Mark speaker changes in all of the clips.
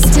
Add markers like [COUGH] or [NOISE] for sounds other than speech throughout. Speaker 1: to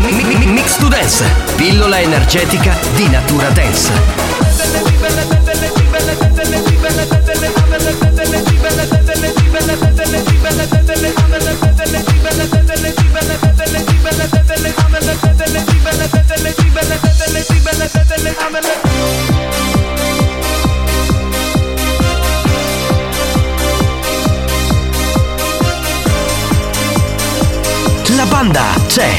Speaker 2: Mi- mi- mi- Mix to Dance, pillola energetica di natura dance. La banda c'è.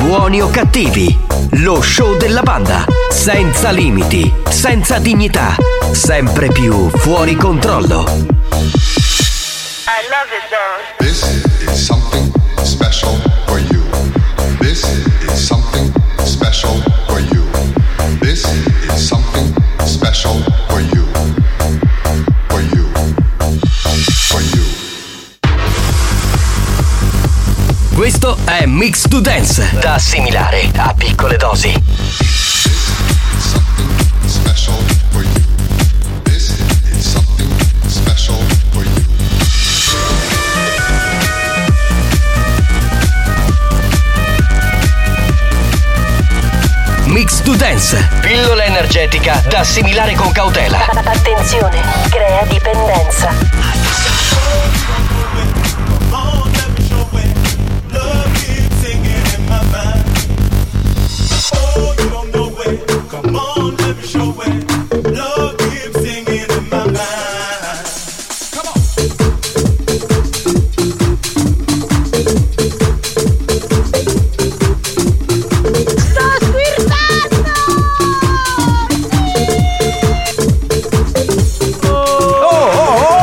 Speaker 2: Buoni o cattivi, lo show della banda, senza limiti, senza dignità, sempre più fuori controllo.
Speaker 3: This is something special for you. This is something special for you. This is something special for you. For you. For you.
Speaker 2: Questo è Mix to Dance, da assimilare a piccole dosi.
Speaker 3: Something special for you. This is something special for you.
Speaker 2: Mix to Dance, pillola energetica da assimilare con cautela.
Speaker 4: Attenzione, crea dipendenza.
Speaker 2: Oh, oh, oh!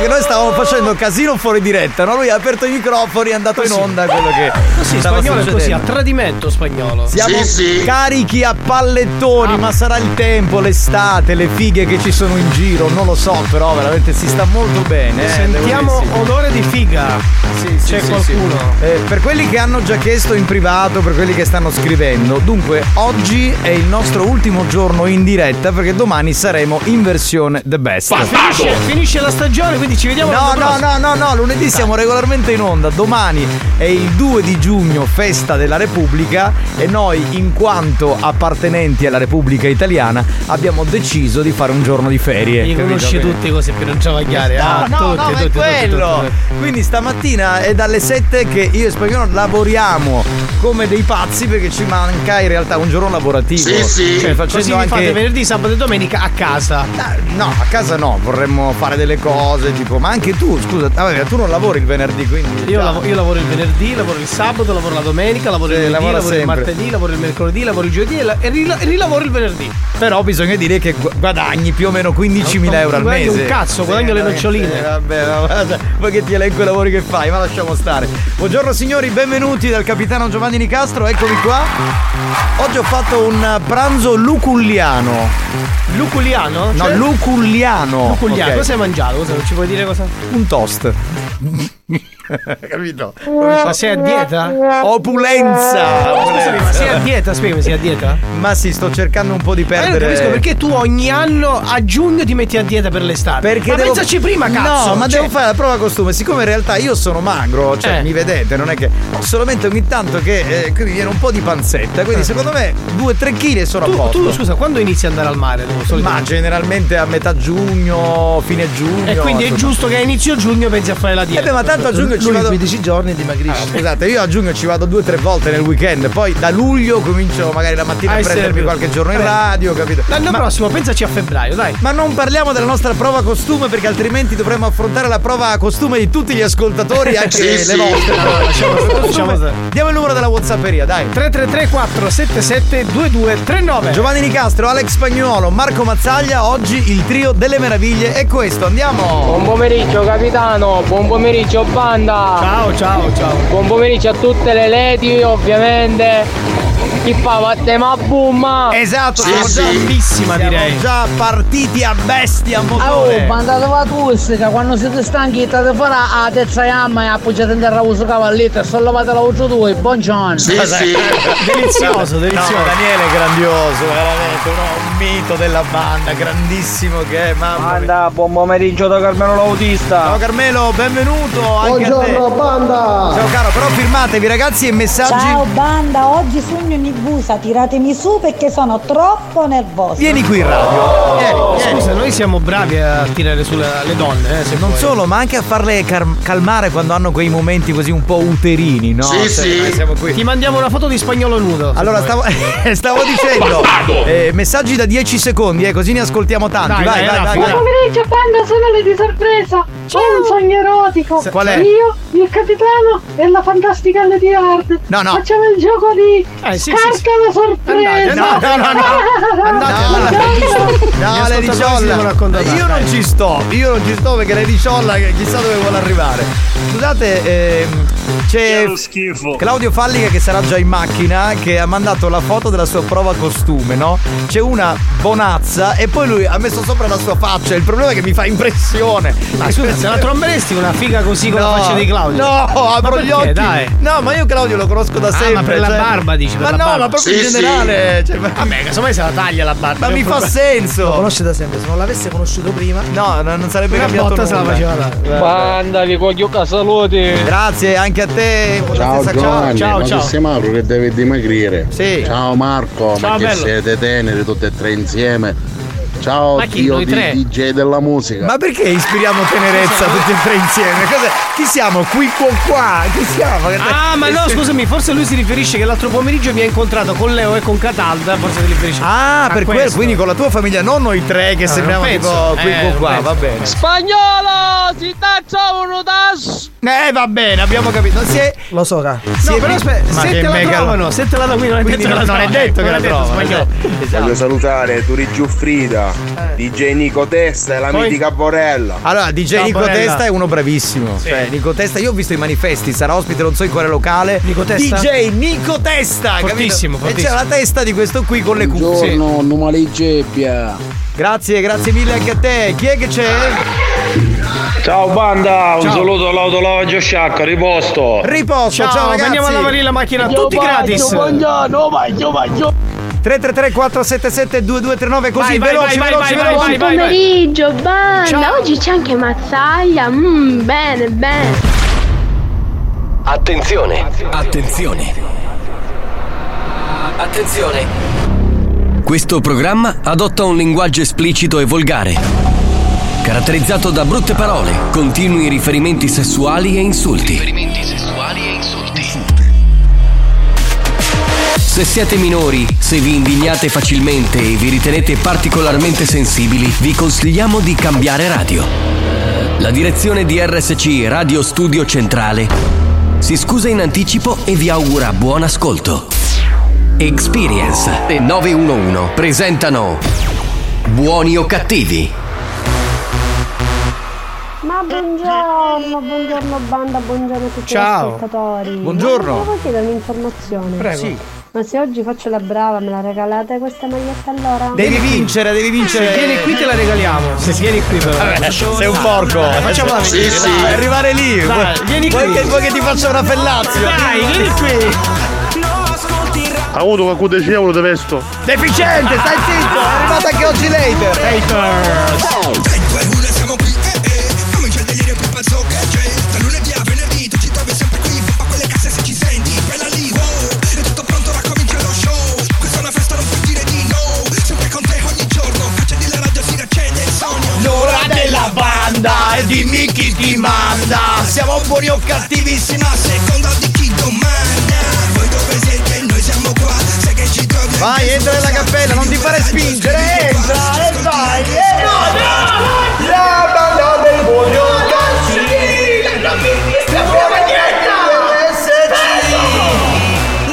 Speaker 5: due stavamo facendo casino fuori diretta, no? Lui ha aperto i microfoni, è andato in onda quello che.
Speaker 6: Sì,
Speaker 5: stava
Speaker 6: spagnolo è così,
Speaker 5: succedendo.
Speaker 6: a tradimento spagnolo.
Speaker 5: Siamo
Speaker 7: Sì, sì.
Speaker 5: carichi a pallettoni, ma sarà il tempo, l'estate, le fighe che ci sono in giro, non lo so, però veramente si sta molto bene. eh,
Speaker 6: Sentiamo
Speaker 5: devo dire sì.
Speaker 6: odore di figa.
Speaker 5: Sì, sì,
Speaker 6: C'è
Speaker 5: sì,
Speaker 6: qualcuno.
Speaker 5: sì. Eh, per quelli che hanno già chiesto in privato, per quelli che stanno scrivendo, dunque oggi è il nostro ultimo giorno in diretta perché domani saremo in versione The Best.
Speaker 6: Finisce, finisce la stagione, quindi ci vediamo
Speaker 5: No,
Speaker 6: l'anno
Speaker 5: no,
Speaker 6: prossimo.
Speaker 5: no, no, no, lunedì siamo regolarmente in onda, domani è il 2 di giugno, festa della Repubblica e noi in quanto appartenenti alla Repubblica Italiana abbiamo deciso di fare un giorno di ferie.
Speaker 6: Li
Speaker 5: capito?
Speaker 6: conosci
Speaker 5: Quindi-
Speaker 6: tutti così per non travagliare.
Speaker 5: No,
Speaker 6: ah,
Speaker 5: no,
Speaker 6: tutti,
Speaker 5: no, ma
Speaker 6: tutti,
Speaker 5: è
Speaker 6: tutti,
Speaker 5: quello.
Speaker 6: tutti, tutti.
Speaker 5: Quindi stamattina è dalle 7 che io e Spagnolo lavoriamo come dei pazzi perché ci manca in realtà un giorno lavorativo.
Speaker 7: Sì, sì.
Speaker 6: Così
Speaker 5: Cioè, facendo
Speaker 6: vi fate
Speaker 5: anche
Speaker 6: venerdì, sabato e domenica a casa.
Speaker 5: Ah, No, a casa no, vorremmo fare delle cose, tipo, ma anche tu, scusa, ah, vabbè, tu non lavori il venerdì, quindi
Speaker 6: Io,
Speaker 5: già.
Speaker 6: lavo- io lavoro il venerdì, lavoro il sabato, lavoro la domenica, lavoro
Speaker 5: Sì,
Speaker 6: il lunedì,
Speaker 5: lavora
Speaker 6: lavoro il
Speaker 5: sempre.
Speaker 6: martedì, lavoro il mercoledì, lavoro il giovedì e, la- e rila- e rilavoro il venerdì.
Speaker 5: Però bisogna dire che gu- guadagni più o meno 15.000 euro al
Speaker 6: Guadagno
Speaker 5: mese.
Speaker 6: un cazzo, guadagno le
Speaker 5: veramente,
Speaker 6: noccioline.
Speaker 5: sì, Vabbè, ma guarda, poi che ti elenco i lavori che fai, ma lasciamo stare. Buongiorno signori, benvenuti dal capitano Giovanni Nicastro, eccomi qua. Oggi ho fatto un pranzo luculliano.
Speaker 6: Luculiano?
Speaker 5: No,
Speaker 6: Cioè,
Speaker 5: luculliano.
Speaker 6: Luculiano,
Speaker 5: Ok.
Speaker 6: cosa hai mangiato? Cosa, ci puoi dire cosa?
Speaker 5: Un toast. [LAUGHS] Capito?
Speaker 6: Ma sei a dieta?
Speaker 5: Opulenza.
Speaker 6: Scusami, ma sei a dieta? Spiegami, sei a dieta?
Speaker 5: Ma sì, sto cercando un po' di
Speaker 6: Ma io non
Speaker 5: perdere.
Speaker 6: capisco perché tu ogni anno a giugno ti metti a dieta per l'estate.
Speaker 5: Perché
Speaker 6: ma
Speaker 5: devo-
Speaker 6: pensaci prima, cazzo!
Speaker 5: No, ma
Speaker 6: Cioè,
Speaker 5: devo fare la prova costume. Siccome in realtà io sono magro, cioè
Speaker 6: Eh.
Speaker 5: mi vedete, non è che. Solamente ogni tanto che eh, qui mi viene un po' di panzetta. Quindi secondo me 2-3 kg sono a
Speaker 6: Eh. Tu,
Speaker 5: posto.
Speaker 6: tu, scusa, quando inizi ad andare al mare? tu,
Speaker 5: ma
Speaker 6: solitamente?
Speaker 5: generalmente a metà giugno, fine giugno.
Speaker 6: E quindi è
Speaker 5: insomma.
Speaker 6: giusto che a inizio giugno pensi a fare la
Speaker 5: Eh
Speaker 6: dieta.
Speaker 5: beh, ma tanto a giugno ci vado. 15 giorni dimagrisci. Ah, Scusate, io a giugno ci vado due o tre volte nel weekend. Poi da luglio comincio magari la mattina
Speaker 6: Ah,
Speaker 5: a
Speaker 6: è
Speaker 5: prendermi
Speaker 6: serio?
Speaker 5: qualche giorno in
Speaker 6: Vabbè.
Speaker 5: radio, capito?
Speaker 6: L'anno
Speaker 5: Ma-
Speaker 6: prossimo pensaci a febbraio, dai.
Speaker 5: Ma non parliamo della nostra prova costume perché altrimenti dovremmo affrontare la prova costume di tutti gli ascoltatori, anche
Speaker 7: Sì,
Speaker 5: le
Speaker 7: sì.
Speaker 5: vostre. prove
Speaker 6: [LAUGHS]
Speaker 5: costume.
Speaker 6: lasciamo stare.
Speaker 5: Diamo il numero della Whatsapperia, dai.
Speaker 6: 333 477 2239
Speaker 5: Giovanni Nicastro, Alex Spagnuolo, Marco Mazzaglia, oggi il trio delle meraviglie è questo, andiamo!
Speaker 8: pomeriggio capitano, buon pomeriggio banda,
Speaker 6: Ciao ciao ciao
Speaker 8: buon pomeriggio a tutte le lady ovviamente. Chi fa vatte ma bumma!
Speaker 5: Esatto, siamo
Speaker 7: sì.
Speaker 5: già
Speaker 6: Bellissima
Speaker 5: siamo
Speaker 6: direi
Speaker 5: già partiti a bestia a motore.
Speaker 8: bandata Oh, va tustica, quando siete stanchi state fuori a terza gamma e appoggiate in terra uso cavalletto e sollevate la uso due, buongiorno!
Speaker 7: Sì, sì.
Speaker 6: Delizioso, delizioso
Speaker 5: No, Daniele è grandioso, veramente, uno, un mito della banda, grandissimo che è, mamma mia.
Speaker 8: buon pomeriggio da Carmelo
Speaker 5: Ciao
Speaker 8: l'autista!
Speaker 5: Carmelo, benvenuto anche a te.
Speaker 8: banda!
Speaker 5: Ciao caro, però firmatevi ragazzi e messaggi.
Speaker 9: Ciao banda, oggi sogno Nibusa, tiratemi su perché sono troppo nervosa.
Speaker 5: Vieni qui in radio. Vieni, vieni.
Speaker 6: Scusa, noi siamo bravi a tirare sulle le donne, eh, se
Speaker 5: Non
Speaker 6: vuoi.
Speaker 5: solo, ma anche a farle car- calmare quando hanno quei momenti così un po' uterini, no?
Speaker 7: Sì, sì.
Speaker 5: dai, Siamo qui.
Speaker 6: Ti mandiamo una foto di spagnolo nudo. se
Speaker 5: Allora,
Speaker 6: vuoi.
Speaker 5: stavo, stavo [LAUGHS] dicendo, eh, messaggi da 10 secondi, eh, così ne ascoltiamo tanti.
Speaker 6: Dai,
Speaker 5: Vai,
Speaker 6: dai,
Speaker 5: vai, vai.
Speaker 6: Raffi,
Speaker 5: vai.
Speaker 6: dai.
Speaker 8: pomeriggio banda, sono le di sorpresa! Ho un sogno erotico!
Speaker 5: Qual è?
Speaker 8: Io, il capitano e la fantastica Lady Hard.
Speaker 5: No, no.
Speaker 8: Facciamo il gioco di
Speaker 6: Eh, sì, sì,
Speaker 8: carta
Speaker 6: sì.
Speaker 8: da sorpresa.
Speaker 5: No, no, no,
Speaker 8: [LAUGHS]
Speaker 5: no. Andate,
Speaker 8: Ah,
Speaker 5: andate.
Speaker 8: buongiorno.
Speaker 5: No,
Speaker 6: Gli
Speaker 5: Lady
Speaker 6: ascoltatori si devono
Speaker 5: Ciolla.
Speaker 6: accontentare,
Speaker 5: Io non
Speaker 6: dai.
Speaker 5: ci sto, io non ci sto perché Lady Ciolla che chissà dove vuole arrivare. Scusate, ehm, c'è Claudio Fallica che sarà già in macchina che ha mandato la foto della sua prova costume, no? C'è una bonazza e poi lui ha messo sopra la sua faccia. Il problema è che mi fa impressione.
Speaker 6: Ma scusa, se la tromberesti una figa così con
Speaker 5: No,
Speaker 6: la faccia di Claudio?
Speaker 5: No, apro
Speaker 6: perché,
Speaker 5: gli occhi.
Speaker 6: dai?
Speaker 5: No, ma io Claudio lo conosco da
Speaker 6: Ah, ma
Speaker 5: sempre.
Speaker 6: per la
Speaker 5: cioè-
Speaker 6: barba, dici, per
Speaker 5: Ma
Speaker 6: la
Speaker 5: no,
Speaker 6: barba.
Speaker 5: ma proprio in
Speaker 7: Sì, sì.
Speaker 5: generale. cioè, ma-
Speaker 6: Vabbè, casomai se la taglia la barba.
Speaker 5: ma mi fa senso! Lo conosce da sempre, se non l'avesse conosciuto prima. No, no, non sarebbe
Speaker 6: Una
Speaker 5: cambiato
Speaker 6: botta se la
Speaker 5: nulla.
Speaker 6: faceva dare.
Speaker 8: Banda, vi voglio a salute.
Speaker 5: Grazie anche a te.
Speaker 10: Ciao
Speaker 5: Stessa-
Speaker 10: Giovanni,
Speaker 6: ciao,
Speaker 10: ma
Speaker 6: ciao.
Speaker 10: tu sei magro che deve dimagrire.
Speaker 5: Sì.
Speaker 10: Ciao Marco,
Speaker 6: Ciao,
Speaker 10: ma che
Speaker 6: bello.
Speaker 10: siete teneri tutti e tre insieme. Ciao
Speaker 6: Ma chi,
Speaker 10: Dio
Speaker 6: noi
Speaker 10: di
Speaker 6: tre?
Speaker 10: DJ della musica.
Speaker 5: Ma perché ispiriamo tenerezza tutti e tre insieme? Cos'è? Chi siamo? Qui qua qua? Chi siamo? Che-
Speaker 6: Ah, ma no, scusami, forse lui si riferisce che l'altro pomeriggio mi ha incontrato con Leo e con Catalda, forse si riferisce.
Speaker 5: Ah,
Speaker 6: a
Speaker 5: per quello,
Speaker 6: questo. Ah,
Speaker 5: quindi con la tua famiglia, non noi tre che sembriamo
Speaker 6: non
Speaker 5: tipo
Speaker 6: penso.
Speaker 5: qui
Speaker 6: Eh,
Speaker 5: qua
Speaker 6: non
Speaker 5: qua,
Speaker 6: penso.
Speaker 5: va bene.
Speaker 8: Spagnolo, si taccia uno das.
Speaker 5: Eh, va bene, abbiamo capito. Si è-
Speaker 8: Lo so, ca.
Speaker 5: si
Speaker 6: No,
Speaker 5: è-
Speaker 6: però aspetta,
Speaker 5: Ma
Speaker 6: se
Speaker 5: che
Speaker 6: te la
Speaker 5: mega-
Speaker 6: trovano, se te la trovano, non è detto
Speaker 5: Quindi
Speaker 6: che la
Speaker 5: non
Speaker 6: trovano.
Speaker 5: è detto che la
Speaker 6: Non è detto,
Speaker 5: trovano.
Speaker 6: sbagliato.
Speaker 5: esatto.
Speaker 10: salutare Turi Giuffrida,
Speaker 11: Testa,
Speaker 6: Eh.
Speaker 11: DJ Nico Testa e la
Speaker 5: Poi-
Speaker 11: mitica Borella.
Speaker 5: Allora, DJ Ah, Nico Testa è uno bravissimo. Cioè, Nico Testa, io ho visto i manifesti, sarà ospite, non so in quale locale. Nico
Speaker 6: Testa?
Speaker 5: DJ Nico Testa, capito?
Speaker 6: Fortissimo,
Speaker 5: E c'è
Speaker 6: fortissimo.
Speaker 5: la testa di questo qui con le cuffie.
Speaker 12: Buongiorno, Numali Geppia.
Speaker 5: Grazie, grazie mille anche a te. Chi è che c'è?
Speaker 6: Ah.
Speaker 10: Ciao banda, un saluto all'autolavaggio sciacca, riposto.
Speaker 5: Riposto, ciao, ragazzi.
Speaker 6: andiamo a lavare la macchina,
Speaker 5: Io
Speaker 6: tutti
Speaker 5: mangio,
Speaker 6: gratis.
Speaker 5: buongiorno, mangio, mangio. 333 477 2239
Speaker 6: Vai,
Speaker 5: così
Speaker 6: vai,
Speaker 5: veloci,
Speaker 6: vai,
Speaker 5: veloci,
Speaker 6: vai,
Speaker 5: veloci.
Speaker 6: vai, vai, vai, vai.
Speaker 4: pomeriggio, banda!
Speaker 6: Ciao.
Speaker 4: Oggi c'è anche Mazzaglia,
Speaker 8: Mm,
Speaker 4: mmm, bene, bene.
Speaker 2: Attenzione, attenzione. Attenzione. Questo programma adotta un linguaggio esplicito e volgare, caratterizzato da brutte parole, continui riferimenti sessuali e insulti.
Speaker 13: Riferimenti sessuali e insulti.
Speaker 2: Se siete minori, se vi indignate facilmente e vi ritenete particolarmente sensibili, vi consigliamo di cambiare radio. La direzione di RSC Radio Studio Centrale si scusa in anticipo e vi augura buon ascolto. Experience e 911 presentano Buoni o cattivi?
Speaker 14: Ma buongiorno, buongiorno banda, buongiorno a tutti
Speaker 2: Ciao.
Speaker 14: gli ascoltatori.
Speaker 2: Buongiorno.
Speaker 14: Ma Volevo chiedere un'informazione.
Speaker 5: Prego. Sì.
Speaker 14: Ma se oggi faccio la brava, me la regalate questa maglietta allora?
Speaker 5: Devi vincere, devi vincere.
Speaker 6: Se vieni qui te la regaliamo. Se vieni qui però.
Speaker 5: Vabbè, sei un porco.
Speaker 6: Facciamo la
Speaker 5: Sì, sì.
Speaker 6: dai.
Speaker 5: Arrivare lì.
Speaker 6: Dai,
Speaker 5: Vuoi-
Speaker 6: vieni
Speaker 5: vuoi
Speaker 6: qui.
Speaker 5: che- vuoi che ti faccia una fellazio?
Speaker 6: Dai, vieni qui.
Speaker 12: Ha avuto qualcuno decina euro di vesto.
Speaker 5: Deficiente, stai zitto. È arrivata anche oggi later.
Speaker 13: eh, L'ora della banda e dimmi chi ti manda Siamo buoni o cattivissimi a seconda di chi domanda Voi dove siete? Noi siamo qua Sai che ci trovi
Speaker 5: Vai, entra nella cappella, non ti fare spingere. Entra e vai. e vai. La banda del buio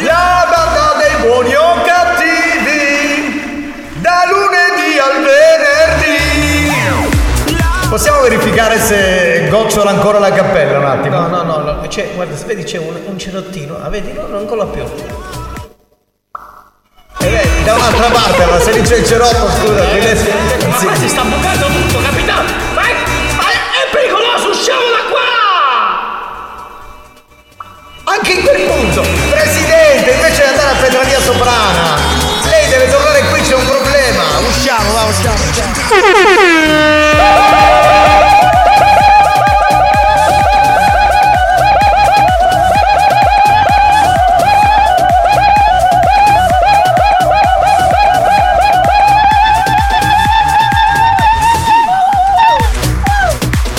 Speaker 13: La banda dei buoni o cattivi Da lunedì al venerdì
Speaker 5: Possiamo verificare se gocciola ancora la cappella un attimo?
Speaker 15: No, no, no, no, c'è, guarda, vedi c'è un, un cerottino, ah, vedi, no, non colla più.
Speaker 5: Eh, Da un'altra parte, allora se lì c'è il cerotto, scusa,
Speaker 13: Ma si sta bucando tutto, capitano! Ma è, ma è- è pericoloso, usciamo da qua!
Speaker 5: Anche in quel punto, presidente, invece di andare a Petralia Soprana, lei deve tornare qui, c'è un problema. Usciamo, va, usciamo.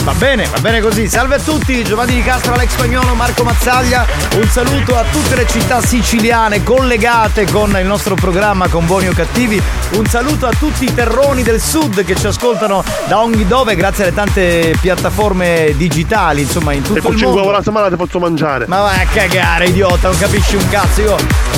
Speaker 5: Va bene, va bene così. Salve a tutti, Giovanni Di Castro, Alex Spagnolo, Marco Mazzaglia. Un saluto a tutte le città siciliane collegate con il nostro programma con buoni o cattivi. Un saluto a tutti i terroni del sud che ci ascoltano da ogni dove grazie alle tante piattaforme digitali, insomma, in tutto
Speaker 12: E poi
Speaker 5: il
Speaker 12: 5
Speaker 5: mondo.
Speaker 12: euro alla settimana ti posso mangiare.
Speaker 5: Ma vai a cagare, idiota, non capisci un cazzo. Io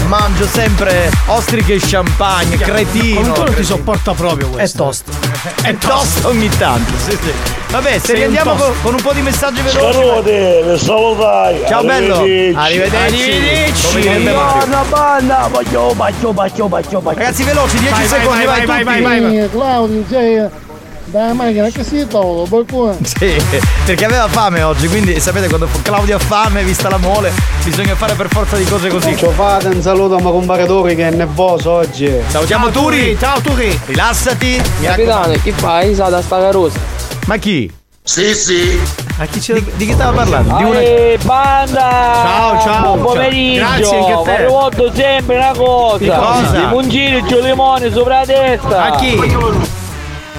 Speaker 5: mangio sempre ostriche e champagne, cretino.
Speaker 6: Comunque non ti
Speaker 5: cretino.
Speaker 6: sopporta proprio
Speaker 5: È
Speaker 6: questo.
Speaker 5: tosto. [LAUGHS] È tosto ogni tanto. Sì, sì. Vabbè, se
Speaker 6: Sei
Speaker 5: riandiamo
Speaker 6: un tosto.
Speaker 5: con, con un po' di messaggi veloci.
Speaker 13: Salute, vi salutai!
Speaker 5: Ciao bello.
Speaker 13: Arrivederci.
Speaker 5: Come direbbe Mario.
Speaker 13: Buona banda! Bacio, bacio, bacio, bacio, bacio!
Speaker 5: Ragazzi, veloci, 10
Speaker 13: Vai, vai,
Speaker 5: secondi, vai,
Speaker 13: vai, vai, vai, vai, vai.
Speaker 16: Eh, Claudio, sei da macchina che si trova, per cui...
Speaker 5: Sì, perché aveva fame oggi, quindi sapete quando fa- Claudio ha fame, vista la mole, bisogna fare per forza di cose così.
Speaker 17: Ciao fate un saluto a Macombaratori che è nervoso oggi.
Speaker 5: Salutiamo Turi. Ciao Turi. Rilassati. Mi
Speaker 17: Capitano, chi fa? Isa da Stavarosa.
Speaker 5: Ma chi?
Speaker 17: Sì, sì.
Speaker 5: Ma chi c'è? Di, di chi stava parlando? Di una...
Speaker 13: banda!
Speaker 5: Ciao, ciao,
Speaker 13: Buon
Speaker 5: ciao.
Speaker 13: pomeriggio!
Speaker 5: Grazie anche a te.
Speaker 13: Vi ricordo sempre una
Speaker 5: Di
Speaker 13: cosa!
Speaker 5: cosa?
Speaker 13: Di mungire il tuo limone sopra la testa!
Speaker 5: A chi?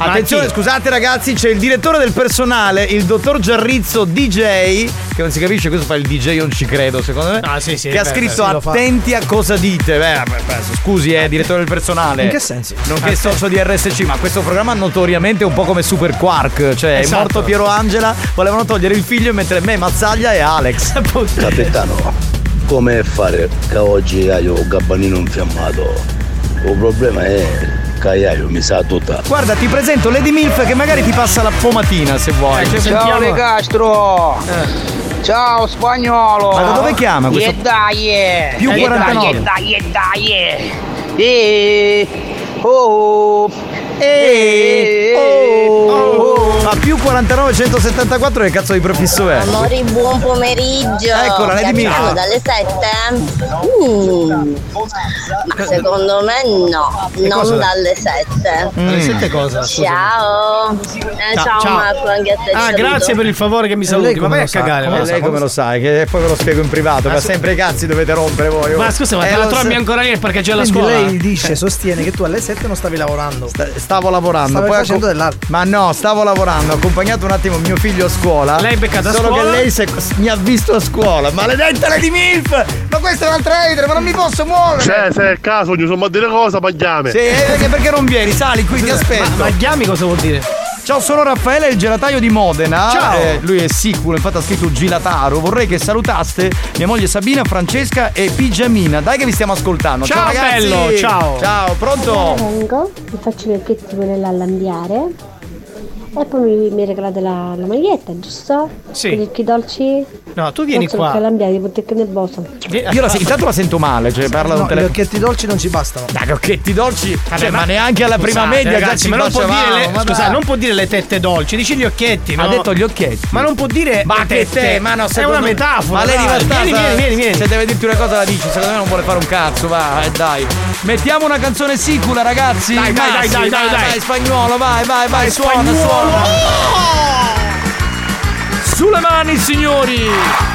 Speaker 5: Attenzione, scusate ragazzi, c'è il direttore del personale, il dottor Giarrizzo DJ, che non si capisce, questo fa il DJ, io non ci credo, secondo me.
Speaker 6: Ah, sì, sì,
Speaker 5: che ha
Speaker 6: beh,
Speaker 5: scritto
Speaker 6: beh, sì, lo fa.
Speaker 5: attenti a cosa dite. Beh, beh, beh, scusi, eh, direttore del personale.
Speaker 6: In che senso?
Speaker 5: Nonché
Speaker 6: Ah,
Speaker 5: socio di RSC, ma questo programma notoriamente è un po' come Super Quark, cioè
Speaker 6: Esatto.
Speaker 5: è morto Piero Angela, volevano togliere il figlio e mettere me, Mazzaglia e
Speaker 6: [LAUGHS]
Speaker 5: Alex.
Speaker 18: Capitano, come fare che oggi hai un gabbanino infiammato? Il problema è
Speaker 16: Caiaio, mi sa tutta.
Speaker 5: Guarda, ti presento Lady Milf che magari ti passa la pomatina se
Speaker 6: Eh,
Speaker 5: vuoi.
Speaker 19: Ciao De Castro! Ciao spagnolo!
Speaker 5: Eh. Ma da dove chiama questo-
Speaker 19: E dai! eh.
Speaker 5: Più
Speaker 19: E
Speaker 5: 49.
Speaker 19: Dai, e dai, e dai! E... Oh! E...
Speaker 5: oh.
Speaker 19: oh.
Speaker 5: Ma più 49 174 che cazzo di prefisso è?
Speaker 20: Amori, buon pomeriggio.
Speaker 5: Eh. Eccola, Lady Mira.
Speaker 20: Piano dalle 7? Mm. Ma secondo me no,
Speaker 5: Che cosa?
Speaker 20: non dalle 7.
Speaker 6: Mm. Dalle sette cosa? Scusa.
Speaker 20: Ciao. Eh, ciao, Marco, anche a te.
Speaker 6: Ah,
Speaker 20: saluto.
Speaker 6: grazie per il favore che mi saluti. Ma vai a cagare.
Speaker 5: Eh,
Speaker 6: va.
Speaker 5: Come lo sa, lei come lo sai? Che poi ve lo spiego in privato,
Speaker 6: Ma
Speaker 5: ma
Speaker 6: su-
Speaker 5: sempre i cazzi dovete rompere voi.
Speaker 6: Ma scusa, ma
Speaker 5: Eh,
Speaker 6: te la
Speaker 5: lo
Speaker 6: trovi
Speaker 5: so.
Speaker 6: ancora lì nel parcheggio della
Speaker 21: Quindi
Speaker 6: scuola? Eh.
Speaker 21: lei dice, sostiene che tu alle 7 non stavi lavorando.
Speaker 5: Stavo lavorando,
Speaker 21: Stavi
Speaker 5: poi
Speaker 21: facendo
Speaker 5: accom- Ma no, stavo lavorando, ho accompagnato un attimo mio figlio a scuola.
Speaker 21: L'hai beccata a
Speaker 5: Solo
Speaker 21: scuola?
Speaker 5: che lei se- mi ha visto a scuola. Maledetta Lady Milf! Ma questa è un'altra hater, ma non mi posso muovere!
Speaker 12: Cioè, se è il caso, ogni somma dire cosa, pagliame.
Speaker 5: Sì, eh, perché, perché non vieni? Sali qui, ti aspetto.
Speaker 12: ma
Speaker 5: chiami cosa vuol dire? Ciao, sono Raffaele, il gelataio di Modena. Eh,
Speaker 6: Ciao.
Speaker 5: lui è sicuro, infatti ha scritto Gilataro. Vorrei che salutaste mia moglie Sabina, Francesca e Pigiamina. Dai che vi stiamo ascoltando.
Speaker 6: Ciao,
Speaker 5: ragazzi.
Speaker 6: bello, ciao.
Speaker 5: Ciao,
Speaker 14: Allora
Speaker 5: pronto?
Speaker 14: vengo, mi faccio i miei occhietti con l'allambiare e poi mi, mi regalate la, la maglietta, giusto?
Speaker 5: Sì.
Speaker 14: Con gli occhi dolci?
Speaker 5: No, tu
Speaker 14: L'allambiare di Bottecca del Bosso.
Speaker 5: Io la, se- intanto la sento male, cioè parla da
Speaker 21: No,
Speaker 5: un
Speaker 21: gli
Speaker 5: telefono.
Speaker 21: occhietti dolci non ci bastano.
Speaker 5: Dai, gli occhietti dolci,
Speaker 6: Vabbè,
Speaker 5: cioè, ma, neanche alla prima
Speaker 6: Scusate,
Speaker 5: media
Speaker 6: ragazzi,
Speaker 5: già ci
Speaker 6: ma non può dire le,
Speaker 5: baciavamo, ma
Speaker 6: scusa,
Speaker 5: dai.
Speaker 6: non può dire le tette dolci, dice gli occhietti, no?
Speaker 5: Ha detto gli occhietti.
Speaker 6: Ma non può dire
Speaker 5: Ma
Speaker 6: le
Speaker 5: che te, ma no,
Speaker 6: È
Speaker 5: secondo
Speaker 6: una
Speaker 5: me-
Speaker 6: metafora.
Speaker 5: Ma lei
Speaker 6: dai.
Speaker 5: ribaltata-
Speaker 6: Vieni, vieni, vieni, vieni.
Speaker 5: Se deve dirti una cosa la dici, secondo me non vuole fare un cazzo, va, eh, dai. Mettiamo una canzone sicura, ragazzi.
Speaker 6: Dai, dai,
Speaker 5: Massi,
Speaker 6: dai, dai,
Speaker 5: vai,
Speaker 6: dai.
Speaker 5: vai, spagnolo, vai, vai, vai, suona, suona. Sulle mani, signori.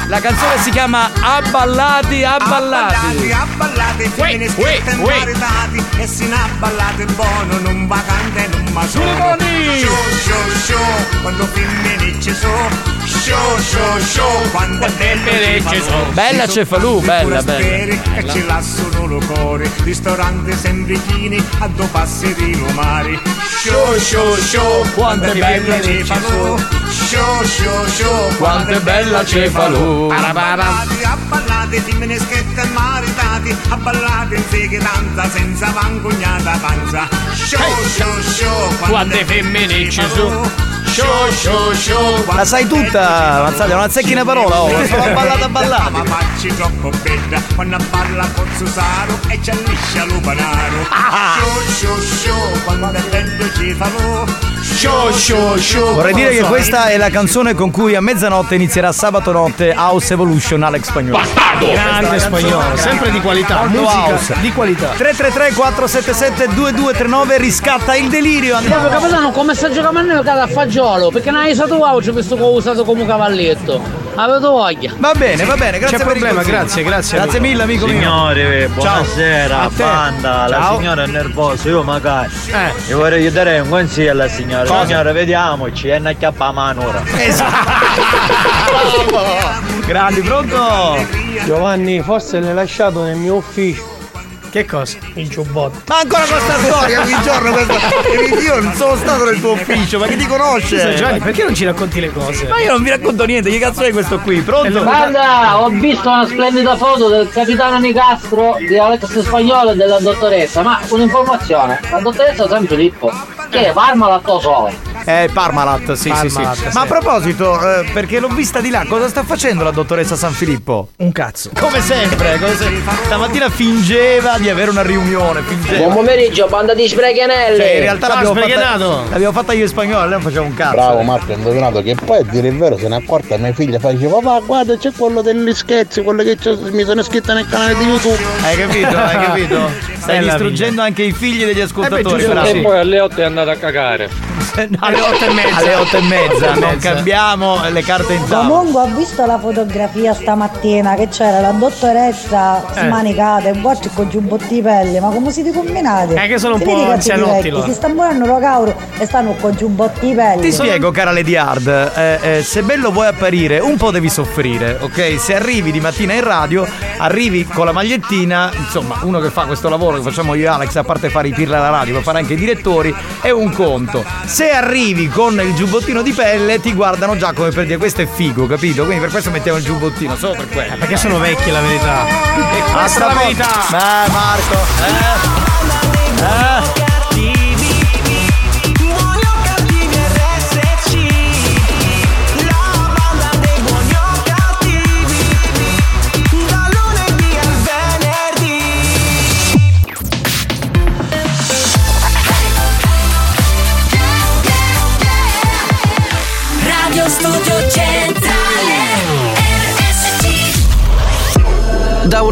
Speaker 5: La canzone si chiama Abballati, abballati.
Speaker 13: Abballati, abballati, femmine
Speaker 5: uè,
Speaker 13: schiette
Speaker 5: uè.
Speaker 13: maritati E si abballate buono, non vacante, non ma
Speaker 5: Sulle mani!
Speaker 13: Show, show, show, quando femmine ci sono Show, show, show, quando femmine ci sono
Speaker 5: Bella Cefalù, bella, bella.
Speaker 13: E ce l'ha solo cuore Ristorante sempre chini, a due passi di Lomari Show, show, show, quando
Speaker 5: Quante
Speaker 13: femmine
Speaker 5: belle
Speaker 13: ci sono Show, show, show,
Speaker 5: Quanto è bella Cefalù.
Speaker 13: Abballati, abballati, femmine schiette maritati, abballati in seghetanza senza vangugnata panza. Show, show, show, quante femmine ci sono. Show, show, show,
Speaker 5: La sai tutta, Mazzaglia, non azzecchina parola, oh. [LAUGHS] Sono ballata, ballata.
Speaker 13: Ma facci troppo bella, quando balla con Susaro e c'è liscia lo banaro. Show, show, show, quando è bello ci farò. Show, show, show.
Speaker 5: Vorrei dire che
Speaker 13: quando-
Speaker 5: questa è la canzone con cui a mezzanotte inizierà sabato notte House Evolution Alex Spagnolo.
Speaker 6: Grande spagnolo, sempre di qualità,
Speaker 5: Molto
Speaker 6: musica
Speaker 5: house.
Speaker 6: di qualità.
Speaker 5: 333 477 2239 riscatta il delirio.
Speaker 4: Capo
Speaker 5: Andiamo.
Speaker 4: capitano, come sta giocando a noi che a fagiolo? Perché non hai usato auge questo che ho usato come cavalletto. Avevo voglia.
Speaker 5: Va bene, va bene, grazie
Speaker 4: C'è
Speaker 5: per il
Speaker 4: problema,
Speaker 5: consiglio.
Speaker 4: grazie,
Speaker 6: grazie,
Speaker 5: Grazie
Speaker 6: amico.
Speaker 5: mille amico
Speaker 22: Signori,
Speaker 5: mio.
Speaker 22: buonasera,
Speaker 5: A te.
Speaker 22: banda. La
Speaker 5: Ciao.
Speaker 22: signora è nervosa, io magari.
Speaker 5: Eh.
Speaker 22: Io vorrei dare un consiglio alla signora.
Speaker 5: Cosa? Eh
Speaker 22: Signora, vediamoci, è una chiappa a mano ora.
Speaker 5: Grandi, pronto?
Speaker 23: Giovanni, forse l'hai lasciato nel mio ufficio.
Speaker 6: Che cosa?
Speaker 23: Il giubbotto.
Speaker 5: Ma ancora questa storia ogni
Speaker 23: [LAUGHS]
Speaker 5: giorno questa- Io non sono stato nel tuo ufficio, ma chi ti conosce?
Speaker 6: Scusa, Giovanni, perché non ci racconti le cose?
Speaker 5: Ma io non vi racconto niente, che cazzo è questo qui?
Speaker 13: Eh,
Speaker 5: Pronto?
Speaker 4: Guarda, ho visto una splendida foto del capitano Nicastro, di Alex Spagnolo e della dottoressa, [LAUGHS] ma un'informazione, la dottoressa è sempre Lippo, che è Parmalat sole.
Speaker 5: Eh, Parmalat, sì, sì, sì.
Speaker 4: Parmalat,
Speaker 5: Ma a
Speaker 4: sì.
Speaker 5: proposito, eh, perché l'ho vista di là, cosa sta facendo la dottoressa San Filippo?
Speaker 23: Un cazzo.
Speaker 5: Come sempre, come sempre. Stamattina fingeva di avere una riunione, fingeva.
Speaker 23: Buon
Speaker 4: pomeriggio, banda di sbreghianelle.
Speaker 5: Cioè, in realtà
Speaker 23: Ciao,
Speaker 5: l'abbiamo
Speaker 23: sbreghinato.
Speaker 5: fatta, l'abbiamo fatta io in spagnolo, lei non faceva un cazzo.
Speaker 16: Bravo Marco, hai indovinato che poi a dire il vero se ne è accorta mia figlia faceva papà guarda c'è quello degli scherzi, quello che c'ho- mi sono iscritta nel canale di YouTube.
Speaker 5: Hai capito, hai capito? Stai
Speaker 23: Bella
Speaker 5: distruggendo anche i figli degli ascoltatori,
Speaker 23: giusto,
Speaker 5: bravi.
Speaker 23: e poi alle 8 è andata a cagare.
Speaker 5: [LAUGHS] alle otto e mezza. Alle otto e mezza, non cambiamo le carte in tavola.
Speaker 24: Comunque ho visto la fotografia stamattina che c'era la dottoressa
Speaker 5: Eh.
Speaker 24: smanicata e guarda con giubbotti di pelle, ma come siete combinati?
Speaker 5: Eh, che sono un
Speaker 24: Si
Speaker 5: po'
Speaker 24: vede che siete
Speaker 5: anzianotti
Speaker 24: vecchi,
Speaker 5: loro.
Speaker 24: Si sta morendo lo cauro e stanno con giubbotti di pelle.
Speaker 5: Ti spiego, cara Lady Hard, eh, eh, se bello vuoi apparire, un po' devi soffrire, ok? Se arrivi di mattina in radio, arrivi con la magliettina, insomma, uno che fa questo lavoro che facciamo io e Alex, a parte fare i pirla alla radio, ma fare anche i direttori, è un conto. Se arrivi con il giubbottino di pelle, ti guardano già come per dire questo è figo, capito? Quindi per questo mettiamo il giubbottino, solo per quello.
Speaker 6: Eh, Perché sono vecchi la verità.
Speaker 5: Questa è la verità! Ma Marco! Eh? Eh?
Speaker 4: Radio Studio Centrale RSC
Speaker 2: Da un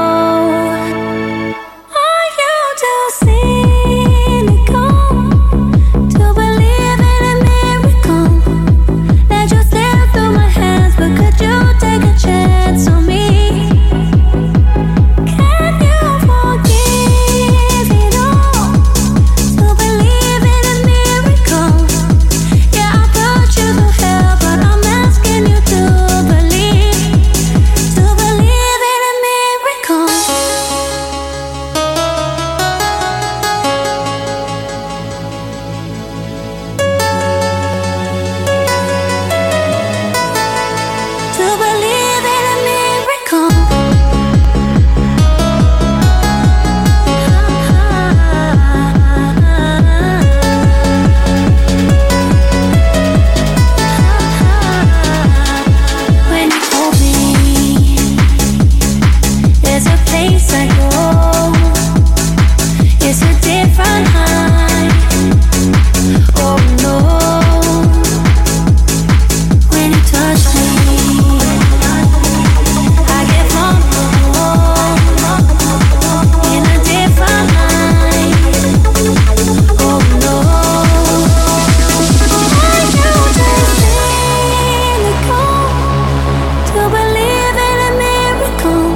Speaker 25: Are you too cynical? To believe in a miracle that you slip through my hands, but could you take a chance on me? Can you forgive it all? To believe in a miracle? Yeah, I put you through hell, but I'm asking you to believe, to believe in a miracle. to believe in a miracle. When you hold me, there's a place I go. It's a different high. Oh no. When you touch me, I get vulnerable in a different light. Oh no, are you just cynical to believe in a miracle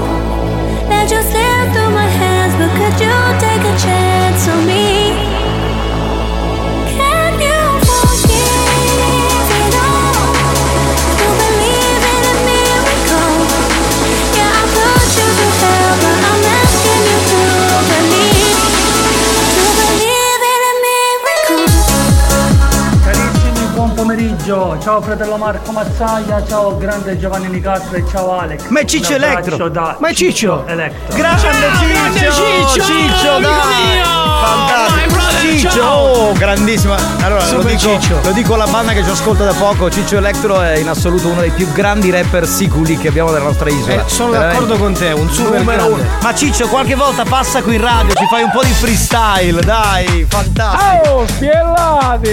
Speaker 25: that just slipped through my hands? But could you take a chance on me? Can you forgive it all? To believe in a miracle. Yeah, I put you through hell, but I'm asking you to believe, to believe in a miracle.
Speaker 13: Carissimi, buon pomeriggio. Ciao fratello Marco Mazzaglia, ciao grande Giovanni Nicastro e ciao Alex.
Speaker 5: Ma è
Speaker 13: Un
Speaker 5: Ciccio
Speaker 13: abbraccio
Speaker 5: Electro.
Speaker 13: Da
Speaker 5: Ma è Ciccio.
Speaker 13: Electro.
Speaker 5: Grande Ciccio, Ciccio, dai. Fantastico. Ciccio, oh, grandissima. Allora, lo
Speaker 13: Super
Speaker 5: dico,
Speaker 13: Ciccio.
Speaker 5: lo dico alla banda che ci ascolta da poco. Ciccio Electro è in assoluto uno dei più grandi rapper siculi che abbiamo della nostra isola.
Speaker 6: Eh, sono d'accordo con te, un super
Speaker 5: Numero
Speaker 6: grande.
Speaker 5: uno. Ma Ciccio, qualche volta passa qui in radio, ci fai un po' di freestyle, dai, fantastico.
Speaker 26: Oh, spiellati!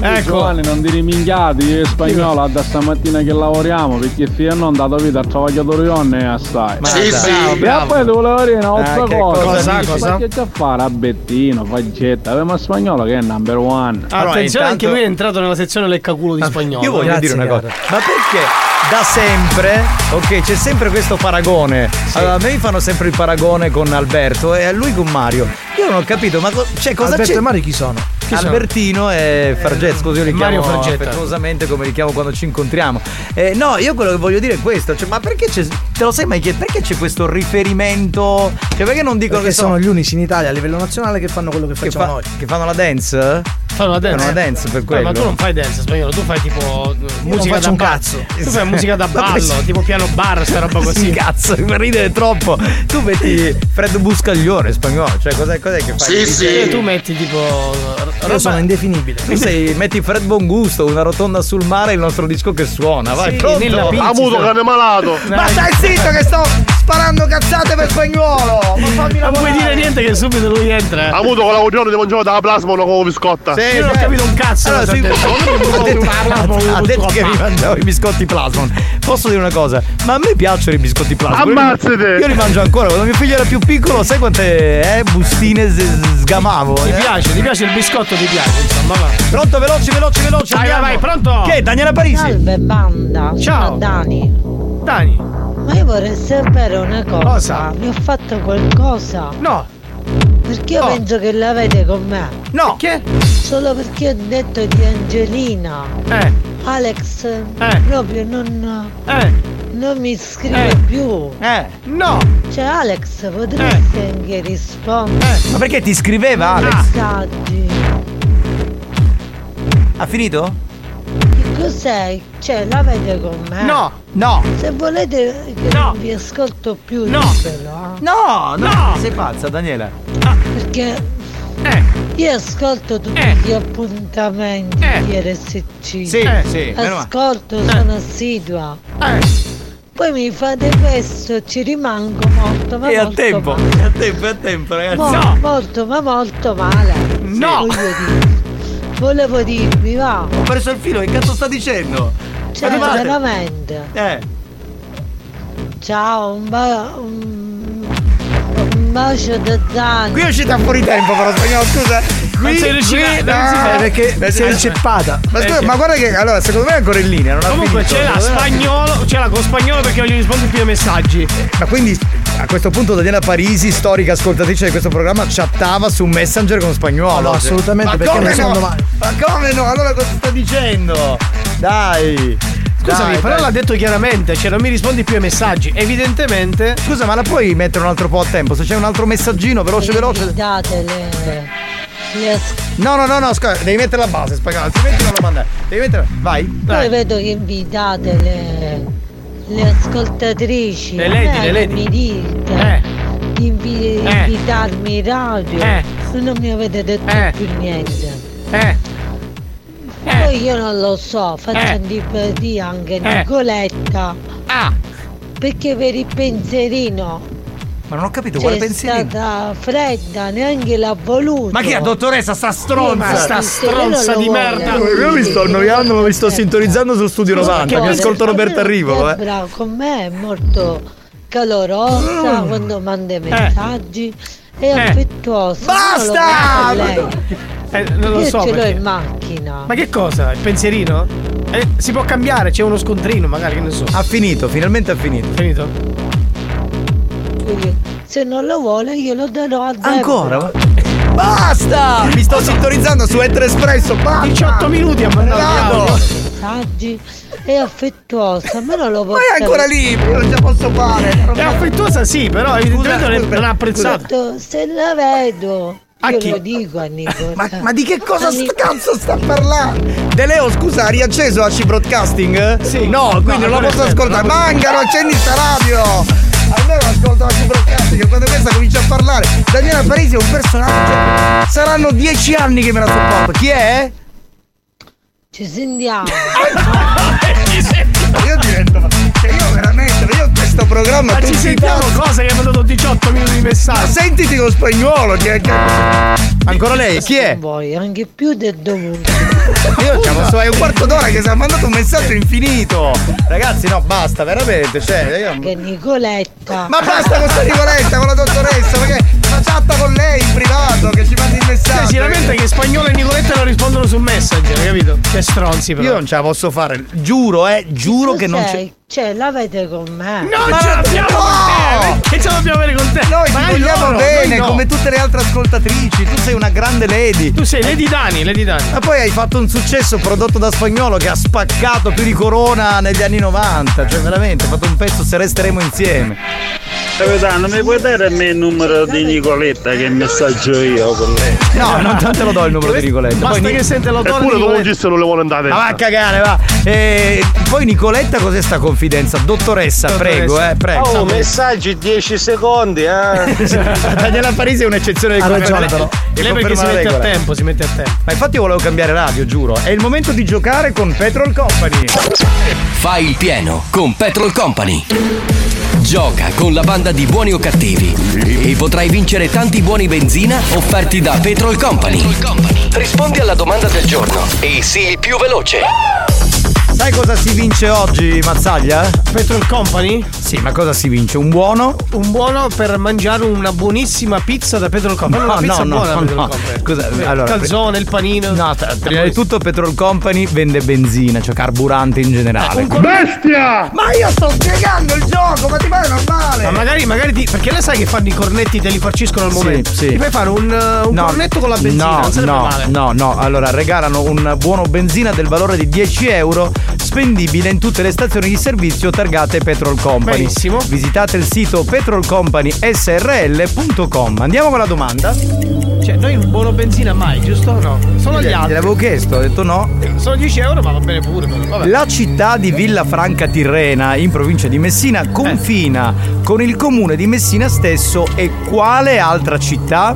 Speaker 5: Ecco.
Speaker 26: Giovanni, non dire minchiati, io e spagnolo da stamattina che lavoriamo, perché fino a non dato vita al travagliatore Ionne e assai. Ma Sì, dai. sì. E poi ti volevo dire un'altra Eh, che cosa. cosa, amici, cosa? Ma che c'è a fare a Bettino, Faggetta, Beh, ma spagnolo che è number one.
Speaker 6: Attenzione, anche lui è entrato nella sezione leccaculo di spagnolo.
Speaker 5: Ah, Io voglio dire una cosa, ma perché da sempre, ok, c'è sempre questo paragone. Allora, a me mi fanno sempre il paragone con Alberto e a lui con Mario. Io non ho capito, ma co- cioè, cosa
Speaker 6: Alberto
Speaker 5: c'è?
Speaker 6: e Mario chi sono? Chi sono?
Speaker 5: Albertino e Fargetta, scusi, io li
Speaker 6: Mario
Speaker 5: chiamo
Speaker 6: Fargetta.
Speaker 5: affettuosamente come li chiamo quando ci incontriamo. Eh, no, io quello che voglio dire è questo, cioè, ma perché c'è, te lo sai mai che perché c'è questo riferimento? Cioè, perché non dicono
Speaker 13: Perché
Speaker 5: che
Speaker 13: sono
Speaker 5: gli
Speaker 13: unici in Italia a livello nazionale che fanno quello che
Speaker 5: che,
Speaker 13: facciamo
Speaker 5: fa-
Speaker 13: noi.
Speaker 5: che fanno la dance?
Speaker 6: Fanno la dance.
Speaker 5: Fanno la dance per quello.
Speaker 6: ma tu non fai dance, spagnolo, tu fai
Speaker 5: eh,
Speaker 6: tipo musica
Speaker 13: faccio
Speaker 6: da
Speaker 13: un
Speaker 6: ba-
Speaker 13: cazzo.
Speaker 6: Tu
Speaker 13: [LAUGHS]
Speaker 6: fai musica da
Speaker 5: Ma
Speaker 6: ballo,
Speaker 5: questo-
Speaker 6: tipo piano bar, sta
Speaker 5: [LAUGHS]
Speaker 6: roba così.
Speaker 5: Cazzo, mi fa ridere troppo. Tu metti Fred Buscaglione spagnolo, cioè cos'è, cos'è che fai?
Speaker 6: Eh, Tu metti tipo. roba-
Speaker 13: Io sono indefinibile.
Speaker 5: Tu
Speaker 6: [LAUGHS]
Speaker 5: sei, metti Fred Bongusto, una rotonda sul mare, il nostro disco che suona. Vai,
Speaker 13: Sì,
Speaker 5: pronto?
Speaker 13: nella pizza. Avuto cane
Speaker 6: [LAUGHS]
Speaker 5: malato.
Speaker 13: Ma stai zitto che sto sparando cazzate per spagnolo! Ma fammi
Speaker 6: Non puoi
Speaker 13: lavorare!
Speaker 6: dire niente che subito lui entra.
Speaker 12: Ha avuto quella giorno di mangiare dalla plasma una con biscotta.
Speaker 5: Sì,
Speaker 6: Io non ho
Speaker 5: sì.
Speaker 6: capito un cazzo.
Speaker 5: Cioè, Allora,
Speaker 6: cosa
Speaker 5: sì,
Speaker 6: ha
Speaker 5: [LAUGHS]
Speaker 6: detto.
Speaker 5: ha detto, ha detto che mi mangiavo i biscotti plasmon. Posso dire una cosa? Ma a me piacciono i biscotti plasmon.
Speaker 12: Ammazzate!
Speaker 5: Io li mangio ancora. Quando mio figlio era più piccolo, sai quante eh, bustine s- sgamavo?
Speaker 6: Ti
Speaker 5: eh?
Speaker 6: piace, ti piace il biscotto,
Speaker 5: [LAUGHS]
Speaker 6: ti piace, insomma, va.
Speaker 5: Pronto, veloci, veloci, veloci.
Speaker 6: Vai, vai,
Speaker 5: andiamo.
Speaker 6: vai, pronto?
Speaker 5: Che? Daniela Parisi?
Speaker 27: Salve banda,
Speaker 6: Ciao.
Speaker 27: sono Dani.
Speaker 6: Dani.
Speaker 27: Ma io vorrei sapere una cosa. Mi ho fatto qualcosa?
Speaker 6: No.
Speaker 27: Perché io penso che l'avete con me.
Speaker 5: No! Perché?
Speaker 27: Solo perché ho detto di Angelina.
Speaker 5: Eh.
Speaker 27: Alex proprio non. Non mi scrive più.
Speaker 5: Eh. No! Eh.
Speaker 27: Cioè Alex potresti anche rispondere.
Speaker 5: Ma perché ti scriveva
Speaker 6: Ah.
Speaker 5: Alex?
Speaker 27: Messaggi.
Speaker 5: Ha finito?
Speaker 27: Che cos'è? Cioè l'avete con me?
Speaker 5: No, no.
Speaker 27: Se volete che non vi ascolto più,
Speaker 5: No.
Speaker 27: ditelo, eh.
Speaker 5: No, no! Sei pazza, Daniela.
Speaker 27: Perché
Speaker 5: Eh.
Speaker 27: io ascolto tutti gli appuntamenti di RSC.
Speaker 5: Eh. Sì, Eh. sì, meno male. Eh.
Speaker 27: Ascolto, sono assidua. Poi mi fate questo, ci rimango molto, ma
Speaker 5: E a
Speaker 27: molto
Speaker 5: tempo,
Speaker 27: male.
Speaker 5: è a tempo, è a tempo, ragazzi.
Speaker 27: Mo- Molto, ma molto male. No! Voglio dire. Volevo dirvi, va.
Speaker 5: Ho perso il filo, che cazzo sta dicendo?
Speaker 27: Cioè,
Speaker 5: Arrivate.
Speaker 27: veramente.
Speaker 5: Eh.
Speaker 27: Ciao, un, ba- un- un bacio da Dani.
Speaker 5: Qui è uscita fuori tempo però spagnolo, scusa. Qui,
Speaker 27: Non sei riuscita-
Speaker 5: qui- eh,
Speaker 27: non si fa.
Speaker 5: no,
Speaker 27: Perché
Speaker 6: si è inceppata.
Speaker 5: Ma scusa,
Speaker 6: Eh, sì.
Speaker 5: ma guarda che allora secondo me è ancora in linea, non ha
Speaker 6: Comunque
Speaker 5: finito. Eh.
Speaker 6: c'è la
Speaker 5: Secondo me-
Speaker 6: spagnolo, c'è la con spagnolo perché non gli rispondo più ai messaggi.
Speaker 5: Ma quindi a questo punto Daniela Parisi, storica ascoltatrice di questo programma, chattava su Messenger con spagnolo.
Speaker 7: No, no, assolutamente,
Speaker 5: Ma
Speaker 7: perché
Speaker 5: come
Speaker 7: non sono
Speaker 5: no?
Speaker 7: domani.
Speaker 5: Ma come no? Allora cosa sta dicendo? Dai.
Speaker 6: Scusami,
Speaker 5: dai,
Speaker 6: però
Speaker 5: dai.
Speaker 6: l'ha detto chiaramente, cioè non mi rispondi più ai messaggi. Evidentemente.
Speaker 5: Scusa, ma la puoi mettere un altro po' a tempo? Se c'è un altro messaggino, veloce, veloce.
Speaker 27: Date le, le ascolto.
Speaker 5: No, no, no, no, scusa, devi mettere la base, spagnolo, altrimenti non lo mandare. Devi mettere. Vai.
Speaker 27: Poi
Speaker 5: Dai.
Speaker 27: vedo che vi date le, le ascoltatrici.
Speaker 5: Le lady,
Speaker 27: A me
Speaker 5: le lady.
Speaker 27: Mi dite di invi-
Speaker 5: Eh.
Speaker 27: invitarmi in radio.
Speaker 5: Eh.
Speaker 27: Non mi avete detto più niente.
Speaker 5: Eh.
Speaker 27: Poi io non lo so, faccio antipatia anche Nicoletta.
Speaker 5: Ah.
Speaker 27: Perché per il pensierino
Speaker 5: Ma non ho capito
Speaker 27: c'è
Speaker 5: quale pensieri.
Speaker 27: stata fredda, neanche l'ha voluto.
Speaker 5: Ma chi è la dottoressa? Sta stronza!
Speaker 27: Ma sta stronza di merda.
Speaker 5: Io mi sto annoiando, ma mi sto sintonizzando su Studio 90. Mi ascolto Roberto Arrivo, eh.
Speaker 27: Debra "Oh, con me è molto calorosa
Speaker 5: Mm.
Speaker 27: quando manda
Speaker 5: Eh.
Speaker 27: i messaggi e affettuosa.
Speaker 6: Basta!
Speaker 27: Io lo,
Speaker 6: Eh, non lo
Speaker 27: io
Speaker 6: so.
Speaker 27: ce l'ho
Speaker 6: perché.
Speaker 27: in macchina.
Speaker 6: Ma che cosa? Il pensierino? Eh, si può cambiare, c'è uno scontrino, magari che ne so.
Speaker 5: Ha finito, finalmente ha finito.
Speaker 6: Finito?
Speaker 27: Quindi, Se non lo vuole io lo darò a Debra.
Speaker 5: Ancora? Basta! Mi sto sintonizzando su Etter Espresso, basta!
Speaker 27: 18
Speaker 6: minuti a
Speaker 5: mandato.
Speaker 27: messaggi è affettuosa, ma non lo posso.
Speaker 5: è ancora lì, io non ce la posso fare.
Speaker 27: È
Speaker 6: affettuosa sì, però evidentemente non è- non ha apprezzato.
Speaker 27: Se la vedo,
Speaker 5: A
Speaker 27: io
Speaker 5: chi?
Speaker 27: lo dico a Nicola. ma,
Speaker 5: Ma di che cosa sta cazzo sta parlando? De Leo, scusa, ha riacceso AC Broadcasting? Sì. No, quindi
Speaker 27: No,
Speaker 5: non la
Speaker 27: quello
Speaker 5: posso
Speaker 27: è vero,
Speaker 5: ascoltare.
Speaker 27: non la posso-
Speaker 5: Mangano, accendi sta radio! Almeno ascolto AC Broadcasting, che quando questa comincia a parlare. Daniela Parisi è un personaggio. Saranno dieci anni che me la sopporto. Chi è? [LAUGHS]
Speaker 27: Ci sentiamo.
Speaker 5: io divento. Cioè io veramente, io questo programma.
Speaker 6: Ma ci sentiamo cosa che ha mandato 18 minuti di messaggio.
Speaker 5: sentiti con spagnolo, che, che- Ancora lei, chi è?
Speaker 27: Voi anche più del dovuto.
Speaker 5: Io siamo su, è un quarto d'ora che si è mandato un messaggio infinito. Ragazzi, no, basta, veramente. Cioè, io-
Speaker 27: Che Nicoletta.
Speaker 5: Ma basta con sta Nicoletta, con la dottoressa, perché la chatta con lei in privato che ci manda il messaggio.
Speaker 6: Cioè, si lamenta che spagnolo e Nicoletta non rispondono su Messenger, capito? Che stronzi però.
Speaker 5: Io non ce la posso fare, giuro, eh, giuro che non c'è.
Speaker 27: Cioè, cioè, l'avete con me.
Speaker 6: Non ce l'abbiamo con te! Eh, Che ce l'abbiamo avere con te?
Speaker 5: Noi ti
Speaker 6: Magari
Speaker 5: vogliamo
Speaker 6: loro,
Speaker 5: bene,
Speaker 6: noi no.
Speaker 5: come tutte le altre ascoltatrici. Tu sei una grande lady.
Speaker 6: Tu sei Lady Dani, Lady Dani.
Speaker 5: Ma poi hai fatto un successo prodotto da spagnolo che ha spaccato più di Corona negli anni 90. Cioè, veramente, hai fatto un pezzo se resteremo insieme.
Speaker 10: Capitano, mi puoi dare a me il numero di Nicoletta che messaggio io con lei?
Speaker 5: No, non tanto lo do il numero di Nicoletta.
Speaker 10: Basta
Speaker 5: Poi
Speaker 10: che sente l'odore
Speaker 5: Eppure
Speaker 10: di
Speaker 5: dopo
Speaker 10: Nicoletta.
Speaker 5: Gis non le vuole andare. Ma va a cagare, va. E poi Nicoletta cos'è sta confidenza? Dottoressa, prego, eh, prego.
Speaker 19: Oh, messaggi 10 secondi, eh.
Speaker 5: [LAUGHS] Daniela Parisi è un'eccezione del
Speaker 19: Ha
Speaker 5: conferma-
Speaker 19: ragione, però.
Speaker 5: che
Speaker 6: Lei perché
Speaker 5: conferma
Speaker 6: si
Speaker 5: la
Speaker 6: mette a
Speaker 5: regola.
Speaker 6: tempo, si mette a tempo.
Speaker 5: Ma infatti io volevo cambiare radio, giuro. È il momento di giocare con Petrol Company.
Speaker 2: Fai il pieno con Petrol Company. Gioca con la banda di buoni o cattivi e potrai vincere tanti buoni benzina offerti da Petrol Company. Rispondi alla domanda del giorno e sii il più veloce.
Speaker 5: Sai cosa si vince oggi, Mazzaglia?
Speaker 6: Petrol Company?
Speaker 5: Sì, ma cosa si vince? Un buono?
Speaker 6: Un buono per mangiare una buonissima pizza da Petrol Company.
Speaker 5: No,
Speaker 6: una pizza
Speaker 5: no, no,
Speaker 6: buona da
Speaker 5: no,
Speaker 6: Petrol
Speaker 5: no.
Speaker 6: Company.
Speaker 5: Scusa,
Speaker 6: Eh,
Speaker 5: allora,
Speaker 6: calzone, il panino.
Speaker 5: No, Prima di tutto Petrol Company vende benzina, cioè carburante in
Speaker 6: Eh,
Speaker 5: generale.
Speaker 26: Bestia!
Speaker 6: Ma io sto spiegando il gioco, ma ti pare normale? Ma magari, magari ti. Perché lei sai che fanno i cornetti te li farciscono al
Speaker 5: Sì,
Speaker 6: momento.
Speaker 5: sì.
Speaker 6: Ti fai fare un, eh, un
Speaker 5: No,
Speaker 6: cornetto con la benzina,
Speaker 5: no,
Speaker 6: non sarebbe
Speaker 5: no,
Speaker 6: male.
Speaker 5: No, no, allora regalano un buono benzina del valore di 10 euro, spendibile in tutte le stazioni di servizio targate Petrol Company.
Speaker 6: Benissimo.
Speaker 5: Visitate il sito petrolcompanysrl.com. Andiamo con la domanda.
Speaker 6: Cioè, noi un buono benzina mai, giusto o no? Solo agli
Speaker 5: Gliela-
Speaker 6: altri.
Speaker 5: Gliel'avevo chiesto, ho detto no.
Speaker 6: Sono 10 euro, ma va bene pure. però, Vabbè.
Speaker 5: La città di Villafranca Tirrena, in provincia di Messina, confina
Speaker 6: Eh.
Speaker 5: con il comune di Messina stesso e quale altra città?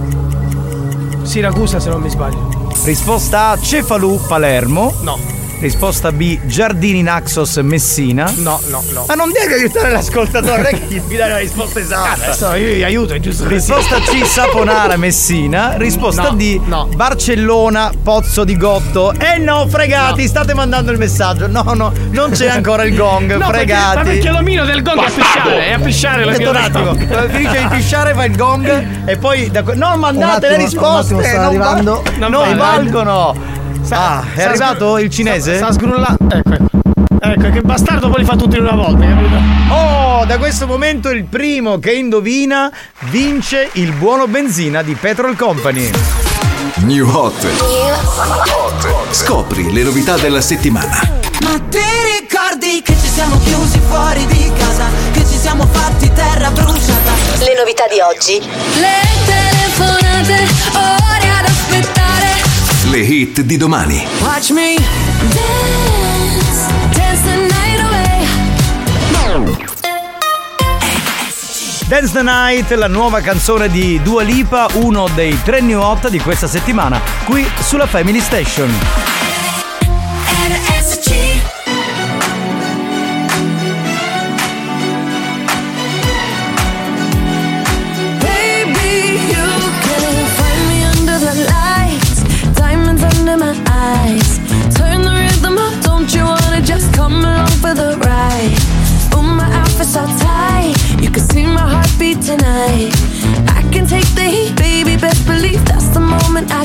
Speaker 6: Siracusa, se non mi sbaglio.
Speaker 5: Risposta A Cefalù Palermo.
Speaker 6: No.
Speaker 5: Risposta B Giardini Naxos Messina.
Speaker 6: No, no, no.
Speaker 5: Ma non devi aiutare l'ascoltatore,
Speaker 6: [LAUGHS]
Speaker 5: non è che
Speaker 6: mi dai la risposta esatta. Adesso io gli aiuto, è giusto. così.
Speaker 5: Risposta C Saponara Messina, risposta
Speaker 6: No,
Speaker 5: D Barcellona Pozzo di Gotto. Eh no, fregati, state mandando il messaggio. No, no, non c'è ancora il gong,
Speaker 6: No, perché-
Speaker 5: fregati.
Speaker 6: ma perché l'omino del gong è a
Speaker 5: Bastardo!
Speaker 6: pisciare, è a pisciare l'omino
Speaker 5: Aspetta un
Speaker 6: del
Speaker 5: attimo,
Speaker 6: gong.
Speaker 5: eh, finisce di pisciare fa il gong e poi da que- no, mandate
Speaker 6: Un
Speaker 5: le
Speaker 6: attimo,
Speaker 5: risposte,
Speaker 6: un attimo, sta
Speaker 5: non, va-
Speaker 6: arrivando.
Speaker 5: non,
Speaker 6: Non vale.
Speaker 5: valgono. ah, è
Speaker 6: sta
Speaker 5: arrivato il cinese?
Speaker 6: Sta sgrullando. Ecco, ecco. Ecco, che bastardo poi li fa tutti in una volta, capito?
Speaker 5: Oh, da questo momento il primo che indovina vince il buono benzina di Petrol Company.
Speaker 7: New Hot. Scopri le novità della settimana.
Speaker 25: Ma ti ricordi che ci siamo chiusi fuori di casa? Che ci siamo fatti terra bruciata? Le novità di oggi? Le telefonate, ore ad aspettare.
Speaker 7: Le hit di domani.
Speaker 25: Watch me dance, dance the night away.
Speaker 5: Dance the Night, la nuova canzone di Dua Lipa, uno dei tre new hot di questa settimana, qui sulla Family Station.
Speaker 25: Baby, you can find me under the lights, diamonds under my eyes. Turn the rhythm up, don't you wanna just come along for the ride? Oh, my outfit's all tight, you can see my heartbeat tonight. I can take the heat, baby, best believe that's the moment I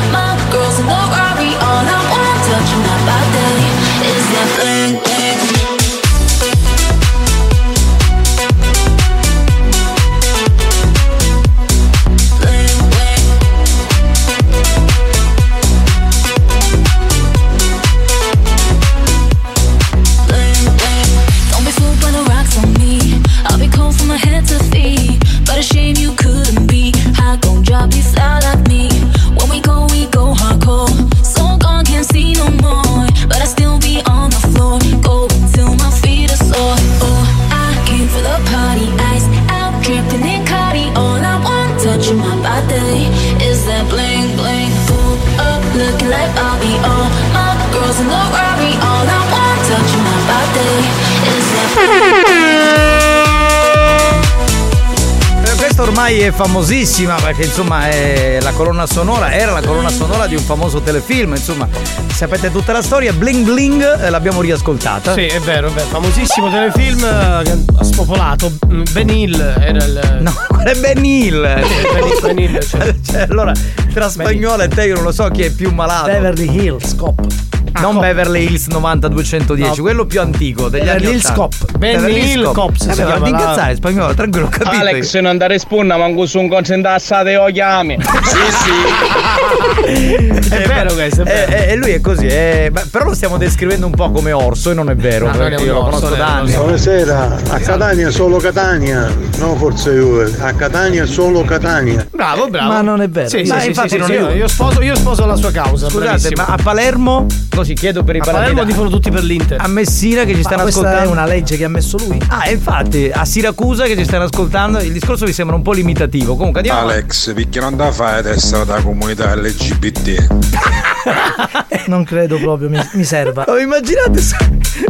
Speaker 28: My girls in the Rari on. I wanna touch you my body. Is that bling bling? Don't be fooled by the rocks on me. I'll be cold from my head to feet. But a shame you couldn't be. How gon' drop you out of me? When we go, we go hardcore. So gone, can't see no more. But I still be on the floor. Go until my feet are sore. Oh, I came for the party. Ice out, dripping in Cardi. All I want, touching my body. Is that bling bling? Pull up, looking like I'll be on. My girls in the Rari. All I want, touching my body. Is that
Speaker 5: Eh, Questa ormai è famosissima perché insomma è la colonna sonora, era la colonna sonora di un famoso telefilm, insomma sapete tutta la storia, Bling Bling eh, l'abbiamo riascoltata.
Speaker 6: Sì, è vero, è vero. Famosissimo telefilm eh, che ha spopolato. Mm, Ben Hill era il. No,
Speaker 5: [LAUGHS] quello è Eh, Ben Hill.
Speaker 6: Ben Hill, cioè.
Speaker 5: [LAUGHS] Cioè, allora, tra spagnolo e te io non lo so chi è più malato. Ah,
Speaker 6: Beverly Hills Cop.
Speaker 5: non Beverly Hills 90210,
Speaker 6: No.
Speaker 5: quello più antico degli
Speaker 6: Beverly
Speaker 5: anni
Speaker 6: Hills
Speaker 5: 80.
Speaker 6: Cop. Ben Hill Cop si
Speaker 5: Eh, beh,
Speaker 6: chiama,
Speaker 5: ma ti
Speaker 6: la-
Speaker 5: incazzare spagnolo, tranquillo, ho capito.
Speaker 13: Alex, se non andare spunna, manco su un concentrato te lo chiami. sì, sì. [LAUGHS]
Speaker 5: È vero questo, E lui è così, eh, ma- però lo stiamo descrivendo un po' come orso e non è vero,
Speaker 13: No, non è
Speaker 5: perché
Speaker 13: un
Speaker 5: io lo
Speaker 13: orso,
Speaker 5: conosco
Speaker 13: non è
Speaker 5: da
Speaker 13: un
Speaker 5: anni.
Speaker 29: Buonasera, a Catania solo Catania, no forse Juve, a Catania solo Catania.
Speaker 6: Bravo, bravo.
Speaker 29: Ma non è vero.
Speaker 6: Sì,
Speaker 29: Ma
Speaker 6: sì, sì,
Speaker 29: infatti
Speaker 6: sì,
Speaker 29: non
Speaker 6: sì,
Speaker 29: è
Speaker 6: io,
Speaker 29: vero.
Speaker 6: io sposo, io sposo la sua causa.
Speaker 5: Scusate,
Speaker 6: bravissimo.
Speaker 5: ma a Palermo? Così chiedo per i
Speaker 6: A Palermo
Speaker 5: palermitani.
Speaker 6: dicono tutti per l'Inter.
Speaker 5: A Messina che ci
Speaker 6: Ma
Speaker 5: stanno
Speaker 6: questa
Speaker 5: ascoltando.
Speaker 6: è una
Speaker 5: legge che ha messo lui. Ah, infatti, a Siracusa che ci stanno ascoltando, il discorso vi sembra un po' limitativo. Comunque andiamo. avanti.
Speaker 19: Alex, perché non da fare testa da comunità LGBT?
Speaker 30: Non credo proprio mi, mi serva.
Speaker 5: [LAUGHS] Oh, immaginate,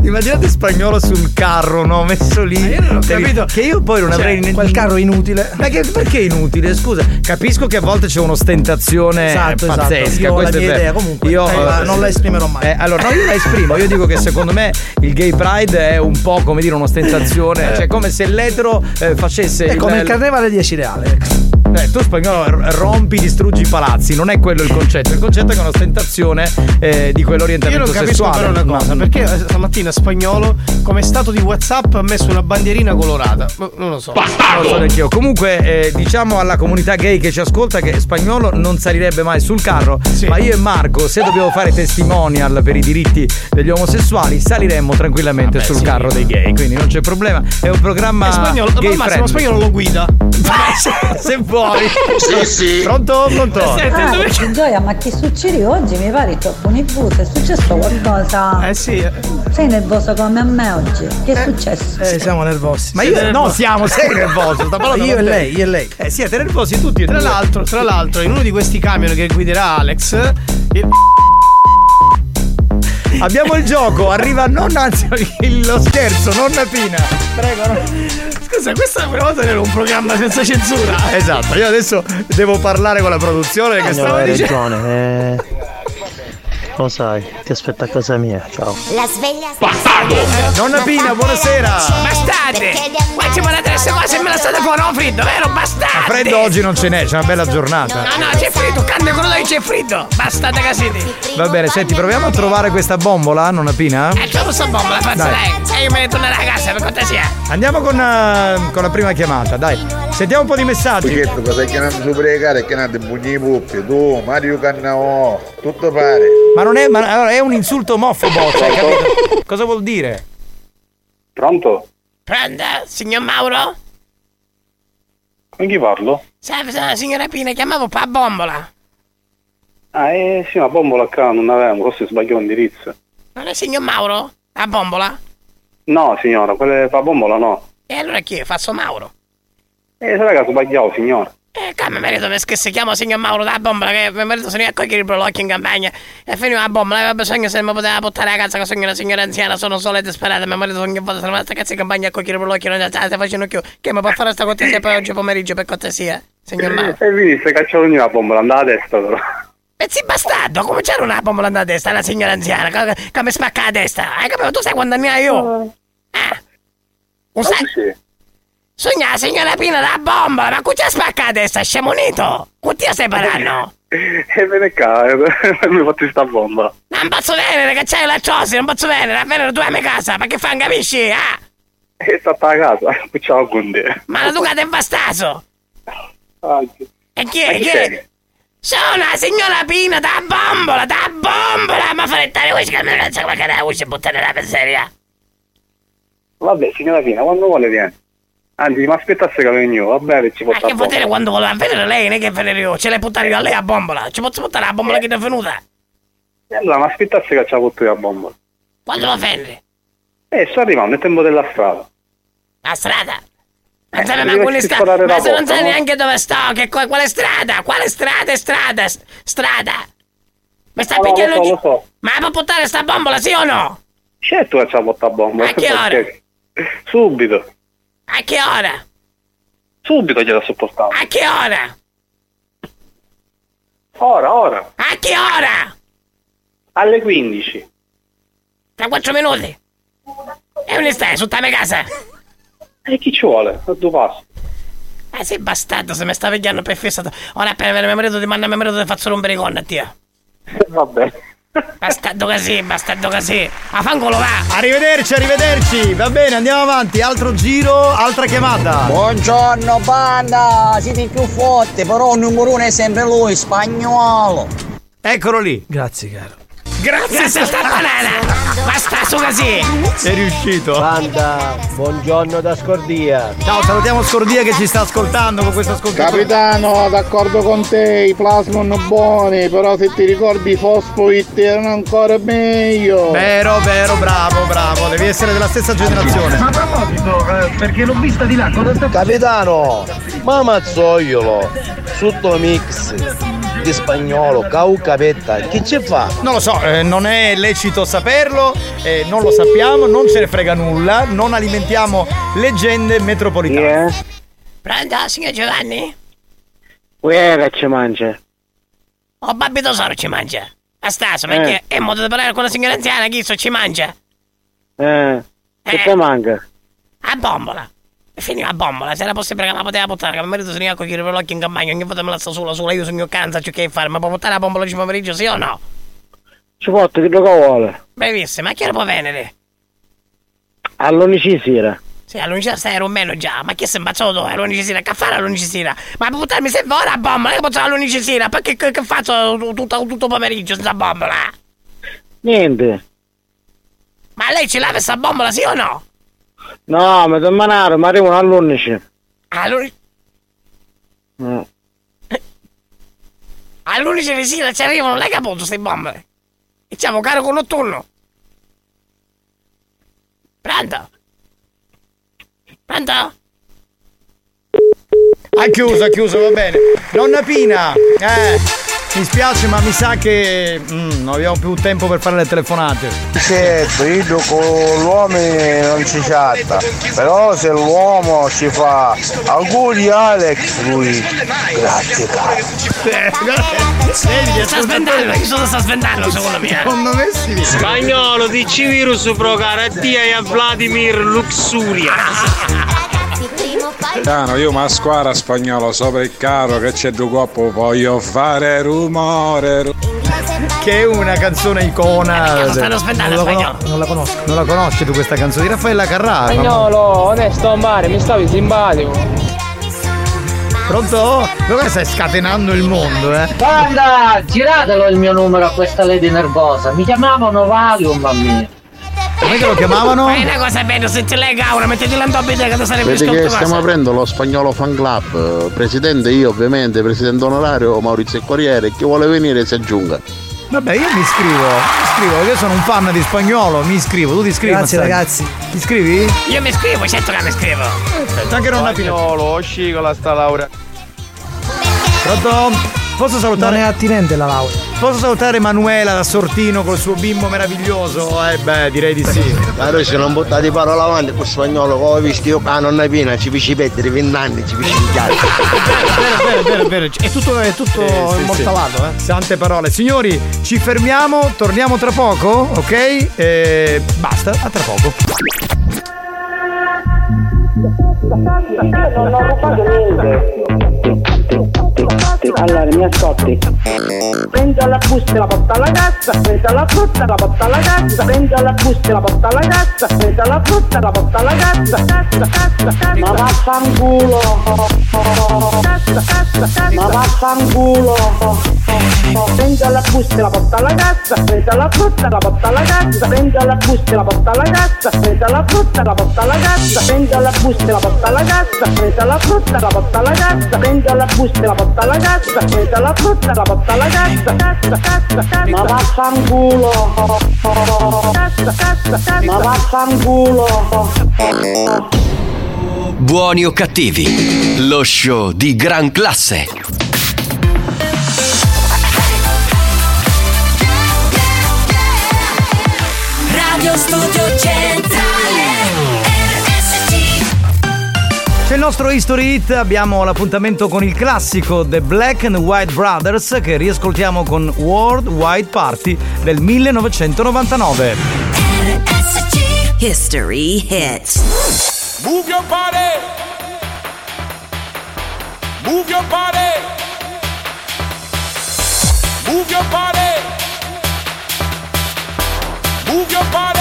Speaker 5: immaginate spagnolo sul carro, no? Messo lì. io non ho capito. Che io poi non
Speaker 30: Cioè,
Speaker 5: avrei.
Speaker 30: quel carro
Speaker 5: inutile. Ma che, perché inutile? Scusa, capisco che a volte c'è un'ostentazione
Speaker 30: Esatto, esatto.
Speaker 5: pazzesca.
Speaker 30: Io ho la
Speaker 5: questo è
Speaker 30: mia
Speaker 5: vero.
Speaker 30: idea, comunque,
Speaker 5: Io,
Speaker 30: eh, ma non la esprimerò mai.
Speaker 5: Eh, allora, no, io la esprimo. Io dico che secondo me il gay pride è un po' come dire un'ostentazione. Cioè, come se l'etero eh, facesse.
Speaker 30: Eh. È come il carnevale di Acireale.
Speaker 5: Eh, tu spagnolo r- rompi, distruggi i palazzi, non è quello il concetto. Il concetto è che è un'ostentazione eh, di
Speaker 6: Io
Speaker 5: quell'orientamento
Speaker 6: non capisco
Speaker 5: sessuale.
Speaker 6: però una cosa,
Speaker 5: No.
Speaker 6: perché eh, stamattina spagnolo come stato di Whatsapp ha messo una bandierina colorata? Ma Non lo so.
Speaker 5: Non lo so neanche io. Comunque, eh, diciamo alla comunità gay che ci ascolta che spagnolo non salirebbe mai sul carro. Ma io e Marco, se dobbiamo fare testimonial per i diritti degli omosessuali, saliremmo tranquillamente sul carro dei gay. Quindi non c'è problema. È un programma.
Speaker 6: E spagnolo, ma
Speaker 5: gay
Speaker 6: al massimo
Speaker 5: friendly.
Speaker 6: spagnolo
Speaker 5: [LAUGHS]
Speaker 6: lo guida.
Speaker 5: se, se vuoi.
Speaker 6: Sì, sì.
Speaker 5: Pronto? Pronto?
Speaker 24: Ah, Gioia, ma che succede oggi? Mi pare troppo nervosa. È successo qualcosa?
Speaker 6: Eh sì.
Speaker 24: Sei nervoso come a me oggi? Che è successo?
Speaker 30: Eh, siamo nervosi.
Speaker 5: Ma io no,
Speaker 6: [LAUGHS]
Speaker 5: siamo, sei
Speaker 24: [LAUGHS]
Speaker 5: nervoso. sta parlando
Speaker 30: Io
Speaker 5: con
Speaker 30: e
Speaker 5: te.
Speaker 30: lei, io e lei.
Speaker 5: Eh, siete nervosi tutti e
Speaker 6: Tra
Speaker 5: due.
Speaker 6: l'altro, tra l'altro, in uno di questi camion che guiderà Alex, il-
Speaker 5: Abbiamo il gioco, arriva nonna, anzi il- lo scherzo, nonna Pina. Prego.
Speaker 6: Scusa, questa quella volta era un programma senza censura.
Speaker 5: Esatto, io adesso devo parlare con la produzione che stava dicendo.
Speaker 4: ragione. eh. Lo sai, ti aspetto a casa mia. Ciao.
Speaker 9: La sveglia
Speaker 13: Eh,
Speaker 5: Nonna Pina, buonasera!
Speaker 9: Bastate! Qua ci volete queste cose e me la state fuori a freddo, vero? Bastate!
Speaker 5: Ah, Freddo oggi non ce n'è, c'è una bella giornata.
Speaker 9: No, no, c'è freddo, cambia quello lì, c'è freddo! Bastate casini!
Speaker 5: Va bene, senti, proviamo a trovare questa bombola, nonna Pina?
Speaker 9: E c'è questa bomba, la faccio
Speaker 5: Ah. Dai.
Speaker 9: lei! E io me ne tornerò a casa, per cortesia!
Speaker 5: Andiamo con, eh, con la prima chiamata, dai. Sentiamo un po' di messaggi.
Speaker 19: Perché tu stai chiamando su pregare e chiamando Bugni Puppi, tu, Mario Cannavò, tutto pare.
Speaker 5: Ma non è, ma, allora, è un insulto omofobo,
Speaker 19: [LAUGHS]
Speaker 5: cioè, capito? Cosa vuol dire?
Speaker 19: Pronto?
Speaker 9: Prende, signor Mauro?
Speaker 19: Con chi parlo?
Speaker 9: Salve, sono la signora Pina, chiamavo pa bombola!
Speaker 19: Ah, eh sì, una bombola qua non avevamo, forse sbagliò indirizzo.
Speaker 9: Non è signor Mauro? La bombola?
Speaker 19: No, signora, quella fa bombola no.
Speaker 9: E allora chi è? Fasso Mauro?
Speaker 19: Eh, raga, sbagliavo, signora.
Speaker 9: E come Eh, merito perché si chiama signor Mauro da bombola che mio marito sono io a cogliere il brolocchio in campagna e finiva la bombola aveva bisogno se mi poteva portare a casa che sono una signora anziana sono sola e disperata mio marito ogni volta sono sta cazzo in campagna a cogliere il brolocchio non state facendo più che mi può fare sta cortesia per oggi pomeriggio per cortesia signor Mauro
Speaker 19: E quindi Eh, se cacciavo ogni la bombola, andava a testa però. [LAUGHS]
Speaker 9: pezzi bastardo come c'era una bombola andata a testa la signora anziana co- co- come spacca Eh, la testa hai capito tu sai quanti anni hai io ah un sa- Eh? Sogna la signora Pina da bomba, ma qui c'è spacca testa, scemo nito! Quanti la stai parlando?
Speaker 19: E ve ne cade, [LAUGHS] mi fatti sta bomba.
Speaker 9: Non posso venere che c'è la cosa, non posso venere, a venere tu a mia casa, ma che fa, non capisci? Ah!
Speaker 19: E sta a casa, [LAUGHS] ciao con te.
Speaker 9: Ma la ducata è bastaso! E chi è? Chi è? Sono la signora Pina da bombola, da bombola! Ma fare vuoi scambiare la cazzo, ma che la vuoi buttare la penseria?
Speaker 19: Vabbè, signora Pina, quando vuole viene. Anzi, ma aspettasse che vengo, va bene, ci porta
Speaker 9: Che vuol dire quando voleva vedere lei, non è che vedere io, ce l'hai buttata io a lei a bombola, ci posso buttare la
Speaker 19: Eh.
Speaker 9: bombola che ti è venuta?
Speaker 19: Allora, ma aspettasse che ci ha portato la bomba.
Speaker 9: Quando la fendi?
Speaker 19: Eh, sto arrivando, è tempo della strada.
Speaker 9: La strada? Non
Speaker 19: Eh,
Speaker 9: sai
Speaker 19: devi
Speaker 9: neanche quale strada,
Speaker 19: sparare la
Speaker 9: ma se non
Speaker 19: porta,
Speaker 9: sai
Speaker 19: no?
Speaker 9: neanche dove sto, che co- quale strada, quale strada, strada, s- strada! Mi sta
Speaker 19: Ah, No, no, lo
Speaker 9: picchiando
Speaker 19: so,
Speaker 9: giù!
Speaker 19: lo so.
Speaker 9: Ma può buttare sta bombola, sì o no?
Speaker 19: Certo che ci ha portato la bomba.
Speaker 9: A che ora?
Speaker 19: perché? Subito,
Speaker 9: A che ora?
Speaker 19: subito gliela sopportavo.
Speaker 9: A che ora?
Speaker 19: Ora, ora,
Speaker 9: A che ora?
Speaker 19: alle 15.
Speaker 9: Tra quattro minuti! E non stai, su tua mia casa!
Speaker 19: E chi ci vuole? A due passi.
Speaker 9: Ah, sei bastardo, se mi sta vegliando per fissato. Ora appena me ne merito ti manda a merito ti faccio rompere i conni, tio.
Speaker 19: Eh, Vabbè.
Speaker 9: Bastardo così, bastardo così. A fangolo va!
Speaker 5: Arrivederci, arrivederci. Va bene, andiamo avanti. Altro giro, altra chiamata.
Speaker 31: Buongiorno banda, siete più forti, però il numero uno è sempre lui, spagnolo.
Speaker 5: Eccolo lì. Grazie, caro.
Speaker 9: Grazie, sta banana! Basta su così!
Speaker 5: Sei riuscito.
Speaker 13: Banda, buongiorno da Scordia.
Speaker 5: Ciao, salutiamo Scordia che ci sta ascoltando con questo ascoltatore.
Speaker 31: Capitano, d'accordo con te, i plasmon buoni, però se ti ricordi i fosfoit erano ancora meglio.
Speaker 5: Vero, vero, bravo, bravo. Devi essere della stessa generazione. Ma a proposito, eh, perché l'ho vista di là, cosa sta
Speaker 13: Capitano, ma mazzoiolo, sotto mix di spagnolo, cau capetta, chi ci fa?
Speaker 5: Non lo so, eh, non è lecito saperlo, eh, non lo sappiamo, non ce ne frega nulla, non alimentiamo leggende metropolitane.
Speaker 9: Pronto, signor Giovanni?
Speaker 13: Uè, che ci mangia?
Speaker 9: Oh, babbi tesoro ci mangia. Astaso, ma che
Speaker 19: Eh.
Speaker 9: è modo di parlare con la signora anziana, chi so ci mangia?
Speaker 13: Eh, che ti manca?
Speaker 9: A bombola. E finì la bombola, se era possibile che me la poteva buttare, che mi merito sono io a cogliere per l'occhio in campagna, ogni volta me la sta sola, sola, io sogno canza, c'ho che fare, ma può buttare la bombola oggi pomeriggio, sì o no?
Speaker 13: Ci porta che lo che vuole?
Speaker 9: Bravissima, ma chi era può venere?
Speaker 13: All'unici sera.
Speaker 9: Sì, all'11 sera ero meno già, ma chi si è imbazzato dove? All'11 sera, che fare all'11 sera? Ma per buttarmi se vuole la bombola, che posso all'11 sera? Perché che, che faccio tu- tutto, tutto pomeriggio senza bombola?
Speaker 13: Niente.
Speaker 9: Ma lei ci lava questa bombola, sì o no?
Speaker 13: No, mi sono manato, ma arrivano all'undici.
Speaker 9: Allora,
Speaker 13: Eh.
Speaker 9: All'11 di sera ci arrivano le capoto queste bombe. E c'è un carico notturno. Pronto? Pronto?
Speaker 5: Ha chiuso, ha chiuso, va bene. Nonna Pina, eh, mi spiace ma mi sa che mm, non abbiamo più tempo per fare le telefonate.
Speaker 13: Che brido con l'uomo non ci chatta, però se l'uomo ci fa auguri Alex lui grazie caro.
Speaker 9: Vedi, sta sventando, chi sono sta sventando secondo me? eh.
Speaker 5: Secondo me sì.
Speaker 4: Spagnolo, dici virus pro carattia e a Vladimir
Speaker 9: Ah,
Speaker 4: Luxuria.
Speaker 8: Capitano, io ma squadra spagnolo sopra il carro che c'è due coppo, voglio fare rumore. ru-
Speaker 5: Che è una canzone icona.
Speaker 9: ah,
Speaker 8: stanno
Speaker 5: non,
Speaker 8: aspettando,
Speaker 5: la cono- non la conosco. Non la conosci tu questa canzone di Raffaella Carrà?
Speaker 13: Spagnolo, onesto mare, mi stavi simpatico.
Speaker 5: Pronto? Ma guarda, stai scatenando il mondo, eh.
Speaker 13: Banda, giratelo il mio numero a questa lady nervosa. Mi chiamavano Valium, bambino.
Speaker 5: Come che lo
Speaker 9: Fai una cosa bella, se ti lega ora, mettiti la doppia idea che tu sarebbe
Speaker 16: Vedi che
Speaker 9: scontato.
Speaker 16: stiamo aprendo lo spagnolo fan club, eh, presidente io ovviamente, presidente onorario Maurizio Corriere, chi vuole venire si aggiunga.
Speaker 5: Vabbè, io mi iscrivo. Mi iscrivo, io sono un fan di spagnolo, mi iscrivo. Tu ti iscrivi?
Speaker 13: Grazie,
Speaker 5: ragazzi. Ti iscrivi?
Speaker 9: Io mi scrivo, certo che mi scrivo.
Speaker 5: Anche nonna Pina.
Speaker 13: scicola sta Laura.
Speaker 5: Pronto? Posso salutare?
Speaker 13: Non è attinente la laurea.
Speaker 5: Posso salutare Manuela da Sortino col suo bimbo meraviglioso? Eh beh, direi di sì.
Speaker 13: Ma noi se non buttate parola avanti con spagnolo, come ho visto io qua a nonna Pina, ci pici pettere, vent'anni, ci pici picchiare.
Speaker 5: vero, vero, vero. È tutto, è tutto
Speaker 13: immortalato,
Speaker 5: eh. Sante parole. Signori, ci fermiamo, torniamo tra poco, ok? E basta, a tra poco.
Speaker 13: non ho rubato niente. Allora, mi ascolti. Prendo la busta e la porta alla cassa, prendo la frutta e la porta alla cassa, prendo la busta e la porta alla cassa, prendo la frutta e la porta alla cassa, cassa, cassa, cassa. Ma vaffanculo. Cassa, cassa, cassa. Ma vaffanculo. Prendo la busta e la porta alla cassa, prendo la frutta e la porta alla cassa, prendo la busta e la porta alla cassa, prendo la frutta e la porta alla cassa, prendo la busta e la porta alla cassa, prendo la frutta e la porta alla cassa, prendo la busta e la porta alla cassa, prendo la frutta e la porta alla cassa, cassa, cassa, cassa. Ma vaffanculo. Cassa, cassa, cassa. Ma vaffanculo.
Speaker 2: Buoni o cattivi, lo show di gran classe.
Speaker 32: Radio Studio Centrale RSC
Speaker 5: C'è il nostro History Hit, abbiamo l'appuntamento con il classico The Black and White Brothers che riascoltiamo con World Wide Party del 1999.
Speaker 8: History hit.
Speaker 4: Move your body. Move your body. Move your body. Move your body.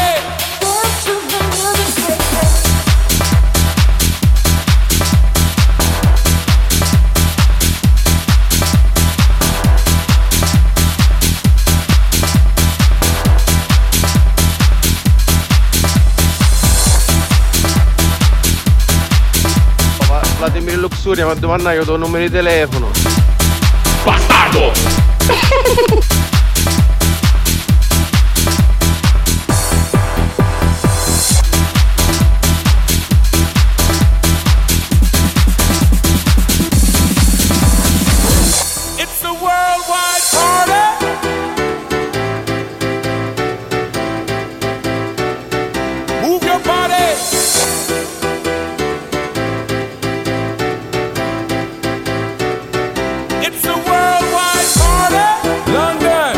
Speaker 33: Vladimir Luxuria mi ha domandato il numero di telefono. Bastardo!
Speaker 4: It's the worldwide party. Move your body. It's a worldwide party. London,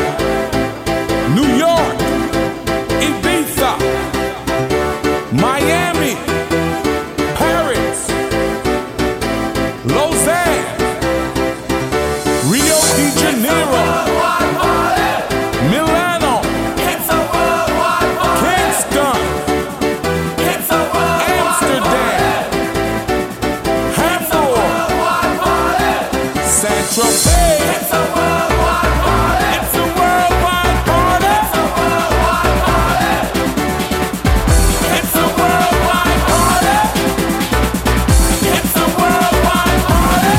Speaker 4: New York, Ibiza, Miami, Paris, Lausanne. Rio de Janeiro, Milano, Kingston, Amsterdam, Hamburg, Saint Tropez. It's a worldwide party. It's a worldwide party. It's a worldwide party. It's a worldwide party.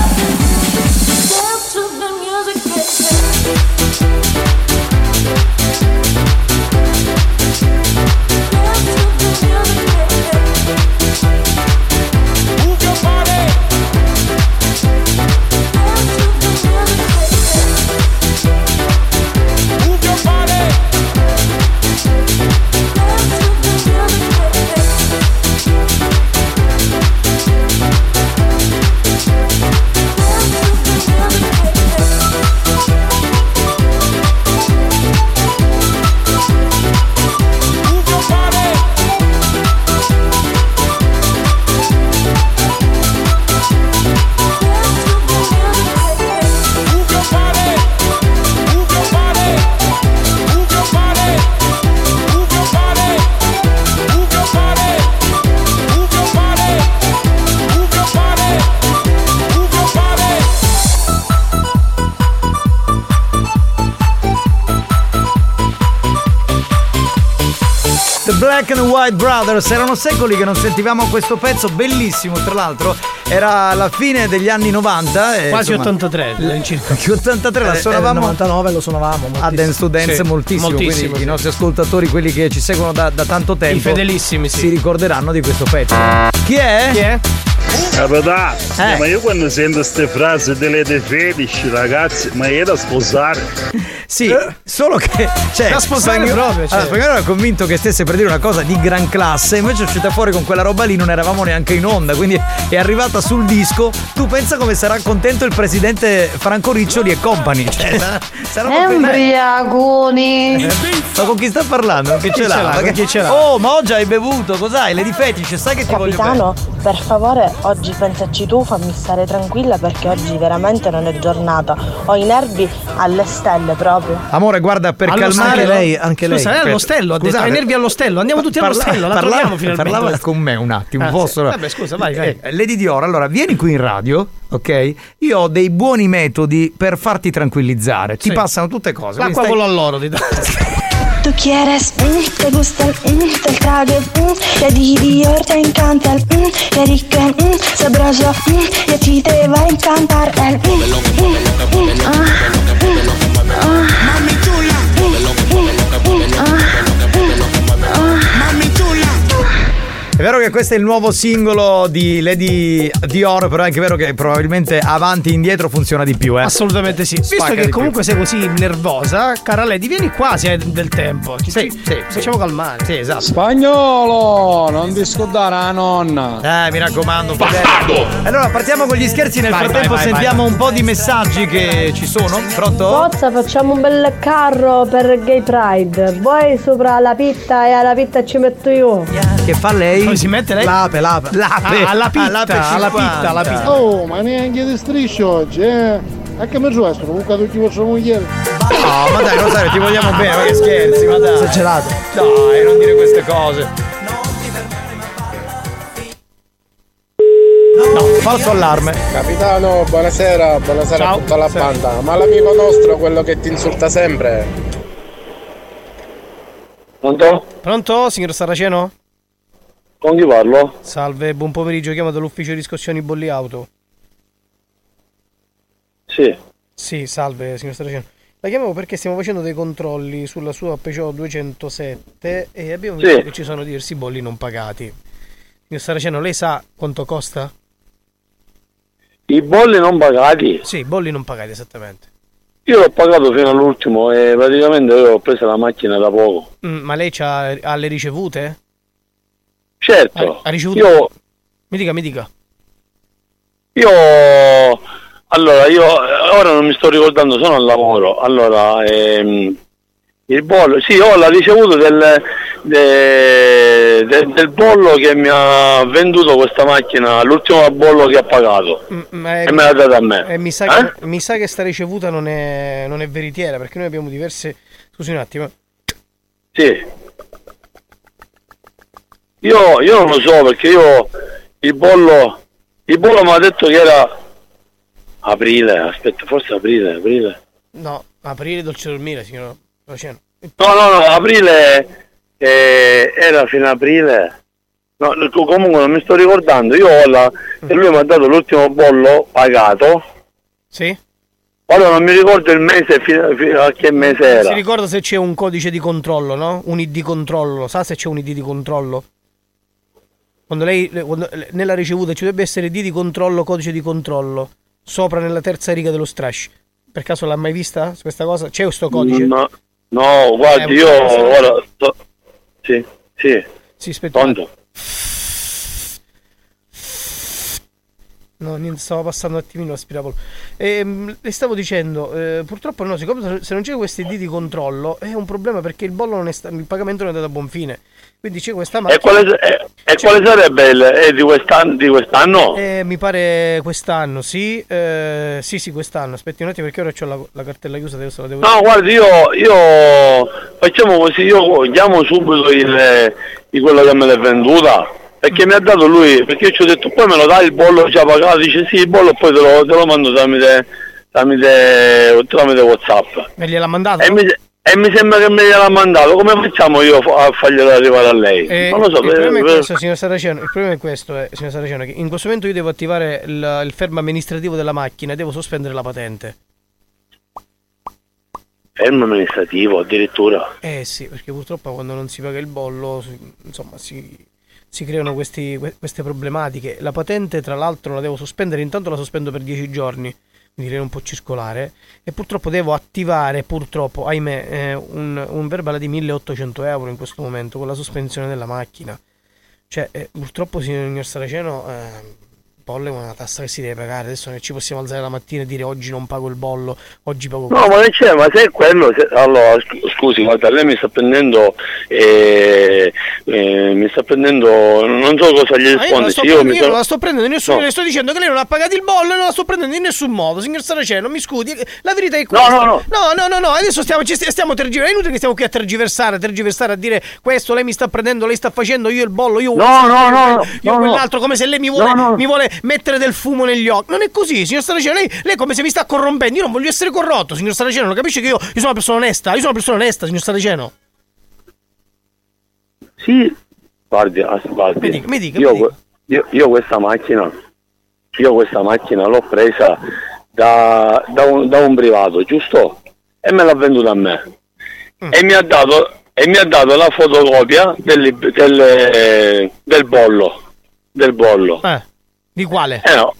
Speaker 4: Dance to the music, baby.
Speaker 5: The Black and White Brothers, erano secoli che non sentivamo questo pezzo bellissimo, tra l'altro era la fine degli anni 90. e,
Speaker 6: Quasi
Speaker 5: Eh, insomma,
Speaker 6: 83 all'incirca.
Speaker 5: Più 83 la
Speaker 6: Eh,
Speaker 5: suonavamo.
Speaker 6: era il
Speaker 5: 99 lo suonavamo. A Dance to Dance
Speaker 6: Sì,
Speaker 5: moltissimo.
Speaker 6: moltissimo,
Speaker 5: quindi
Speaker 6: sì.
Speaker 5: i nostri ascoltatori, quelli che ci seguono da, da tanto tempo.
Speaker 6: fedelissimi, sì.
Speaker 5: Si ricorderanno di questo pezzo. Chi è? Chi è? Eh.
Speaker 10: Capità, Eh? ma io quando sento queste frasi delle te fetici, ragazzi, ma io da sposare.
Speaker 5: Sì, solo che. Cioè,
Speaker 10: Da sposare
Speaker 5: Spagnolo-
Speaker 10: proprio, cioè.
Speaker 5: Ah, Allora, Spagnolo era convinto che stesse per dire una cosa di gran classe, invece è uscita fuori con quella roba lì, non eravamo neanche in onda, quindi è arrivata sul disco. Tu pensa come sarà contento il presidente Franco Riccioli e compagni. Cioè, ma-
Speaker 6: [LAUGHS]
Speaker 5: sarà proprio- Eh,
Speaker 34: Embriagoni.
Speaker 6: Eh.
Speaker 5: ma con chi sta parlando? Che
Speaker 34: Chi
Speaker 5: ce
Speaker 34: ce l'ha?
Speaker 5: l'ha? Ma
Speaker 34: Con
Speaker 5: che-
Speaker 34: chi ce l'ha?
Speaker 5: Oh, ma oggi hai bevuto, cos'hai? Lady Fetish, sai che ti voglio bene.
Speaker 34: Capitano, per favore, oggi pensaci tu, fammi stare tranquilla perché oggi veramente non è giornata. Ho i nervi alle stelle proprio.
Speaker 5: Amore, guarda, per
Speaker 6: Allo
Speaker 5: calmare
Speaker 6: stello?
Speaker 5: lei, anche lei.
Speaker 6: Scusa, lei all'ostello, ha detto,
Speaker 5: Scusate.
Speaker 6: "Hai i nervi all'ostello". Andiamo tutti all'ostello, la
Speaker 5: parlava,
Speaker 6: troviamo finalmente.
Speaker 5: Parlava con me un attimo,
Speaker 6: Ah, sì.
Speaker 5: posso?
Speaker 6: Vabbè, scusa, vai, vai.
Speaker 5: Eh, Lady Dior, allora, vieni qui in radio, ok? Io ho dei buoni metodi per farti tranquillizzare. Ti
Speaker 6: Sì.
Speaker 5: passano tutte cose.
Speaker 6: L'acqua
Speaker 5: quindi
Speaker 6: vola
Speaker 5: stai-
Speaker 6: all'oro, ti do.
Speaker 25: Tú quieres, mm, te gusta, mm, te trague, mm, Lady Dior te encanta, el, mm, qué rico, mm, sabroso, mm, y a ti te va a encantar el, mm, mm, mm, ah, mm, ah. Mm, mm, ah, mm, ah.
Speaker 5: È vero che questo è il nuovo singolo di Lady Dior, però è anche vero che probabilmente avanti e indietro funziona di più, eh.
Speaker 6: Assolutamente sì. Visto
Speaker 5: Spacca di
Speaker 6: che
Speaker 5: più.
Speaker 6: comunque sei così nervosa, cara Lady, vieni qua se hai del tempo. Ci, sì, facciamo calmare.
Speaker 5: Sì, esatto.
Speaker 4: Spagnolo, non discordare la nonna.
Speaker 5: Eh, mi raccomando, Bastardo! Allora partiamo con gli scherzi, nel
Speaker 4: Vai,
Speaker 5: frattempo
Speaker 4: vai, vai,
Speaker 5: sentiamo
Speaker 4: vai.
Speaker 5: un po' di messaggi che ci sono. Pronto?
Speaker 34: Forza, facciamo un bel carro per Gay Pride. Voi sopra la pitta e alla pitta ci metto io.
Speaker 5: Che fa lei? Come si mette lei? L'ape, l'ape. L'ape.
Speaker 4: Ah, alla pitta, alla pitta, alla pitta.
Speaker 16: Oh, ma neanche di striscio oggi, eh? Anche me giusto, comunque tutti vostra moglie.
Speaker 5: No, ma dai, Rosario, ti vogliamo bene, Ah, ma che scherzi, ma dai. gelato. Dai, non dire queste cose. No, falso allarme.
Speaker 4: Capitano, buonasera, buonasera a tutta la banda. Ma l'amico nostro, quello che ti insulta sempre.
Speaker 6: Pronto? Pronto, signor Saraceno?
Speaker 29: Con chi parlo?
Speaker 6: Salve, buon pomeriggio, chiamo dall'ufficio riscossioni bolli auto.
Speaker 29: Sì.
Speaker 6: Sì, salve, signor Saraceno. La chiamavo perché stiamo facendo dei controlli sulla sua Peugeot 207 e abbiamo
Speaker 29: Sì.
Speaker 6: visto che ci sono diversi bolli non pagati. Signor Saraceno, lei sa quanto costa?
Speaker 29: I bolli non pagati?
Speaker 6: Sì, i bolli non pagati, esattamente.
Speaker 29: Io l'ho pagato fino all'ultimo e praticamente io ho preso la macchina da poco.
Speaker 6: Mm, ma lei c'ha, ha le ricevute?
Speaker 29: Certo,
Speaker 6: Ha, ha ricevuto?
Speaker 29: Io-
Speaker 6: Mi dica, mi dica.
Speaker 29: io... Allora, io eh, ora non mi sto ricordando, sono al lavoro. Allora, ehm, il bollo... Sì, ho la ricevuta del, de- de- del bollo che mi ha venduto questa macchina, l'ultimo bollo che ha pagato.
Speaker 6: Mm, mm, eh,
Speaker 29: E me l'ha data a me.
Speaker 6: Eh, mi, sa che, mi sa che sta ricevuta non è, non è veritiera perché noi abbiamo diverse. Scusi un attimo.
Speaker 29: Sì. Io, io non lo so perché io il bollo il bollo mi ha detto che era aprile, aspetta, forse aprile, aprile.
Speaker 6: No, aprile dolce dormire, signor Roceno.
Speaker 29: No, no, no, aprile eh, era fino a aprile. No, no, co- comunque non mi sto ricordando. Io ho la e lui mi ha dato l'ultimo bollo pagato.
Speaker 6: Sì?
Speaker 29: Ora non mi ricordo il mese fino, fino a che
Speaker 6: Si
Speaker 29: mese era.
Speaker 6: ricorda se c'è un codice di controllo, no? Un ID controllo. Sa se c'è un ID di controllo? Quando lei le- quando- le- nella ricevuta ci dovrebbe essere ID di controllo, codice di controllo. Sopra nella terza riga dello strash. Per caso l'ha mai vista questa cosa? C'è questo codice?
Speaker 29: No, no, guardi,
Speaker 6: Eh,
Speaker 29: io
Speaker 6: un po' così.
Speaker 29: ora sto- Sì, sì.
Speaker 6: Sì, aspetta.
Speaker 29: Pronto?
Speaker 6: No, niente, stavo passando un attimino l'aspirapolo. Ehm, le stavo dicendo, eh, purtroppo no, siccome se non c'è questo ID di controllo è un problema perché il bollo non è sta- il pagamento non è andato a buon fine. Quindi c'è questa macchina.
Speaker 29: E quale, e- e
Speaker 6: Cioè
Speaker 29: quale sarebbe il eh, di quest'anno? Di quest'anno?
Speaker 6: Eh, mi pare quest'anno, sì. eh, sì, sì, quest'anno. Aspetti un attimo perché ora ho la, la cartella chiusa, adesso la devo...
Speaker 29: No, guardi, io, io facciamo così, io chiamo subito il, il quello che me l'ha venduta, perché mi ha dato lui, perché io ci ho detto poi me lo dai il bollo già pagato, dice sì il bollo e poi te lo, te lo mando tramite, tramite, tramite Whatsapp.
Speaker 6: E gliel'ha mandata?
Speaker 29: E mi, e mi sembra che me gliel'ha mandato, come facciamo io a farglielo arrivare a lei?
Speaker 6: Eh,
Speaker 29: non lo so, eh.
Speaker 6: il problema è
Speaker 29: per-
Speaker 6: questo, signor Saraceno. Il problema è questo, eh, signor Saraceno, che in questo momento io devo attivare il, il fermo amministrativo della macchina e devo sospendere la patente.
Speaker 29: fermo amministrativo addirittura.
Speaker 6: Eh sì, perché purtroppo quando non si paga il bollo, si- insomma, si, si creano questi- que- queste problematiche. La patente, tra l'altro, la devo sospendere, intanto la sospendo per 10 giorni. quindi lei non può circolare, e purtroppo devo attivare, purtroppo, ahimè, eh, un, un verbale di 1800 euro in questo momento con la sospensione della macchina. Cioè, eh, purtroppo, signor Saraceno, eh, bollo è una tassa che si deve pagare, adesso non ci possiamo alzare la mattina e dire oggi non pago il bollo, oggi pago
Speaker 29: No,
Speaker 6: questo.
Speaker 29: ma non c'è, ma se è quello. se- allora, scu- scusi, guarda, lei mi sta prendendo. eh, eh, mi sta prendendo. Non so cosa gli
Speaker 6: Ma io non, la
Speaker 29: risponde.
Speaker 6: sto
Speaker 29: se io
Speaker 6: prendendo,
Speaker 29: mi
Speaker 6: io
Speaker 29: sono-
Speaker 6: non la sto prendendo in nessuno,
Speaker 29: No.
Speaker 6: le sto dicendo che lei non ha pagato il bollo e non la sto prendendo in nessun modo, signor Saraceno, mi scusi, la verità è questa.
Speaker 29: no, no.
Speaker 6: no, no, no, no, adesso stiamo, ci sti- stiamo tergiversando, è inutile che stiamo qui a tergiversare, a tergiversare, a dire questo, lei mi sta prendendo, lei sta facendo, io il bollo, io
Speaker 29: No,
Speaker 6: questo,
Speaker 29: no,
Speaker 6: io
Speaker 29: no,
Speaker 6: quello, io
Speaker 29: no, no.
Speaker 6: quell'altro, come se lei mi vuole,
Speaker 29: No, no.
Speaker 6: mi vuole mettere del fumo negli occhi. Non è così, signor Saraceno, lei, lei è come se mi sta corrompendo, io non voglio essere corrotto, signor Saraceno, lo capisce che io, io sono una persona onesta, io sono una persona onesta, signor Saraceno.
Speaker 29: Sì. Guardi, as- guardi.
Speaker 6: Mi dica, mi dica,
Speaker 29: io,
Speaker 6: mi dica.
Speaker 29: io- io questa macchina, io questa macchina l'ho presa da, da un, da un privato, giusto? E me l'ha venduta a me.
Speaker 6: Mm.
Speaker 29: E, mi ha dato, e mi ha dato la fotocopia del, del, eh, del bollo. Del bollo.
Speaker 6: Eh, di quale?
Speaker 29: Eh no.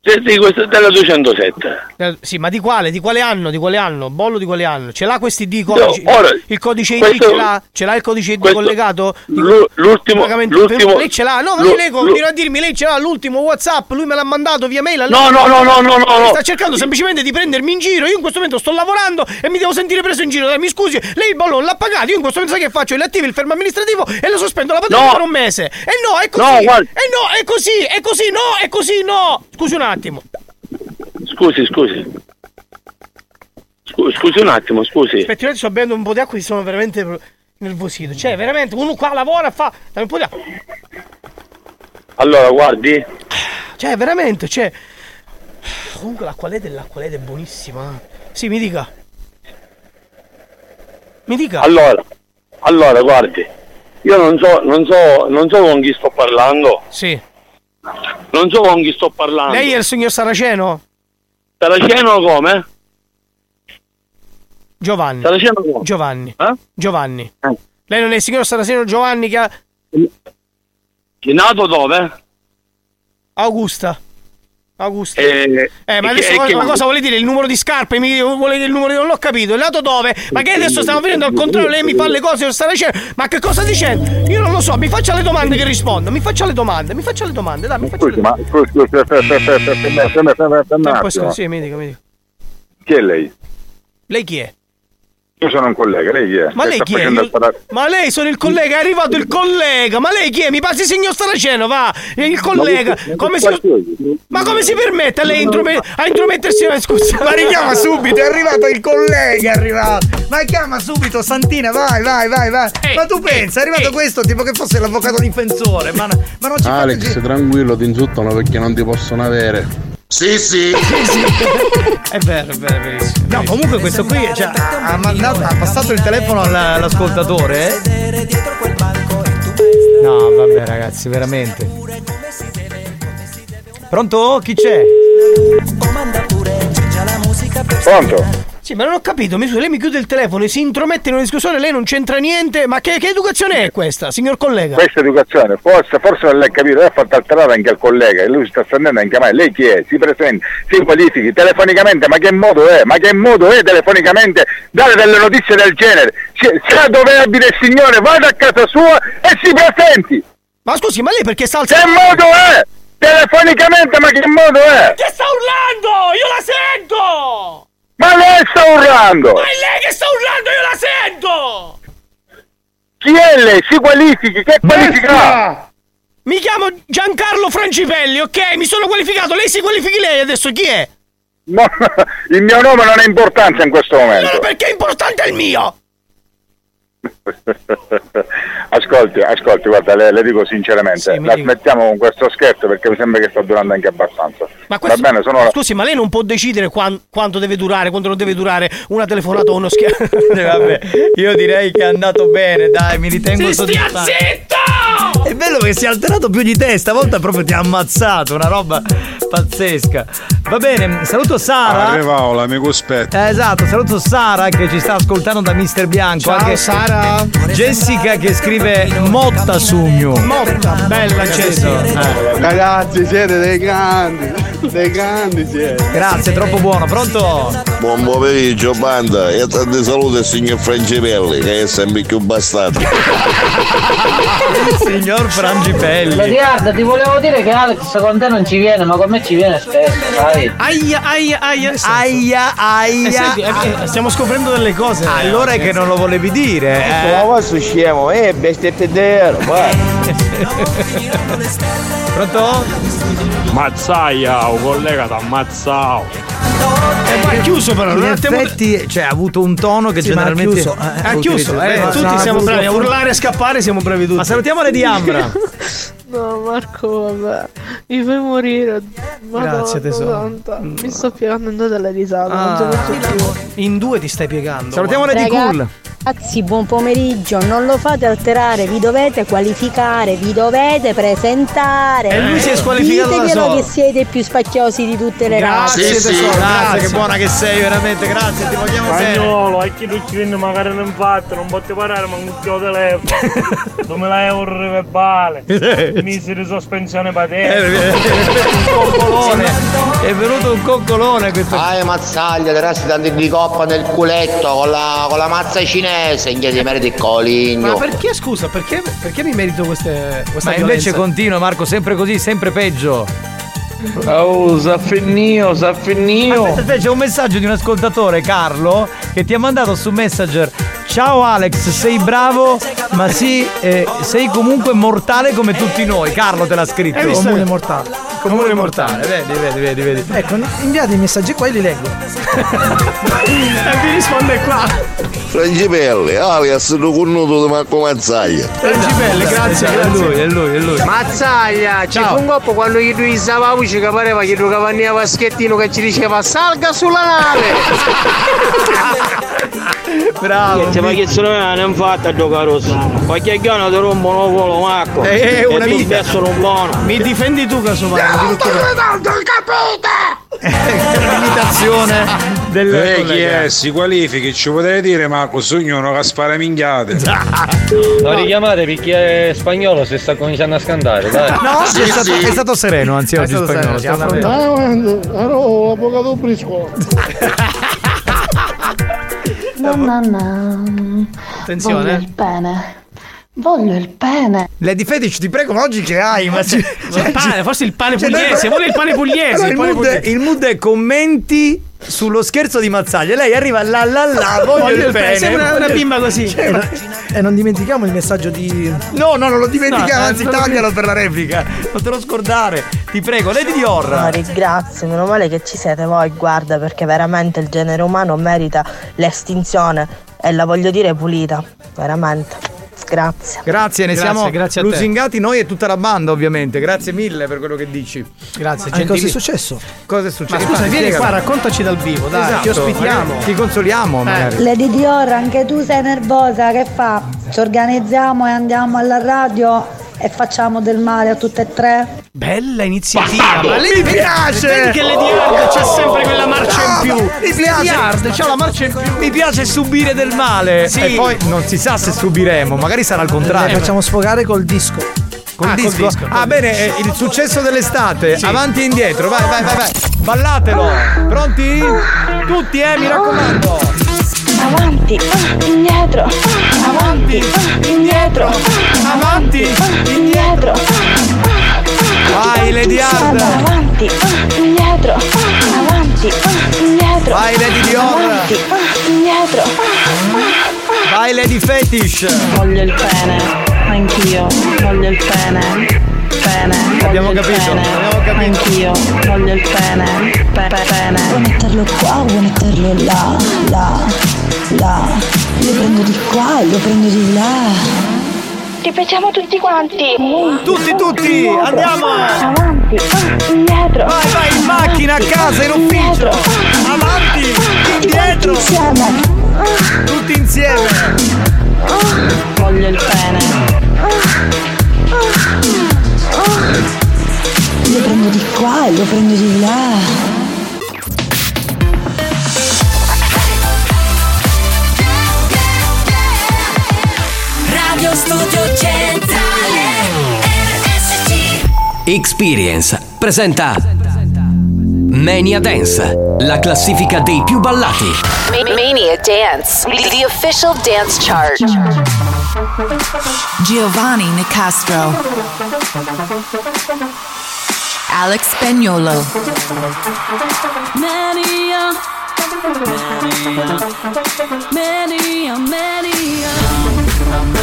Speaker 29: De- di questa- della 207.
Speaker 6: Eh, sì, ma di quale? Di quale anno? Di quale anno? Bollo di quale anno? Ce l'ha questi D
Speaker 29: No,
Speaker 6: codici?
Speaker 29: ora,
Speaker 6: il codice ID
Speaker 29: questo-
Speaker 6: ce l'ha? Ce l'ha il codice ID
Speaker 29: questo-
Speaker 6: collegato? Di-
Speaker 29: l'u- l'ultimo-
Speaker 6: pagamento-
Speaker 29: l'ultimo-
Speaker 6: lei ce l'ha? No, ma
Speaker 29: l'u-
Speaker 6: lei continua
Speaker 29: l'u-
Speaker 6: a dirmi, lei ce l'ha l'ultimo WhatsApp, lui me l'ha mandato via mail.
Speaker 29: No, no, no, no, no, no,
Speaker 6: Mi
Speaker 29: no.
Speaker 6: Sta cercando semplicemente di prendermi in giro. Io in questo momento sto lavorando e mi devo sentire preso in giro. Dai, mi scusi, lei il bollo non l'ha pagato. Io in questo momento sai che faccio? Le attivo il fermo amministrativo e lo sospendo la patente
Speaker 29: No.
Speaker 6: per un mese. E no, è così.
Speaker 29: No, guardi.
Speaker 6: e no, è così, è così, no, è così, no. Scusi un attimo.
Speaker 29: Scusi, scusi. Scu- Scusi un attimo, scusi.
Speaker 6: Aspetti un attimo, sto bevendo un po' di acqua e sono veramente pro- nervosito. Cioè, veramente, uno qua lavora, fa... Dammi un po' di acqua.
Speaker 29: Allora, guardi.
Speaker 6: Cioè, veramente, cioè... Comunque l'acqualete, l'acqualete è buonissima. eh. Sì, mi dica. Mi dica.
Speaker 29: Allora, allora, guardi, io non so, non so, non so con chi sto parlando.
Speaker 6: Sì.
Speaker 29: Non so con chi sto parlando.
Speaker 6: Lei è il signor Saraceno?
Speaker 29: Saraceno come?
Speaker 6: Giovanni.
Speaker 29: Saraceno Eh? come?
Speaker 6: Giovanni. Giovanni. Lei non è il signor Saraceno Giovanni che ha...
Speaker 29: È nato dove?
Speaker 6: Augusta. Augusta.
Speaker 29: Eh,
Speaker 6: Eh, ma
Speaker 29: e
Speaker 6: adesso
Speaker 29: che- e
Speaker 6: cosa,
Speaker 29: che-
Speaker 6: ma cosa vuole dire? Il numero di scarpe? Mi vuole dire il numero di... Non l'ho capito. Il lato dove? Ma che adesso stiamo venendo al contrario? Lei mi fa le cose, io sta dicendo... Ma che cosa dicendo? Io non lo so. Mi faccia le domande che rispondo. Mi faccia le domande. Mi faccia le domande. Dai, mi faccia le
Speaker 8: Scusi, ma scusi, scusi, fermi, fermi, fermi, fermi, fermi, fermi un
Speaker 6: domande. Poi scusi,
Speaker 8: attimo.
Speaker 6: sì, mi dica, mi dica.
Speaker 8: Chi è lei?
Speaker 6: Lei chi è?
Speaker 8: Io sono un collega, lei chi è?
Speaker 6: Ma
Speaker 8: Che
Speaker 6: lei
Speaker 8: sta
Speaker 6: chi è?
Speaker 8: facendo
Speaker 6: Io-
Speaker 8: il para-
Speaker 6: Ma lei sono il collega, è arrivato il collega. Ma lei chi è? Mi passi il signor Saraceno, va. Il collega. Come si... Ma come si permette a lei introme- a intromettersi in una discussione?
Speaker 5: Ma richiama subito, è arrivato il collega, è arrivato. Ma chiama subito Santina, vai, vai, vai, vai. ma tu pensa, è arrivato questo tipo che fosse l'avvocato difensore, ma, ma non ci fate
Speaker 35: Alex, tranquillo, ti insultano perché non ti possono avere. Sì,
Speaker 5: [LAUGHS]
Speaker 35: sì.
Speaker 5: È vero, è vero, è verissimo. No, comunque questo qui cioè, ha, mandato, ha passato il telefono all- all'ascoltatore. eh? No, vabbè ragazzi, veramente. Pronto? Chi c'è?
Speaker 8: Pronto?
Speaker 6: Sì, ma non ho capito, mi scusi, lei mi chiude il telefono e si intromette in una discussione, lei non c'entra niente. Ma che, che educazione è questa, signor collega?
Speaker 8: Questa è educazione, forse, forse non l'hai capito, lei ha fatto alterare anche al collega, e lui si sta sentendo anche a me, lei chi è? Si presenta, si qualifichi telefonicamente, ma che modo è? Ma che modo è telefonicamente dare delle notizie del genere? Se, se dove abita il signore, vada a casa sua e si presenti!
Speaker 6: Ma scusi, ma lei perché sta
Speaker 8: Che modo è? Telefonicamente, ma che modo è?
Speaker 6: Che sta urlando? Io la sento!
Speaker 8: Ma lei sta urlando!
Speaker 6: Ma è lei che sta urlando, io la sento!
Speaker 8: Chi è lei? Si qualifichi, che qualifica?
Speaker 6: Mi chiamo Giancarlo Francipelli, ok? Mi sono qualificato, lei si qualifichi lei adesso, chi è?
Speaker 8: No, [LAUGHS] il mio nome non ha importanza in questo
Speaker 6: Allora
Speaker 8: momento.
Speaker 6: perché è importante il mio?
Speaker 8: [LAUGHS] Ascolti, ascolti, guarda, le, le dico sinceramente, la smettiamo con questo scherzo perché mi sembra che sta durando anche abbastanza.
Speaker 6: Ma questo-
Speaker 8: Va bene, sono la-
Speaker 6: Scusi, ma lei non può decidere quan- quanto deve durare, quanto non deve durare una telefonata o uno Eh, scherzo. [LAUGHS]
Speaker 5: vabbè, io direi che è andato bene, dai, mi ritengo soddisfatto. È bello che si è alterato più di te, stavolta proprio ti ha ammazzato, una roba pazzesca. Va bene, saluto Sara.
Speaker 3: Arriva Ola, amico spetto.
Speaker 5: Eh, Esatto, saluto Sara che ci sta ascoltando da Mr. Bianco.
Speaker 3: Ciao,
Speaker 5: anche
Speaker 6: Sara.
Speaker 5: Jessica che scrive Motta Sugno.
Speaker 6: Motta, bella Jessica.
Speaker 5: Eh. Ragazzi, siete dei grandi. eh.
Speaker 36: Dei grandi siete.
Speaker 5: Grazie, troppo buono. Pronto?
Speaker 6: [LAUGHS]
Speaker 12: Buon pomeriggio, banda. E tanti saluti, signor Frangipelli, che è sempre più
Speaker 5: [LAUGHS]
Speaker 12: bastardo.
Speaker 5: Signor Frangipelli.
Speaker 37: Guarda, ti volevo dire che Alex con te non ci viene, ma con me ci viene spesso, sai?
Speaker 6: Aia, aia, aia.
Speaker 5: Aia, aia.
Speaker 6: Eh, senti, eh, eh, stiamo scoprendo delle cose.
Speaker 5: ah, Allora è che non lo volevi dire. eh.
Speaker 38: Ma voi sono scemo, eh, bestia pedero,
Speaker 5: Pronto?
Speaker 10: Mazzaia, un collega ti ha ammazzato.
Speaker 6: Eh, ma è chiuso però,
Speaker 5: In
Speaker 6: non abbiamo-
Speaker 5: effetti, cioè, ha avuto un tono che
Speaker 6: Sì, ma ha
Speaker 5: generalmente.
Speaker 6: chiuso, eh, ha chiuso, eh, tutti siamo bravi a urlare e scappare, siamo bravi tutti.
Speaker 5: Ma salutiamo Lady
Speaker 6: [LAUGHS]
Speaker 5: [LAUGHS] Ambra.
Speaker 27: No Marco, vabbè, mi fai morire. Madonna,
Speaker 6: Grazie, tesoro. Mm.
Speaker 27: santa. Mi sto piegando dalla risata,
Speaker 5: Ah.
Speaker 27: non ce la faccio più.
Speaker 6: Ah. In due ti stai piegando.
Speaker 4: Ragazzi, buon pomeriggio, non lo fate alterare, vi dovete qualificare, vi dovete presentare.
Speaker 5: E lui si è squalificato da
Speaker 4: Diteglielo
Speaker 5: solo.
Speaker 4: che siete i più spacchiosi di tutte le razze.
Speaker 5: Grazie, tesoro, grazie, che
Speaker 10: grazie.
Speaker 5: buona che sei, veramente, grazie, ti vogliamo bene.
Speaker 10: Spagnolo, è che tu ci vieni magari non fatto, non posso parlare, ma un
Speaker 5: [LAUGHS]
Speaker 10: chio telefono. 2000 euro verbale,
Speaker 5: Eh,
Speaker 10: miseri sospensione patente. Un
Speaker 5: È venuto un coccolone questo.
Speaker 13: Ah, mazzaglia, le resti tanti di coppa nel culetto con la, con la mazza cinese, in chiesa di merito e
Speaker 6: Ma
Speaker 13: coligno.
Speaker 6: perché, scusa, perché, perché mi merito queste, questa
Speaker 5: Ma invece
Speaker 6: violenza?
Speaker 5: continua, Marco, sempre così, sempre peggio.
Speaker 39: Oh, Zaffennio, Zaffennio.
Speaker 5: Aspetta, aspetta, c'è un messaggio di un ascoltatore, Carlo, che ti ha mandato su Messenger. Ciao Alex, sei bravo, ma sì, eh, sei comunque mortale come tutti noi. Carlo te l'ha scritto.
Speaker 6: Hai visto?
Speaker 5: Comune
Speaker 6: mortale.
Speaker 5: Comune mortale, vedi, vedi, vedi, vedi.
Speaker 6: Ecco, inviate i messaggi qua e li leggo. e vi risponde qua.
Speaker 12: Frangipelli, alias tu connuto di Marco Mazzaia.
Speaker 6: Frangipelli,
Speaker 5: grazie, È lui, è lui, è lui.
Speaker 13: Mazzaglia, c'è un coppo quando gli due la voce che pareva che giocava a Vaschettino che ci diceva salga sulla nave.
Speaker 6: [LAUGHS]
Speaker 5: Bravo.
Speaker 40: Che ma che se non è non fatta a giocare rosso. Qualche gano ti rompono il volo, Marco.
Speaker 6: Eh, eh, una
Speaker 40: e tu
Speaker 6: vita.
Speaker 40: stesso non buono.
Speaker 6: Mi difendi tu, Casomai. di tutto-
Speaker 5: Imitazione del
Speaker 8: Eh, chi
Speaker 5: collega.
Speaker 8: è? Si qualifichi, ci potevi dire Marco Sognuno che
Speaker 5: [LAUGHS]
Speaker 8: spara minchiate.
Speaker 39: Lo richiamate perché è spagnolo si sta cominciando a scandare,
Speaker 6: Eh,
Speaker 39: dai.
Speaker 40: Eh,
Speaker 5: No, oggi è, stato, è stato sereno, anzi oggi
Speaker 39: stato
Speaker 5: spagnolo.
Speaker 39: sereno,
Speaker 5: sta
Speaker 16: Ah,
Speaker 39: sì,
Speaker 5: sereno.
Speaker 16: eh, Ero
Speaker 24: [LAUGHS]
Speaker 16: avvocato brisco.
Speaker 24: No, no, no.
Speaker 5: Attenzione.
Speaker 24: Voglio il pene. Voglio il pene.
Speaker 5: Lady Fetish, ti prego, ma oggi che hai? Ma ci-
Speaker 6: Cioè, il pane, forse il pane
Speaker 5: Cioè,
Speaker 6: pugliese,
Speaker 5: noi-
Speaker 6: vuole il pane pugliese.
Speaker 5: Allora,
Speaker 6: il
Speaker 5: il,
Speaker 6: pane
Speaker 5: mood è,
Speaker 6: pugliese.
Speaker 5: il mood è commenti sullo scherzo di Mazzaglia. Lei arriva là là
Speaker 6: [LAUGHS]
Speaker 5: là, voglio, il pene.
Speaker 6: Sembra una bimba così.
Speaker 5: Cioè, ma-
Speaker 13: E non dimentichiamo il messaggio di.
Speaker 5: No, no, non lo dimentichiamo,
Speaker 13: No,
Speaker 5: anzi
Speaker 13: non lo
Speaker 5: taglialo per la replica. Non te lo scordare. Ti
Speaker 13: Eh,
Speaker 5: prego, Lady
Speaker 34: No,
Speaker 5: Dior.
Speaker 34: ringrazio, meno male che ci siete voi, guarda, perché veramente il genere umano merita l'estinzione e la voglio dire pulita, veramente. Grazie.
Speaker 5: Grazie, ne
Speaker 34: Grazie,
Speaker 5: siamo
Speaker 34: grazie a te.
Speaker 5: lusingati noi e tutta la banda, ovviamente. Grazie mille per quello che dici. Grazie,
Speaker 6: Ah, e cosa è
Speaker 5: successo? Cosa è
Speaker 6: Ma
Speaker 5: successo?
Speaker 6: scusa,
Speaker 5: Infatti,
Speaker 6: vieni qua,
Speaker 5: spiegalo.
Speaker 6: raccontaci dal vivo, dai, ti
Speaker 5: Esatto,
Speaker 6: ospitiamo.
Speaker 5: magari Ti Eh. consoliamo, magari.
Speaker 24: Lady Dior, anche tu sei nervosa, che fa? Ci organizziamo e andiamo alla radio e facciamo del male a tutte e tre?
Speaker 6: Bella iniziativa,
Speaker 24: Bastardo!
Speaker 6: ma lei
Speaker 24: Mi
Speaker 5: piace!
Speaker 6: Vedi che Lady Hard c'ha sempre quella marcia in
Speaker 5: Ah,
Speaker 6: più.
Speaker 5: mi piace.
Speaker 6: Lady Hard c'ha la marcia in più.
Speaker 5: Mi piace subire del male.
Speaker 6: Sì.
Speaker 5: E poi non si sa se subiremo, magari sarà il contrario.
Speaker 13: facciamo sfogare col disco.
Speaker 5: Col
Speaker 13: Ah, col
Speaker 5: disco.
Speaker 13: disco,
Speaker 5: ah, bene, eh, il successo dell'estate. Avanti e indietro. Vai, vai, vai, vai. Ballatelo. Pronti? Tutti, eh, mi raccomando.
Speaker 4: Avanti, ah, indietro, ah, avanti, ah, indietro, ah, avanti, ah, indietro.
Speaker 5: Vai, Lady Hard.
Speaker 4: Avanti, ah, indietro, ah, avanti, ah, indietro.
Speaker 5: Vai, Lady Dior.
Speaker 4: Avanti, ah, indietro.
Speaker 5: Vai, Lady Fetish.
Speaker 4: Voglio il pene, anch'io, voglio il pene. Pene,
Speaker 5: Abbiamo capito, abbiamo capito.
Speaker 4: anch'io, voglio il pene, pe- pe- pene. Vuoi metterlo qua, vuoi metterlo là, là, là. Lo prendo di qua, lo prendo di là. Ti facciamo tutti quanti.
Speaker 5: Tutti, tutti, andiamo.
Speaker 4: Avanti, ah, indietro.
Speaker 5: Vai, vai, in macchina, a casa, in ufficio. Avanti, indietro. Tutti insieme.
Speaker 4: Voglio il pene. Lo prendo di qua e lo prendo di là.
Speaker 41: Radio Studio Centrale RSC
Speaker 2: Experience presenta Mania Dance, la classifica dei più ballati.
Speaker 14: Mania Dance, the official dance chart.
Speaker 28: Giovanni Nicastro. Alex Spagnolo.
Speaker 4: Mania. Mania, mania.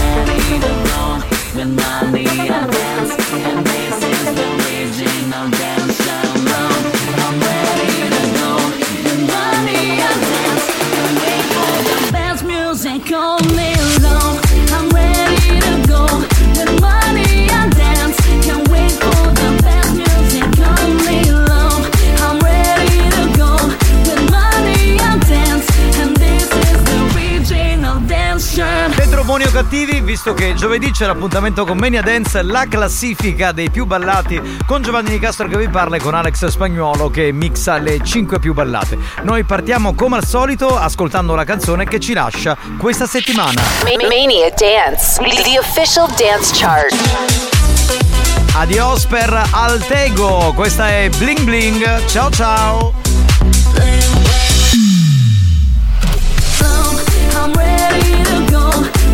Speaker 4: Dance music all day long. I'm ready to go. The money I dance can't wait for the best music all day long. I'm ready to go. The money I dance, and this is the original dance show.
Speaker 5: Dentro buoni o cattivi, visto che giovedì c'è l'appuntamento con Mania Dance, la classifica dei più ballati con Giovanni Di Castro che vi parla e con Alex Spagnuolo che mixa le 5 più ballate. Noi partiamo come al solito ascoltando la canzone che ci lascia questa settimana.
Speaker 14: Mania Dance, the official dance chart.
Speaker 5: Adios per Altego, questa è Bling Bling, ciao ciao!
Speaker 4: I'm ready to go.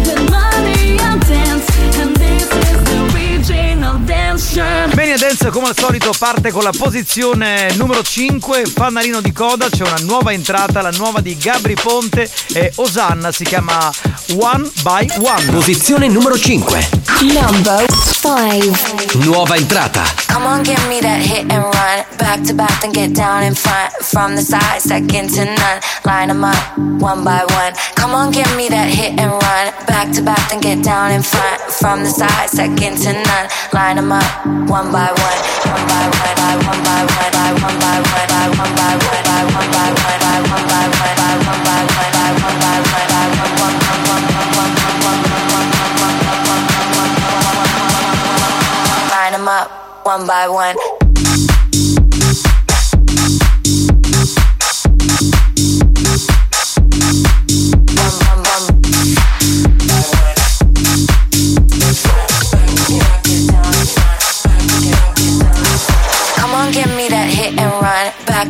Speaker 4: With money I dance, and this is the original dance show.
Speaker 5: Bene Dance come al solito parte con la posizione numero 5, fanalino di coda, c'è una nuova entrata, la nuova di Gabri Ponte e Osanna si chiama One by One.
Speaker 2: Posizione numero 5,
Speaker 42: Number five.
Speaker 2: nuova entrata,
Speaker 42: Come on, give me that hit and run. Back to back, then get down in front. From the side, second to none. Line 'em up, one by one. Come on, give me that hit and run. Back to back, then get down in front. From the side, second to none. Line 'em up, one by one. One by one, by one by one, by one by one, by one by one, by one by one, by one by one, by one by one, by one by one, by one one one one one one one one one one one one one one line 'em up one by one. Come on, give me that hit and run. Back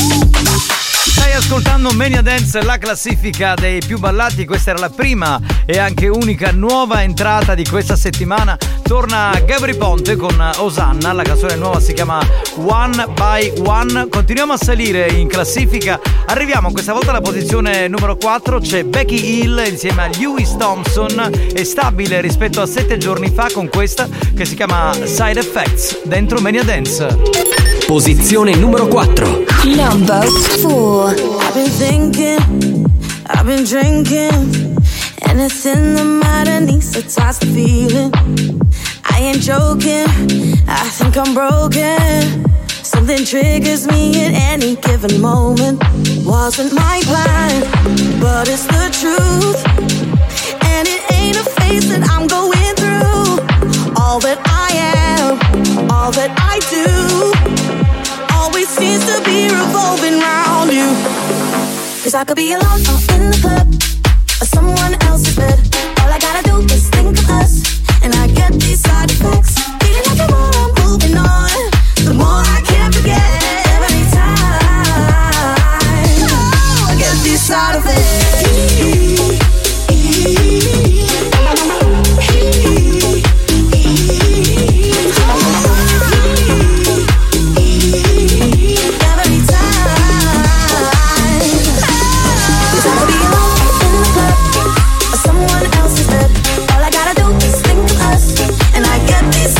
Speaker 5: Stai ascoltando Mania Dance, la classifica dei più ballati, questa era la prima e anche unica nuova entrata di questa settimana. Torna Gabri Ponte con Osanna, la canzone nuova si chiama One by One. Continuiamo a salire in classifica, arriviamo questa volta alla posizione numero 4, c'è Becky Hill insieme a Lewis Thompson, è stabile rispetto a 7 giorni fa con questa che si chiama Side Effects dentro Mania Dance.
Speaker 2: posizione numero 4,
Speaker 42: Number
Speaker 25: four. I've been thinking, I've been drinking, and it's in the matter needs to toss the feeling. I ain't joking, I think I'm broken. Something triggers me at any given moment. Wasn't my plan, but it's the truth. And it ain't a phase that I'm going through. All that I am, all that I do always seems to be revolving round you. Cause I could be alone or in the club or someone else's bed. All I gotta do is think of us, and I get these side effects. Feeling like the more I'm moving on, the more I can't forget every time. Oh, I get these side effects. Every time. 'Cause I could be alone in the club or someone else's bed. All I gotta do is think of us, and I get these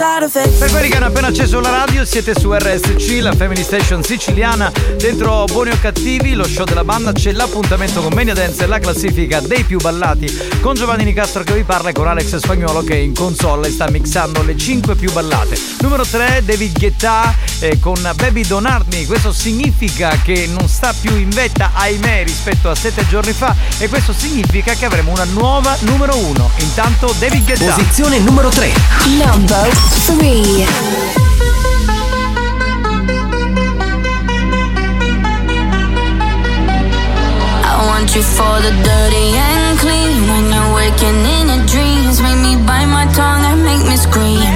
Speaker 43: out of it.
Speaker 5: Per quelli che hanno appena acceso la radio siete su RSC, la Family Station siciliana. Dentro Buoni o Cattivi, lo show della banda, c'è l'appuntamento con Mania Dance e la classifica dei più ballati. Con Giovanni Nicastro che vi parla e con Alex Spagnolo che è in console e sta mixando le 5 più ballate. Numero 3, David Guetta eh, con Baby Donardi. Questo significa che non sta più in vetta, ahimè, rispetto a 7 giorni fa. E questo significa che avremo una nuova numero 1. Intanto David Guetta.
Speaker 44: Posizione numero 3.
Speaker 2: Number 3.
Speaker 25: I want you for the dirty and clean. When you're waking in your dreams, make me bite my tongue and make me scream.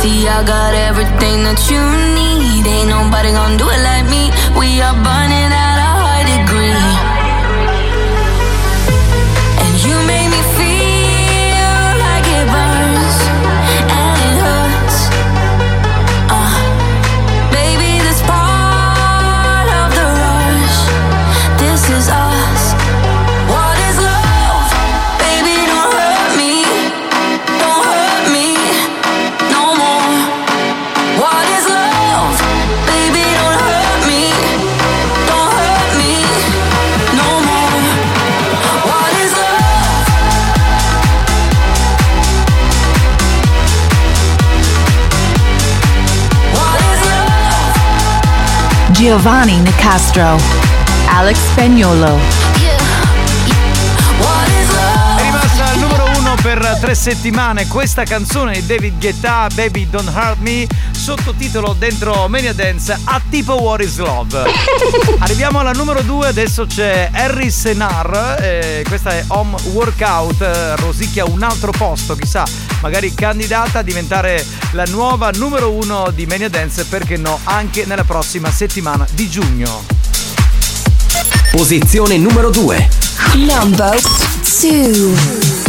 Speaker 25: See, I got everything that you need. Ain't nobody gonna do it like me. We are burning at a high degree. And you make me feel like it burns and it hurts. Uh, baby, this part of the rush. This is us. What is love? Baby, don't hurt me. Don't hurt me no more. What is love? Baby, don't hurt me. Don't hurt me no more. What is love?
Speaker 45: Giovanni Nicastro. Alex Spagnolo.
Speaker 5: È rimasta al numero uno per tre settimane questa canzone di David Guetta, Baby Don't Hurt Me, sottotitolo dentro Mania Dance a tipo What is Love. Arriviamo alla numero due, adesso c'è Harry Senar, eh, questa è Home Workout, eh, rosicchia un altro posto, chissà, magari candidata a diventare la nuova numero uno di Mania Dance, perché no, anche nella prossima settimana di giugno.
Speaker 44: Posizione numero 2.
Speaker 2: Number 2.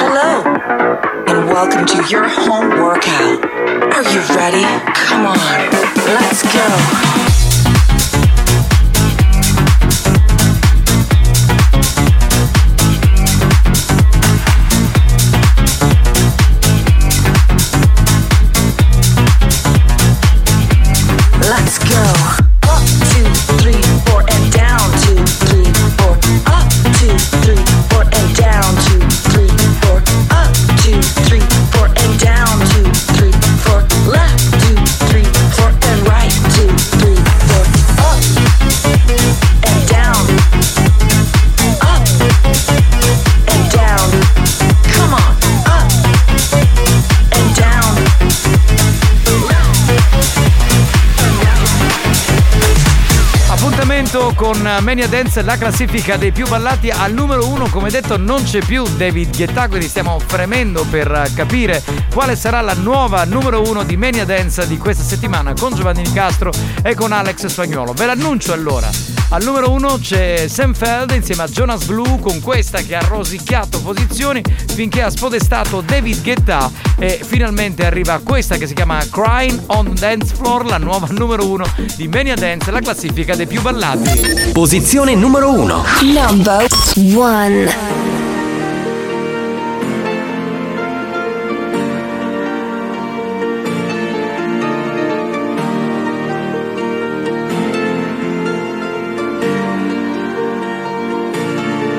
Speaker 4: Hello, and welcome to your home workout. Are you ready? Come on, let's go. Let's go. Up, two, three, four, and down, two, three, four. Up, two, three, four, and down, two, three, four. Up, two, three, four, and down, two, three, four. Left, two, three, four, and right, two, three, four. Up and down. Up and down. Come on. Up and down.
Speaker 5: Appuntamento con Mania Dance, la classifica dei più ballati al numero uno, come detto non c'è più David Guetta, quindi stiamo fremendo per eh, capire quale sarà la nuova numero uno di Mania Dance di questa settimana con Giovanni Nicastro e con Alex Spagnolo. Ve l'annuncio allora, al numero uno c'è Sam Feld insieme a Jonas Blue con questa che ha rosicchiato posizioni finché ha spodestato David Guetta e finalmente arriva questa che si chiama Crying on Dance Floor, la nuova [LAUGHS] numero uno di Mania Dance, la classifica dei più ballati.
Speaker 44: Posizione numero 1.
Speaker 2: Number 1.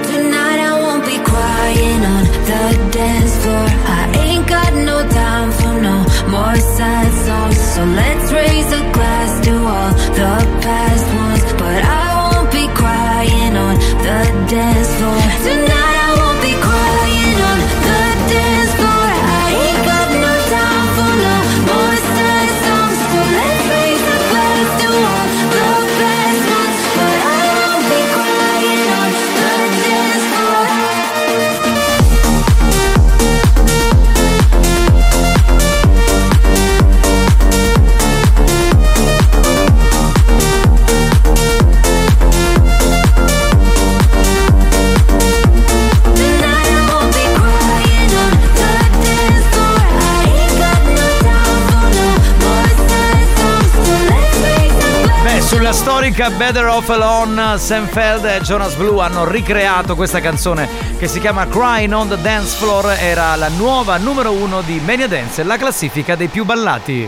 Speaker 46: Tonight I won't be crying on the dance floor. I ain't got no time for no more sad songs. So let's raise a glass to all the past ones. But I won't be crying on the dance floor. Tonight I won't be crying on the dance floor. I ain't got no time for no more sad songs. So let's raise a glass to all the past ones. But I won't be crying on the dance floor.
Speaker 5: sulla storica Better Off Alone, Sam Feld e Jonas Blue hanno ricreato questa canzone che si chiama Crying on the Dance Floor. Era la nuova numero uno di Mania Dance, la classifica dei più ballati.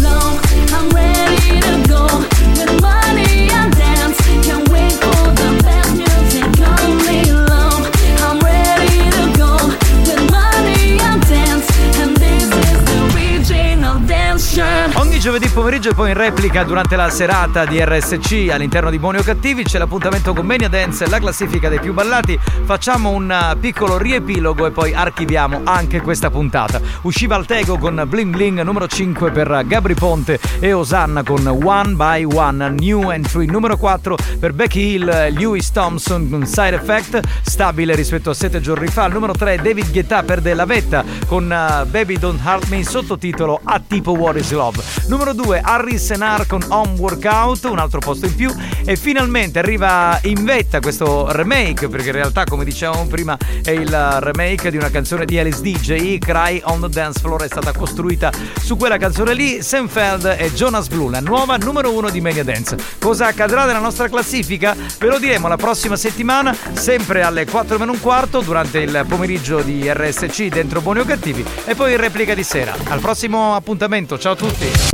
Speaker 4: Long, I'm ready to go. With money I dance. Can't wait for the best music only love. I'm ready to go. With money I dance. And this is the original dance show.
Speaker 5: Ogni giovedì pomeriggio e poi in replica durante la serata di RSC all'interno di Buoni o Cattivi c'è l'appuntamento con Mania Dance, la classifica dei più ballati. Facciamo un eh, piccolo riepilogo e poi archiviamo anche questa puntata. Usciva Altego con Bling Bling numero 5 per Gabri Ponte e Osanna con One by One New Entry numero 4 per Becky Hill, eh, Lewis Thompson con Side Effect, stabile rispetto a 7 giorni fa. Al numero 3 David Guetta perde la vetta con eh, Baby Don't Hurt Me sottotitolo A tipo What is Love. Numero 2 Harry Senar con Home Workout, un altro posto in più. E finalmente arriva in vetta questo remake, perché in realtà, come dicevamo prima, è il remake di una canzone di Alice DJ. Cry on the Dance Floor è stata costruita su quella canzone lì. Sam Feld e Jonas Blue, la nuova numero 1 di Mania Dance. Cosa accadrà nella nostra classifica? Ve lo diremo la prossima settimana, sempre alle 4 meno un quarto, durante il pomeriggio di RSC dentro Buoni o Cattivi, e poi in replica di sera. Al prossimo appuntamento, ciao a tutti!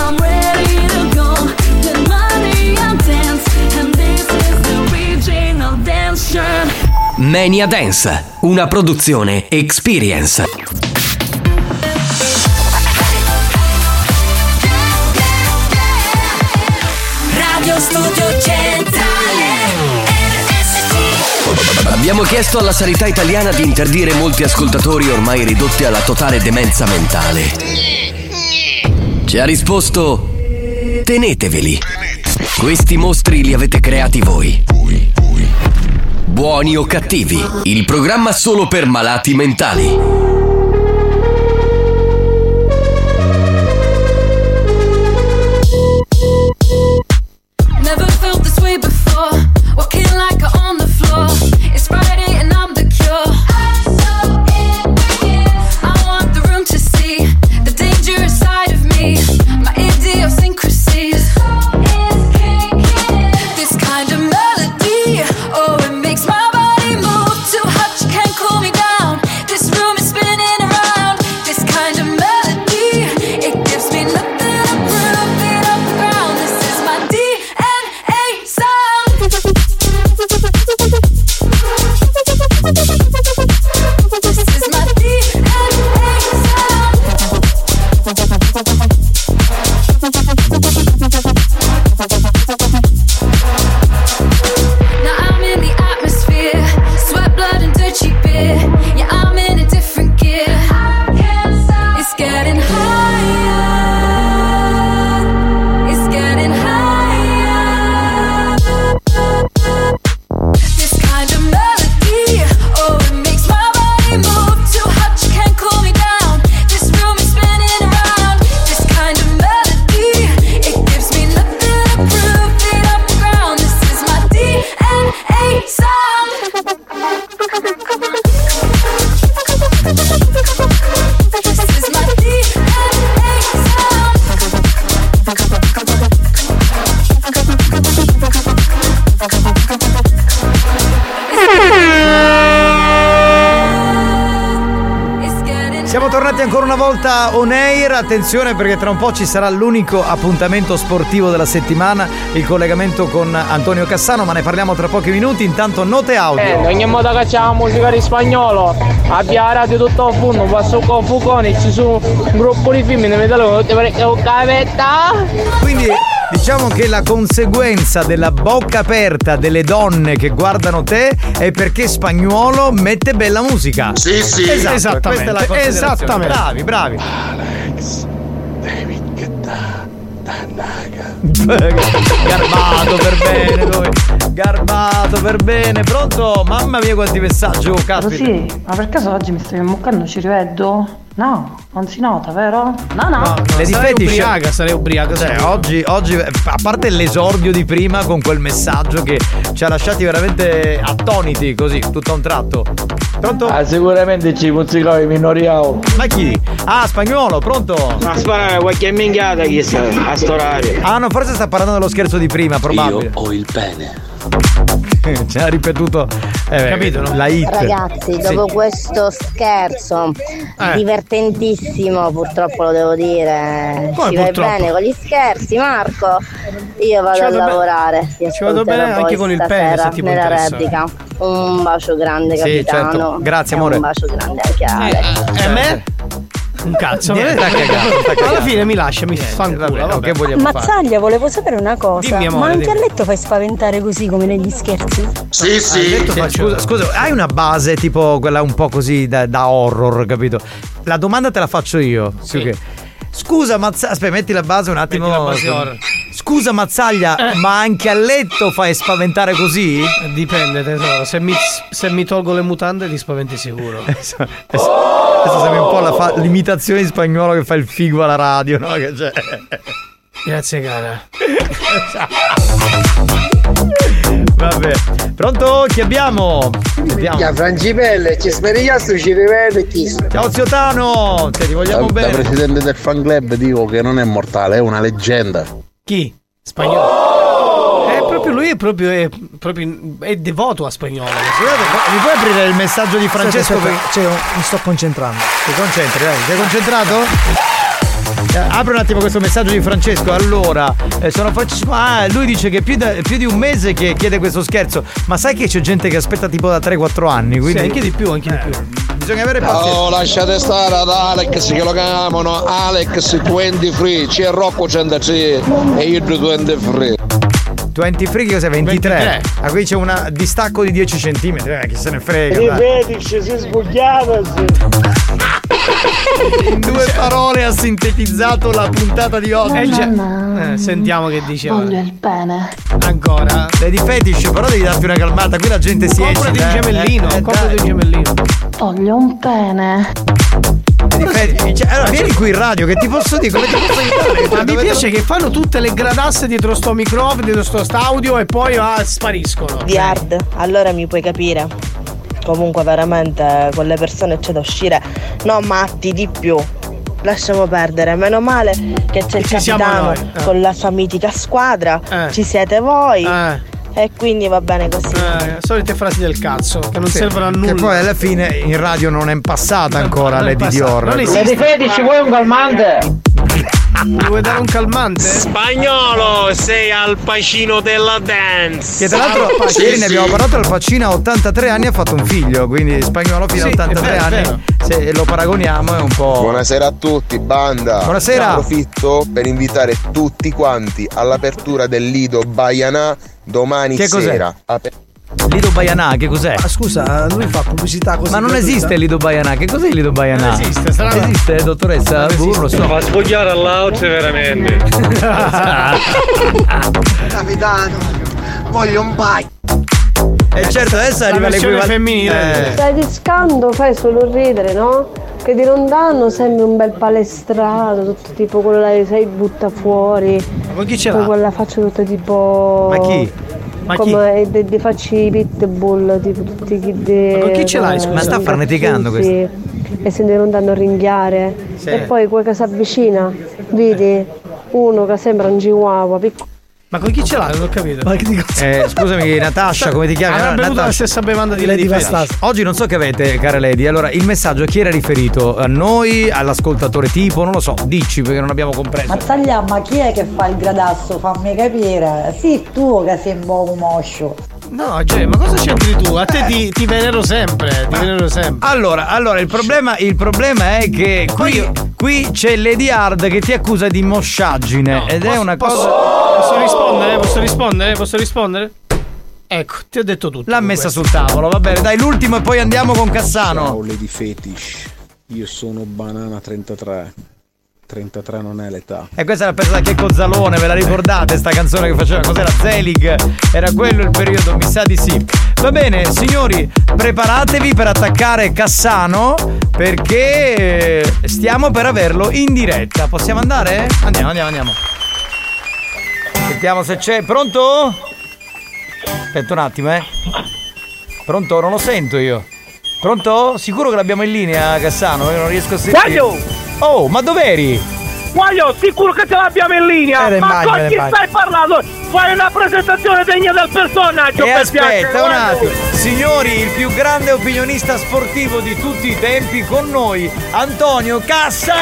Speaker 4: I'm ready to go. With money I dance. And this is the original dance show.
Speaker 2: Mania Dance, una produzione Experience.
Speaker 4: Radio Studio Centrale
Speaker 2: Abbiamo chiesto alla sanità italiana di interdire molti ascoltatori ormai ridotti alla totale demenza mentale. Ci ha risposto: teneteveli. Questi mostri li avete creati voi. Buoni o cattivi, il programma solo per malati mentali.
Speaker 25: Never felt this way before. Walking like a on the floor. It's Friday and I'm the cure. I'm so in I want the room to see the dangerous side of me. My idiosyncrasies. This kind of melody, oh, it makes my body move. Too hot, you can't cool me down. This room is spinning around. This kind of melody, it gives me nothing up, nothing up the ground. This is my DNA sound. This is my DNA sound. Now I'm in the atmosphere, sweat, blood, and dirt cheap beer. Yeah, I'm in a different gear. It's getting higher. It's getting higher. This kind of melody, oh, it makes my body move. Too hot, you can't cool me down. This room is spinning around. This kind of melody, it gives me nothing to prove it up the ground. This is my DNA sound. This is my DNA
Speaker 5: Siamo tornati ancora una volta on air, attenzione perché tra un po' ci sarà l'unico appuntamento sportivo della settimana, il collegamento con Antonio Cassano, ma ne parliamo tra pochi minuti, intanto note audio.
Speaker 13: Eh, ogni modo che c'è la musica di spagnolo, abbia la radio tutto a fondo, passo con Fucone, ci sono un gruppo di femmine, mi dà tutte parecchie cavetta.
Speaker 5: Quindi diciamo che la conseguenza della bocca aperta delle donne che guardano te è perché Spagnuolo mette bella musica.
Speaker 47: Sì, sì.
Speaker 5: Esatto,
Speaker 47: Esattamente,
Speaker 5: questa è la considerazione.
Speaker 47: esattamente.
Speaker 5: Bravi, bravi. Garbato per bene, lui. Garbato per bene. Pronto? Mamma mia quanti messaggi, oh, caspita.
Speaker 24: Sì, ma per caso oggi mi stai ammuccando, ci rivedo? No, non si nota, vero? No, no.
Speaker 5: Le
Speaker 6: Sarei
Speaker 5: difetti
Speaker 6: ubriaca, sarei ubriaca.
Speaker 5: Cioè, oggi, oggi, a parte l'esordio di prima con quel messaggio che ci ha lasciati veramente attoniti così, tutto a un tratto. Pronto?
Speaker 13: Ah, sicuramente ci muzzicavi minoriao.
Speaker 5: Ma chi? Ah, spagnolo, pronto?
Speaker 13: Ma spara, qualche minchiata chi sta a sto orario.
Speaker 5: Ah, no, forse sta parlando dello scherzo di prima, probabile.
Speaker 13: ho il pene.
Speaker 5: [LAUGHS] Ci ha ripetuto eh, beh,
Speaker 20: Capito,
Speaker 5: la hit.
Speaker 20: Ragazzi,
Speaker 5: Sì. Eh.
Speaker 20: dopo questo scherzo divertentissimo, purtroppo lo devo dire,
Speaker 5: Come
Speaker 20: ci vai
Speaker 5: purtroppo?
Speaker 20: bene con gli scherzi, Marco. Io vado
Speaker 5: Ci
Speaker 20: a
Speaker 5: vado bene-
Speaker 20: lavorare. Ti
Speaker 5: ci vado bene
Speaker 20: ascolterò
Speaker 5: anche
Speaker 20: poi
Speaker 5: con il pene, se
Speaker 20: stasera
Speaker 5: ti può
Speaker 20: nella
Speaker 5: interessare.
Speaker 20: replica. Un bacio grande,
Speaker 5: Sì,
Speaker 20: capitano.
Speaker 5: certo. Grazie,
Speaker 20: E
Speaker 5: amore. Eh,
Speaker 20: Un bacio grande anche a Alex.
Speaker 5: E a me?
Speaker 6: Un cazzo.
Speaker 5: Niente, sta cagando, sta
Speaker 6: Eh, Alla
Speaker 5: cagando.
Speaker 6: fine mi lascia, mi fa un
Speaker 5: vabbè,
Speaker 6: culo.
Speaker 5: no, che vogliamo fare?
Speaker 4: Mazzaglia, volevo sapere una cosa.
Speaker 5: Dimmi, amore,
Speaker 4: ma anche
Speaker 5: dimmi.
Speaker 4: a letto fai spaventare così come negli scherzi?
Speaker 5: Sì, sì. scusa, scusa, hai una base tipo quella un po' così da, da horror, capito? La domanda te la faccio io. più che- Scusa, Mazzaglia. Aspetta, metti la base Eh. un attimo.
Speaker 6: Metti la base horror.
Speaker 5: Scusa, Mazzaglia, ma anche a letto fai spaventare così?
Speaker 6: Dipende, tesoro. Se mi, se mi tolgo le mutande ti spaventi sicuro.
Speaker 5: Adesso sembra un po' la fa- l'imitazione in spagnolo che fa il figo alla radio, no? Che c'è.
Speaker 6: Grazie, cara.
Speaker 5: [LAUGHS] Vabbè. Pronto? Chi abbiamo? Vediamo.
Speaker 13: Minchia, Francipelle, ci sperigliasse, ci rivede chi
Speaker 5: Ciao Ziotano! Te ti vogliamo
Speaker 13: Da- da
Speaker 5: bene.
Speaker 13: presidente del fan club dico che non è mortale, è una leggenda.
Speaker 6: Chi? Spagnolo.
Speaker 5: Oh!
Speaker 6: È proprio lui è proprio, è proprio è devoto a spagnolo.
Speaker 5: Mi puoi aprire il messaggio di Francesco?
Speaker 6: Aspetta,
Speaker 5: perché- cioè, mi sto concentrando. Ti concentri, dai. Sei concentrato? Eh, Apro un attimo questo messaggio di Francesco. Allora, eh, sono Francesco. Ah, lui dice che è più, da- più di un mese che chiede questo scherzo. Ma sai che c'è gente che aspetta tipo da 3-4 anni? Quindi
Speaker 6: Sì, anche di più, anche di più.
Speaker 5: Bisogna avere pazienza.
Speaker 13: Oh, lasciate stare ad Alex che lo chiamano Alex 23, c'è Rocco 103 e io 23.
Speaker 5: 20 free che cos'è? 23.
Speaker 13: 23.
Speaker 5: Ah, qui c'è un distacco di 10 cm. Eh, chi se ne
Speaker 6: [LAUGHS]
Speaker 5: frega. dai.
Speaker 13: Rivedici, si sbugliava.
Speaker 5: In due
Speaker 6: Cioè,
Speaker 5: parole ha sintetizzato la puntata di oggi.
Speaker 6: Eh, già- eh, sentiamo che diceva. Voglio
Speaker 4: il pene.
Speaker 6: Ancora.
Speaker 5: Lady Fetish, però devi darti una calmata. Qui la gente si esce.
Speaker 6: Comprati un
Speaker 5: dai,
Speaker 6: gemellino,
Speaker 5: eh, eh,
Speaker 6: comprati un gemellino.
Speaker 4: Voglio un pene.
Speaker 5: Lady Fetish, cioè, allora, vieni qui in radio, che ti posso dire? Come ti
Speaker 6: [LAUGHS]
Speaker 5: posso aiutare?
Speaker 6: Ma mi
Speaker 5: Dove-
Speaker 6: piace che fanno tutte le gradasse dietro sto microfono, dietro sto audio e poi ah, spariscono.
Speaker 34: Di hard, allora mi puoi capire. Comunque veramente con le persone c'è da uscire. No, matti di più. Lasciamo perdere, meno male che c'è il
Speaker 6: Ci siamo
Speaker 34: capitano
Speaker 6: noi, eh.
Speaker 34: con la sua mitica squadra, ci siete voi e quindi va bene così.
Speaker 6: Eh, solite frasi del cazzo che non
Speaker 5: Sì,
Speaker 6: servono a nulla.
Speaker 5: Che poi alla fine in radio non è passata ancora
Speaker 6: Non è
Speaker 5: Lady
Speaker 6: passata,
Speaker 5: Dior.
Speaker 6: non esiste.
Speaker 13: Lady Fetish, vuoi un calmante?
Speaker 6: Mi vuoi dare un calmante?
Speaker 48: Spagnolo, sei al pacino della dance.
Speaker 5: Che tra
Speaker 13: Ah,
Speaker 5: l'altro Al Pacino, ne abbiamo parlato, Al Pacino a 83 anni ha fatto un figlio, quindi spagnolo fino
Speaker 48: Sì,
Speaker 5: a 83
Speaker 48: è vero, è
Speaker 5: anni. Se lo paragoniamo è un po'.
Speaker 16: Buonasera a tutti, banda.
Speaker 5: Buonasera.
Speaker 16: Approfitto per invitare tutti quanti all'apertura del Lido Baianà domani
Speaker 5: Che cos'è?
Speaker 16: sera. Ape-
Speaker 5: Lido Baianà, che cos'è? Ma
Speaker 16: scusa, lui fa pubblicità così.
Speaker 5: Ma non
Speaker 16: gratuita?
Speaker 5: esiste Lido Baianà, che cos'è Lido Baianà?
Speaker 16: Non esiste,
Speaker 5: strano. Esiste, dottoressa? Boh, Non lo so.
Speaker 49: Fa sbogliare all'out
Speaker 5: [LAUGHS]
Speaker 49: veramente.
Speaker 16: Capitano, voglio un bike.
Speaker 5: E certo, adesso
Speaker 16: La
Speaker 5: arriva
Speaker 16: versione
Speaker 5: l'equivalente
Speaker 16: femminile.
Speaker 5: Eh,
Speaker 14: Stai discando, fai solo ridere, no? Che di non danno sembri un bel palestrato, tutto tipo quello là che sei butta fuori. Ma
Speaker 6: con chi ce
Speaker 14: Poi
Speaker 6: l'ha?
Speaker 14: quella faccia tutta tipo.
Speaker 6: Ma chi? Ma chi?
Speaker 14: come e de, de facci i pitbull, tipo tutti chi de,
Speaker 5: Ma con chi ce l'hai,
Speaker 14: eh,
Speaker 5: scusa? Ma sta farneticando
Speaker 14: impazziti, E se ne non danno a ringhiare.
Speaker 5: Sì.
Speaker 14: E poi quel che si avvicina,
Speaker 6: Eh.
Speaker 14: vedi uno che sembra un chihuahua, piccolo.
Speaker 6: Ma con chi ce l'ha? Non ho capito. Ma che dico?
Speaker 5: eh, scusami, Natascia, come ti chiami?
Speaker 6: Avrà
Speaker 5: No,
Speaker 6: bevuto la
Speaker 5: Natascia.
Speaker 6: stessa bevanda di Lady Fetish.
Speaker 5: Oggi non so che avete, cara Lady. Allora, il messaggio a chi era riferito? A noi, all'ascoltatore tipo? Non lo so, dici perché non abbiamo compreso.
Speaker 24: Mazzaglia, ma chi è che fa il gradasso? Fammi capire. Sì, tu che sei un po' moscio.
Speaker 6: No, Gio, ma cosa c'entri tu? A te ti, ti venero sempre, ti venero sempre.
Speaker 5: Allora, allora il, problema, il problema è che qui, qui c'è Lady Hard che ti accusa di mosciaggine. ed è una cosa.
Speaker 6: Posso rispondere? Posso rispondere? Posso rispondere? Ecco, ti ho detto tutto.
Speaker 5: L'ha messa sul tavolo, va bene. Dai, l'ultimo e poi andiamo con Cassano.
Speaker 14: Ciao Lady Fetish, io sono Banana 33. 33 non è l'età.
Speaker 5: E questa era presa da Checco Zalone, ve la ricordate sta canzone che faceva? Cos'era? Zelig? Era quello il periodo, mi sa di sì. Va bene, signori, preparatevi per attaccare Cassano perché stiamo per averlo in diretta. Possiamo andare? Andiamo, andiamo, andiamo. Sentiamo se c'è. Pronto? Aspetta un attimo, eh. Pronto? Non lo sento io. Pronto? Sicuro che l'abbiamo in linea, Cassano? Io non riesco a sentire.
Speaker 13: Taglio!
Speaker 5: Oh, ma dov'eri?
Speaker 13: Guaglio, sicuro che ce l'abbiamo in linea!
Speaker 5: Era in
Speaker 13: ma
Speaker 5: bagno,
Speaker 13: con
Speaker 5: era in
Speaker 13: chi
Speaker 5: bagno.
Speaker 13: stai parlando? Fai una presentazione degna del personaggio,
Speaker 5: E
Speaker 13: per piacere,
Speaker 5: Eh, aspetta un
Speaker 13: Guaglio.
Speaker 5: attimo, signori, il più grande opinionista sportivo di tutti i tempi con noi, Antonio Cassa!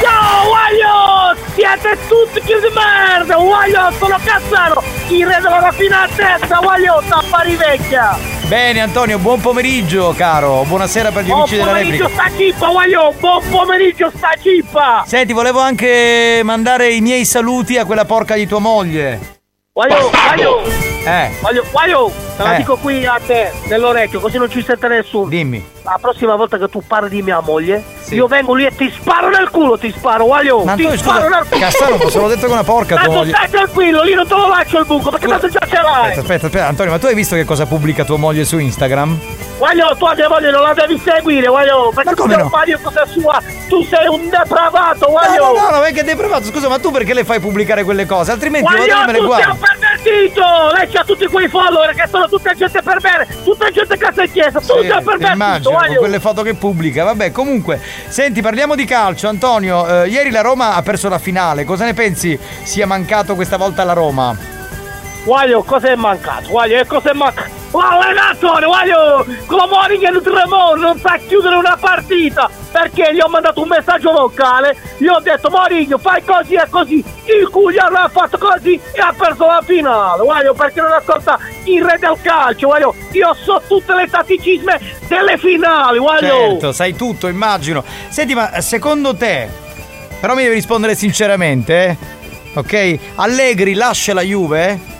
Speaker 13: Ciao Guaglio! Siete tutti chiusi merda! Guaglio, sono Cazzaro! Il re della rapina a testa, Guaglio, sta a pari vecchia!
Speaker 5: Bene Antonio, buon pomeriggio caro, buonasera per gli
Speaker 13: Buon
Speaker 5: amici della
Speaker 13: pomeriggio
Speaker 5: replica.
Speaker 13: sta cippa, Guaglio! Buon pomeriggio sta cippa!
Speaker 5: Senti, volevo anche mandare i miei saluti a quella porca di tua moglie.
Speaker 13: Guaglio, Guaglio!
Speaker 5: Eh.
Speaker 13: Guaglio, Guaglio! Te la
Speaker 5: Eh.
Speaker 13: dico qui a te, nell'orecchio, così non ci sente nessuno.
Speaker 5: Dimmi.
Speaker 13: La prossima volta che tu parli di mia moglie, io vengo lì e ti sparo nel culo, ti sparo, Guaglio!
Speaker 5: Ma
Speaker 13: Ti
Speaker 5: Antonio, scusa,
Speaker 13: sparo nel culo!
Speaker 5: Cassano, ma sono detto che è una porca tua
Speaker 13: Tanto
Speaker 5: moglie.
Speaker 13: stai tranquillo, lì non te lo lascio il buco, perché tanto già ce l'hai!
Speaker 5: Aspetta, aspetta, aspetta, Antonio, ma tu hai visto che cosa pubblica tua moglie su Instagram?
Speaker 13: Guaglio, tu a mia moglie non la devi seguire, Guaglio, perché tu
Speaker 5: come
Speaker 13: sei
Speaker 5: no?
Speaker 13: un maniaco sessuale, tu sei un depravato, Guaglio!
Speaker 5: No, no, no, non è che è depravato, scusa, ma tu perché le fai pubblicare quelle cose? Altrimenti
Speaker 13: Guaglio,
Speaker 5: vado e me le
Speaker 13: tu sei
Speaker 5: guardo.
Speaker 13: un pervertito! Lei c'ha tutti quei follower che sono tutta gente per bene, tutta gente che sei chiesa, tu sei un
Speaker 5: Eh,
Speaker 13: pervertito,
Speaker 5: immagino, con
Speaker 13: Guaglio!
Speaker 5: quelle foto che pubblica. Vabbè, comunque, senti, parliamo di calcio, Antonio. eh, ieri la Roma ha perso la finale. Cosa ne pensi sia mancato questa volta alla Roma?
Speaker 13: Guaglio, cosa è mancato? Guaglio, e cosa è mancato? L'allenatore, Guaglio, con la Moringa e il Tremor non sa chiudere una partita perché gli ho mandato un messaggio vocale, gli ho detto Mourinho fai così e così, il cugliano ha fatto così e ha perso la finale, Guaglio, perché non ascolta il re del calcio, Guaglio, io so tutte le tatticisme delle finali, Guaglio!
Speaker 5: Certo, sai tutto, immagino. Senti, ma secondo te, però mi devi rispondere sinceramente, eh? ok? Allegri lascia la Juve?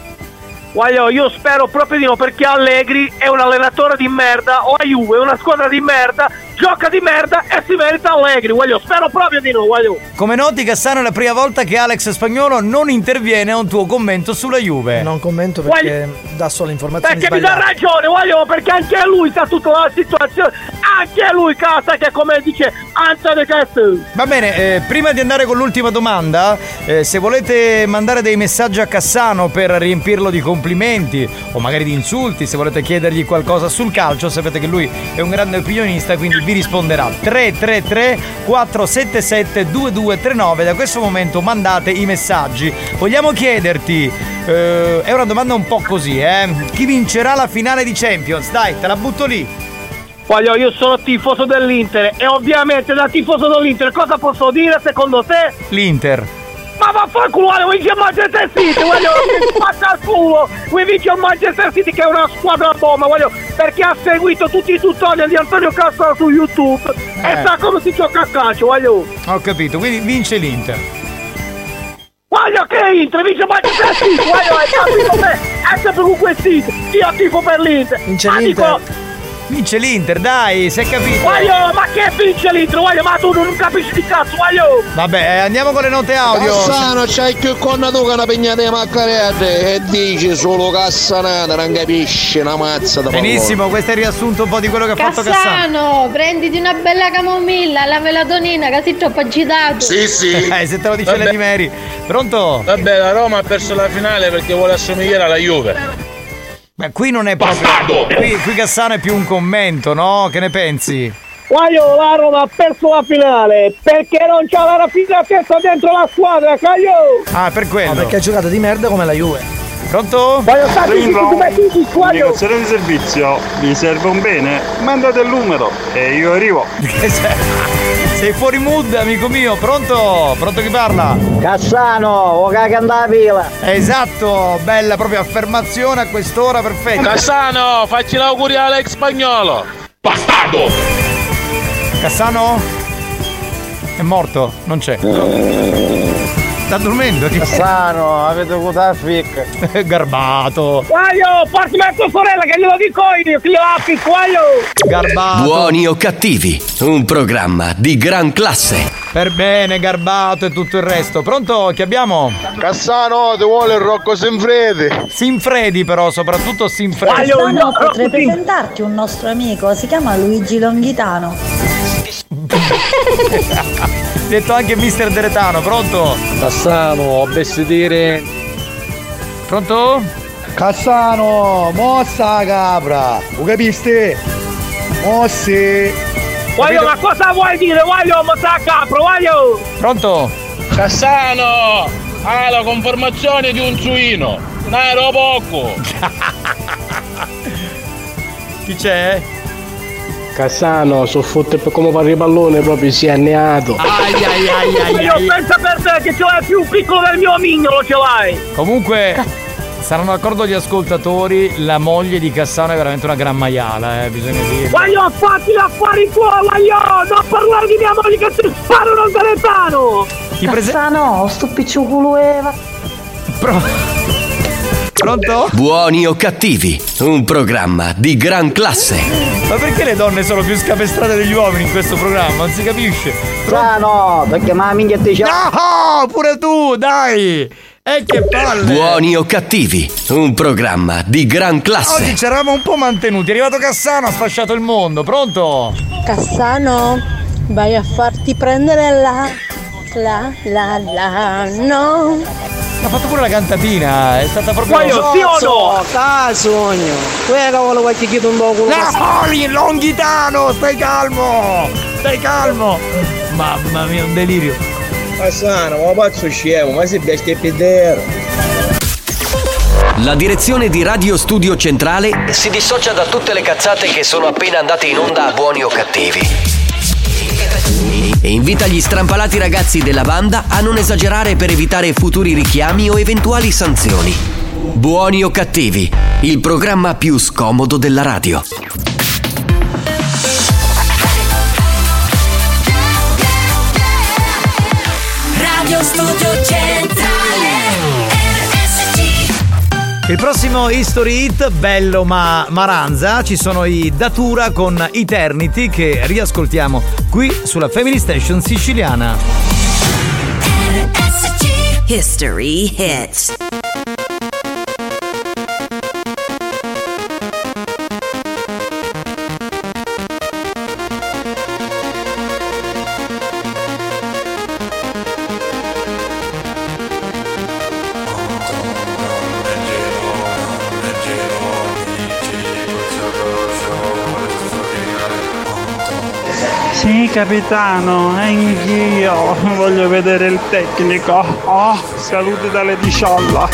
Speaker 13: Guaglio, io spero proprio di no perché Allegri è un allenatore di merda o a Juve, è una squadra di merda, gioca di merda e si merita Allegri, Guaglio, spero proprio di no, Guaglio.
Speaker 5: Come noti, Cassano è la prima volta che Alex Spagnolo non interviene a un tuo commento sulla Juve. Non
Speaker 6: commento
Speaker 13: perché
Speaker 6: dà solo informazioni
Speaker 13: Perché mi dà ragione, Guaglio, perché anche lui sa tutta la situazione, anche lui casa che come dice Antonio Castro.
Speaker 5: Va bene, eh, prima di andare con l'ultima domanda, eh, se volete mandare dei messaggi a Cassano per riempirlo di complimenti o magari di insulti, se volete chiedergli qualcosa sul calcio, sapete che lui è un grande opinionista, quindi vi risponderà. 333 477 2239, da questo momento mandate i messaggi. Vogliamo chiederti, eh, è una domanda un po' così, eh, chi vincerà la finale di Champions? Dai, te la butto lì.
Speaker 13: Guaglio, io sono tifoso dell'Inter e ovviamente da tifoso dell'Inter cosa posso dire secondo te?
Speaker 5: L'Inter.
Speaker 13: Ma vaffanculo, guarda, vuoi vincere il Manchester City, voglio spazza al culo, vuoi vincere il Manchester City che è una squadra bomba, voglio, perché ha seguito tutti i tutorial di Antonio Castro su YouTube
Speaker 5: Eh.
Speaker 13: e sa come si gioca a calcio, voglio.
Speaker 5: Ho capito, quindi vince l'Inter.
Speaker 13: Voglio che Inter vince il Manchester City, voglio, è capito me, è sempre con questi, io tifo per l'Inter. Vince ma dico,
Speaker 5: Vince l'Inter, dai, se hai capito.
Speaker 13: voglio, ma che vince l'Inter, voglio, ma tu non capisci di cazzo, voglio.
Speaker 5: Vabbè, eh, andiamo con le note audio.
Speaker 4: Cassano c'hai più conna tu che una pegnata di maccarette e dici solo Cassanata non capisci una mazza da
Speaker 5: Benissimo, questo è il riassunto un po' di quello che ha fatto Cassano.
Speaker 42: Cassano, prenditi una bella camomilla, la melatonina, che sei troppo agitato.
Speaker 5: [LAUGHS] Eh, se te lo dice
Speaker 50: Vabbè.
Speaker 5: Lady Mary. Pronto?
Speaker 50: Vabbè, la Roma ha perso la finale perché vuole assomigliare alla Juve.
Speaker 5: Beh, qui non è proprio. Qui, qui Cassano è più un commento, no? Che ne pensi?
Speaker 13: Guaglio, la Roma ha perso la finale perché non c'ha la rapina testa dentro la squadra, Caglio!
Speaker 5: Ah, per quello.
Speaker 6: perché ha giocato di merda come la Juve.
Speaker 5: Pronto?
Speaker 13: Voglio stare zitti come tutti, Guaglio!
Speaker 10: Negozio di servizio, vi serve un bene? Mandate il numero e io arrivo.
Speaker 5: [LAUGHS] Sei fuori mood, amico mio. Pronto? Pronto chi parla?
Speaker 51: Cassano, o caganda pila.
Speaker 5: Esatto, bella proprio affermazione a quest'ora, perfetta.
Speaker 50: Cassano, facci l'auguri a Alex Spagnolo. Bastardo!
Speaker 5: Cassano? È morto, non c'è. Sta dormendo? Cassano, avete votato fic. [LAUGHS] Garbato.
Speaker 13: Guaglio, portami a tua sorella che glielo dico io, che glielo appicco, Guaglio!
Speaker 5: Garbato.
Speaker 2: Buoni o cattivi, un programma di gran classe.
Speaker 5: Per bene, garbato e tutto il resto. Pronto? Che abbiamo? Cassano, ti vuole il Rocco Sinfredi. Sinfredi però, soprattutto Sinfredi.
Speaker 24: Cassano potrei presentarti un nostro amico, si chiama Luigi Longhitano.
Speaker 5: Detto anche Mister Deretano, pronto?
Speaker 52: Cassano, ho bestie dire.
Speaker 5: Pronto?
Speaker 16: Cassano, mossa la capra, lo capiste? Mossi.
Speaker 13: Guaglio, ma cosa vuoi dire? Guaglio, ma sta a capro, guaglio!
Speaker 5: Pronto?
Speaker 16: Cassano, ha Ah, la conformazione di un suino, non ero poco.
Speaker 5: [LAUGHS] Chi c'è?
Speaker 6: Cassano, sono fotte per come parli pallone proprio si è anneato.
Speaker 13: Io penso per te che ce l'hai più piccolo del mio mignolo, ce l'hai!
Speaker 5: Comunque saranno d'accordo gli ascoltatori, la moglie di Cassano è veramente una gran maiala, eh, bisogna dire.
Speaker 13: Guaglio, fatela fuori tua, guaglio! Non parlare di mia moglie che ti sparo non garetano!
Speaker 24: Cassano, sto picciuculueva.
Speaker 5: Pronto?
Speaker 2: Buoni o cattivi, un programma di gran classe.
Speaker 5: Ma perché le donne sono più scapestrate degli uomini in questo programma? Non si capisce.
Speaker 53: Cassano, perché ma minchia ti c'è.
Speaker 5: No, pure tu, dai! E che palle!
Speaker 2: Buoni o cattivi, un programma di gran
Speaker 5: Oggi
Speaker 2: classe.
Speaker 5: c'eravamo un po' mantenuti, è arrivato Cassano, ha sfasciato il mondo, pronto?
Speaker 4: Cassano, vai a farti prendere la la la la no.
Speaker 5: Ha fatto pure la cantatina, è stata proprio...
Speaker 4: Guaglio, sì o no?
Speaker 53: Ah, sogno! Quella cavolo qua ti chiedo un po' quello.
Speaker 5: Napoli, Longhitano, stai calmo! Stai calmo! Mamma mia, un delirio.
Speaker 16: Cassano, ma pazzo scemo, ma se bestia è pedero.
Speaker 2: La direzione di Radio Studio Centrale si dissocia da tutte le cazzate che sono appena andate in onda a buoni o cattivi. E invita gli strampalati ragazzi della banda a non esagerare per evitare futuri richiami o eventuali sanzioni. Buoni o cattivi, il programma più scomodo della radio.
Speaker 54: Radio Studio Centrale RSC
Speaker 5: Il prossimo History Hit, bello ma maranza, ci sono i Datura con Eternity che riascoltiamo qui sulla Family Station siciliana.
Speaker 4: History hits.
Speaker 10: Sì, capitano, anch'io [LAUGHS] voglio vedere il tecnico. Oh, salute dalle disciolla.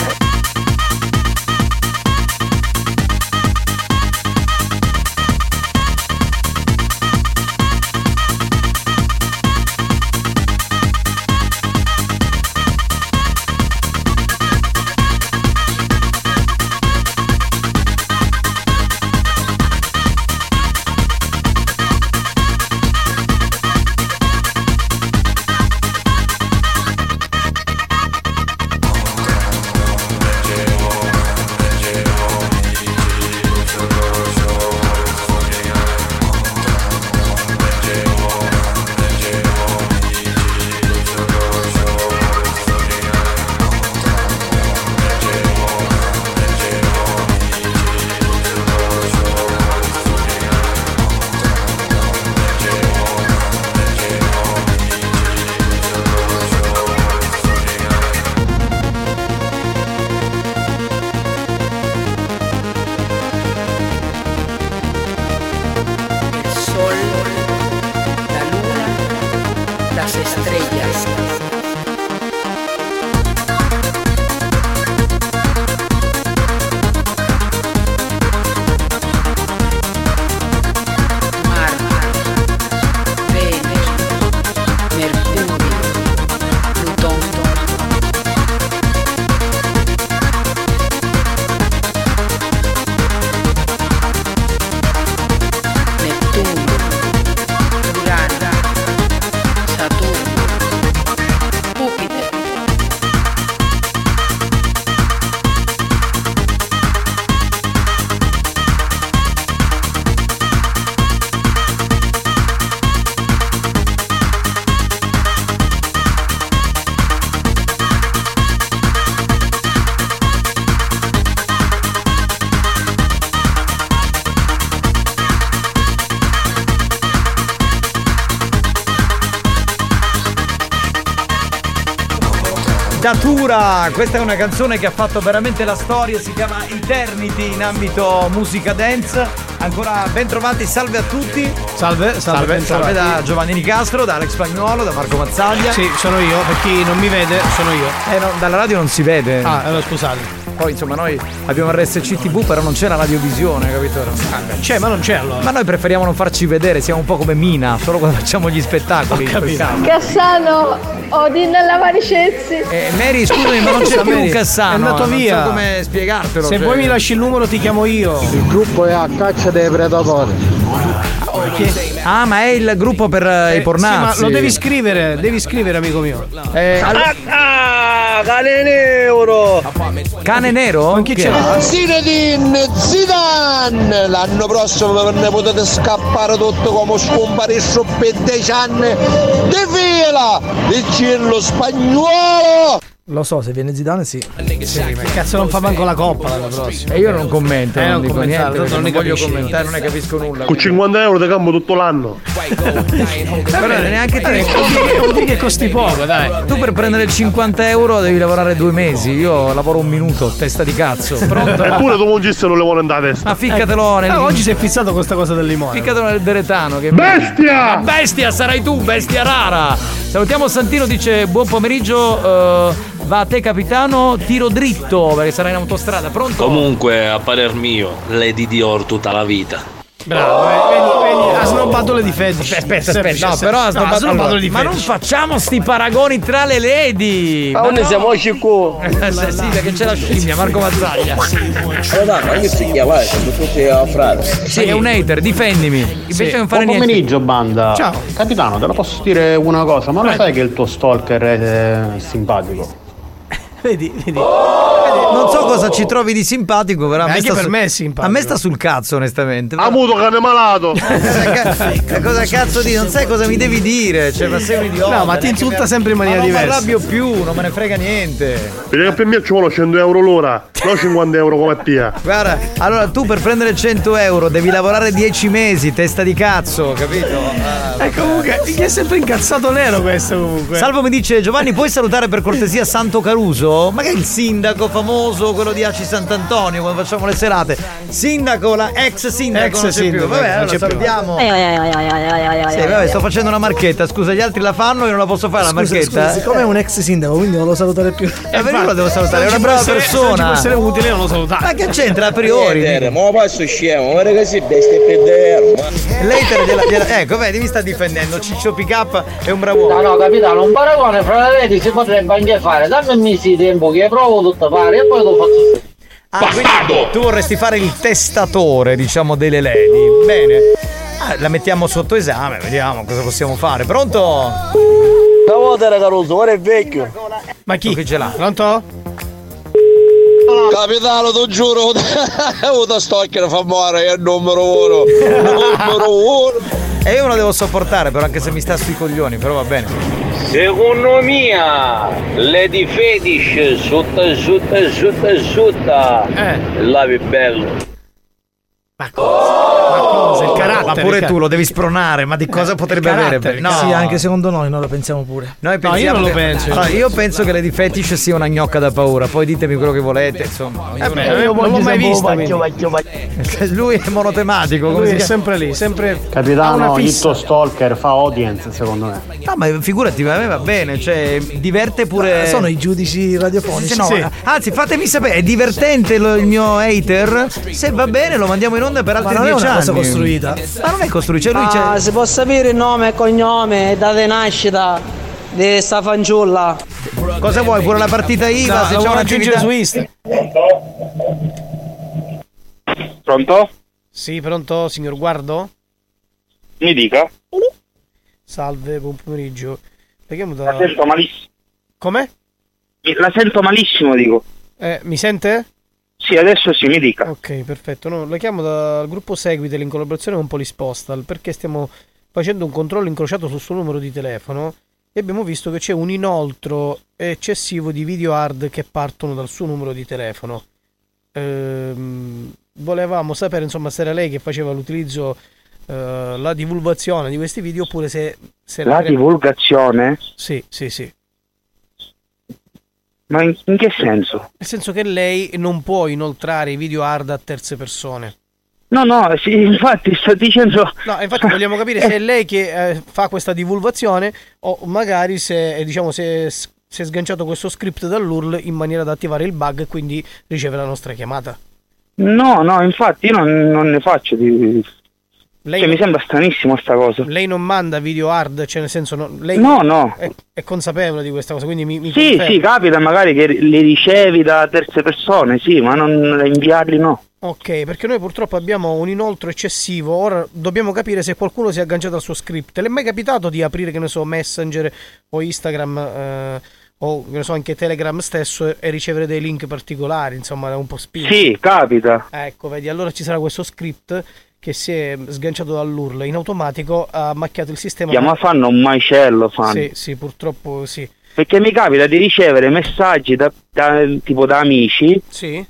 Speaker 5: Statura, questa è una canzone che ha fatto veramente la storia, si chiama Eternity in ambito musica dance. Ancora ben trovati, salve a tutti.
Speaker 6: Salve, salve,
Speaker 5: Salve,
Speaker 6: ben
Speaker 5: salve
Speaker 6: trovati.
Speaker 5: da Giovanni Nicastro, da Alex Spagnuolo, da Marco Mazzaglia.
Speaker 6: Sì, sono io, per chi non mi vede, sono io.
Speaker 5: Eh, no, dalla radio non si vede.
Speaker 6: Ah, allora scusate.
Speaker 5: Poi insomma noi abbiamo RSC TV però non c'è la radiovisione, capito?
Speaker 6: C'è, ma non c'è allora.
Speaker 5: Ma noi preferiamo non farci vedere, siamo un po' come Mina, solo quando facciamo gli spettacoli. in quel caso.
Speaker 42: Cassano, Odin alla Variscezzi.
Speaker 5: Eh, Mary, scusami, ma non c'è più Cassano.
Speaker 6: È andato via.
Speaker 5: Non so come spiegartelo.
Speaker 6: Se
Speaker 5: cioè.
Speaker 6: poi mi lasci il numero ti chiamo io.
Speaker 5: Il gruppo è a caccia dei predatori. Ah, ma è il gruppo per eh, i pornazzi.
Speaker 6: Sì, ma lo devi scrivere, devi scrivere, amico mio.
Speaker 5: Eh,
Speaker 29: Ah,
Speaker 5: all-
Speaker 6: cane neuro!
Speaker 5: Cane nero? Con chi c'era?
Speaker 4: Zinedine Zidane l'anno prossimo ne potete scappare tutto come scomparissero per 10 anni di fila dici lo spagnolo
Speaker 5: Lo so, se viene Zidane sì.
Speaker 6: Sì, ma cazzo non fa manco la coppa l'anno prossimo.
Speaker 5: E io non commento,
Speaker 6: Eh,
Speaker 5: non,
Speaker 6: non
Speaker 5: dico
Speaker 6: commentare,
Speaker 5: niente,
Speaker 6: tanto non
Speaker 5: perché non
Speaker 6: ne
Speaker 5: voglio
Speaker 6: capisci.
Speaker 5: commentare, non ne capisco nulla.
Speaker 12: Con 50 euro ti campo tutto l'anno.
Speaker 5: Però neanche te
Speaker 6: eh, Vuol dire che costi poco, dai.
Speaker 5: Tu per prendere 50 euro devi lavorare due mesi, io lavoro un minuto, testa di cazzo.
Speaker 6: [LAUGHS] Eh,
Speaker 5: Pronto?
Speaker 12: Eppure tu mangi se non le vuole andare a testa.
Speaker 5: Ma ficcatelo nel...
Speaker 6: Ah, oggi si è fissato con questa cosa del limone.
Speaker 5: Ficcatelo nel deretano che
Speaker 12: Bestia!
Speaker 5: Ma Bestia sarai tu, bestia rara! Salutiamo Santino, dice buon pomeriggio, eh, va a te capitano, tiro dritto perché sarai in autostrada, pronto?
Speaker 7: Comunque, a parer mio, Lady Dior tutta la vita.
Speaker 6: Bravo, eh, vedi, vedi, ha snobbato le difetti. Aspetta,
Speaker 5: Eh, No, però ha snobbato- allora,
Speaker 6: le
Speaker 5: ma
Speaker 6: difetti.
Speaker 5: non facciamo sti paragoni tra le lady!
Speaker 6: Ma noi siamo
Speaker 5: sicuri! sì, perché c'è la scimmia, Marco Mazzaglia!
Speaker 8: Allora, ma io si chiama, eh, sono tutti a frase.
Speaker 5: Sì, è un hater, difendimi! Invece non fare
Speaker 8: Buon
Speaker 5: niente!
Speaker 8: pomeriggio,
Speaker 5: banda! Ciao! Eh.
Speaker 8: Capitano, te la posso dire una cosa, ma lo sai che il tuo stalker è eh, simpatico?
Speaker 6: Vedi, vedi.
Speaker 29: Oh!
Speaker 5: Non so cosa ci trovi di simpatico, però a me,
Speaker 6: Anche
Speaker 5: sta
Speaker 6: per
Speaker 5: su-
Speaker 6: me è simpatico.
Speaker 5: a me sta sul cazzo, onestamente. [LAUGHS]
Speaker 12: Ha avuto cane malato.
Speaker 5: Ma cosa cazzo di non sai cosa mi devi dire? Cioè, ma sei un idiota.
Speaker 6: No, ma ti insulta sempre in maniera diversa.
Speaker 5: Non mi arrabbio più, non me ne frega niente.
Speaker 12: Perché per me ci vuole 100 euro l'ora, non 50 euro come pia.
Speaker 5: Guarda, allora tu per prendere 100 euro devi lavorare 10 mesi, testa di cazzo, capito? Ah,
Speaker 6: E Eh, comunque, chi è sempre incazzato nero questo comunque.
Speaker 5: Salvo mi dice Giovanni, puoi salutare per cortesia Santo Caruso? Magari il sindaco famoso, quello di Aci Sant'Antonio, quando facciamo le serate. Sindaco, la ex sindaco,
Speaker 6: Ex
Speaker 5: non c'è
Speaker 6: sindaco,
Speaker 5: più. Vabbè,
Speaker 6: non
Speaker 5: allora
Speaker 6: c'è più.
Speaker 5: salutiamo.
Speaker 20: Eh,
Speaker 5: Sì, vabbè, sto facendo una marchetta. Scusa, gli altri la fanno, io non la posso fare la
Speaker 29: Scusa,
Speaker 5: marchetta.
Speaker 29: scusa,
Speaker 6: eh.
Speaker 29: siccome è un ex sindaco, quindi non lo salutare più.
Speaker 5: Eh, perché io la devo salutare? È una
Speaker 29: Non ci
Speaker 5: brava
Speaker 29: può essere-
Speaker 5: persona.
Speaker 29: non ci può essere
Speaker 6: utile, non lo Eh, salutare.
Speaker 5: Ma che c'entra a priori?
Speaker 8: Niente, Eh, ma passo scemo, guarda che si bestia per
Speaker 5: Later gliela, gliela- Ecco, vedi, mi sta difendendo. Ciccio PK è un bravo
Speaker 51: No, no, capitano, un paragone fra le reti si potrebbe anche fare. Dammi un mese di tempo che provo tutto a fare e poi lo faccio.
Speaker 5: Ah, quindi tu vorresti fare il testatore, diciamo, delle lady. Bene. Ah, la mettiamo sotto esame, vediamo cosa possiamo fare. Pronto?
Speaker 51: Da volta, Caruso, ora è vecchio.
Speaker 6: Ma chi?
Speaker 5: ce l'ha?
Speaker 6: Pronto?
Speaker 4: Capitano, ti giuro, [LAUGHS] uno stalker fa muore, è il numero uno. Numero uno.
Speaker 5: [LAUGHS] E io me la devo sopportare, però, anche se mi sta sui coglioni, però va bene.
Speaker 8: Secondo mia, Lady Fetish, sutta, sutta, sutta, sutta. Eh. Lavi bello.
Speaker 6: Il carattere.
Speaker 5: Ah, Ma pure
Speaker 6: il
Speaker 5: tu lo devi spronare, ma di
Speaker 13: Eh,
Speaker 5: cosa potrebbe avere?
Speaker 29: No. Sì, anche secondo noi, noi lo pensiamo pure.
Speaker 5: Noi
Speaker 6: No, io
Speaker 5: pensiamo
Speaker 6: non lo
Speaker 5: che-
Speaker 6: penso.
Speaker 5: Allora, io penso che Lady Fetish sia una gnocca da paura. Poi ditemi quello che volete, insomma.
Speaker 6: Eh beh, io non l'ho mai vista, quindi. Eh,
Speaker 5: Lui è monotematico, come
Speaker 6: Lui
Speaker 5: si
Speaker 6: è
Speaker 5: chiama?
Speaker 6: sempre lì, sempre. ha una
Speaker 8: Capitano, il
Speaker 6: fissa.
Speaker 8: tuo stalker fa audience, secondo me.
Speaker 5: No, ma figurati, a me va bene, cioè, diverte pure.
Speaker 29: Sono i giudici radiofonici.
Speaker 5: Sì, no, Anzi, fatemi sapere, è divertente lo- il mio hater? Se va bene, lo mandiamo in onda per altri
Speaker 29: Ma non è
Speaker 5: 10
Speaker 29: una
Speaker 5: anni.
Speaker 29: cosa costruita.
Speaker 5: Ma non è costruita, cioè lui
Speaker 51: Ah,
Speaker 5: c'è.
Speaker 51: si può sapere il nome e cognome, date nascita di sta fanciulla.
Speaker 5: Cosa vuoi? Pure la partita IVA?
Speaker 6: No,
Speaker 5: se
Speaker 6: lo
Speaker 5: c'è
Speaker 6: vuole
Speaker 5: una
Speaker 6: aggiungere su Insta.
Speaker 19: Pronto?
Speaker 6: Sì, pronto, signor Guardo?
Speaker 19: Mi dica.
Speaker 6: Salve, buon pomeriggio. Perché
Speaker 19: La sento malissimo.
Speaker 6: Come?
Speaker 19: La sento malissimo, dico.
Speaker 6: Eh, mi sente?
Speaker 19: Sì, adesso sì, mi dica.
Speaker 6: Ok, perfetto. No, la chiamo dal gruppo Seguitele in collaborazione con Polispostal perché stiamo facendo un controllo incrociato sul suo numero di telefono e abbiamo visto che c'è un inoltro eccessivo di video hard che partono dal suo numero di telefono. Ehm, volevamo sapere, insomma, se era lei che faceva l'utilizzo, eh, la divulgazione di questi video oppure se... se
Speaker 19: La
Speaker 6: era-
Speaker 19: divulgazione?
Speaker 6: Sì, sì, sì.
Speaker 19: Ma in, in che senso?
Speaker 6: Nel senso che lei non può inoltrare i video hard a terze persone.
Speaker 19: No, no, sì, [LAUGHS] infatti sto dicendo...
Speaker 6: No,
Speaker 19: [LAUGHS]
Speaker 6: infatti vogliamo capire se è lei che eh, fa questa divulgazione o magari se, eh, diciamo, se, se è sganciato questo script dall'URL in maniera da attivare il bug e quindi riceve la nostra chiamata.
Speaker 19: No, no, infatti io non, non ne faccio di...
Speaker 6: Lei-
Speaker 19: Cioè mi sembra stranissimo sta cosa.
Speaker 6: Lei non manda video hard, cioè nel senso no, lei
Speaker 19: No, no.
Speaker 6: È, è consapevole di questa cosa, quindi mi, mi
Speaker 19: Sì,
Speaker 6: conferma.
Speaker 19: sì, capita magari che li ricevi da terze persone, sì, ma non da inviarli no.
Speaker 6: Ok, perché noi purtroppo abbiamo un inoltro eccessivo, ora dobbiamo capire se qualcuno si è agganciato al suo script. Le è mai capitato di aprire, che ne so, Messenger o Instagram eh, o che ne so, anche Telegram stesso e, e ricevere dei link particolari, insomma, un po' spinto?
Speaker 19: Sì, capita.
Speaker 6: Ecco, vedi, allora ci sarà questo script che si è sganciato dall'URL in automatico, ha macchiato il sistema.
Speaker 19: Chiama fanno un macello, fanno.
Speaker 6: Eh, Sì, sì, purtroppo sì.
Speaker 19: Perché mi capita di ricevere messaggi da, da- tipo da amici
Speaker 6: Sì?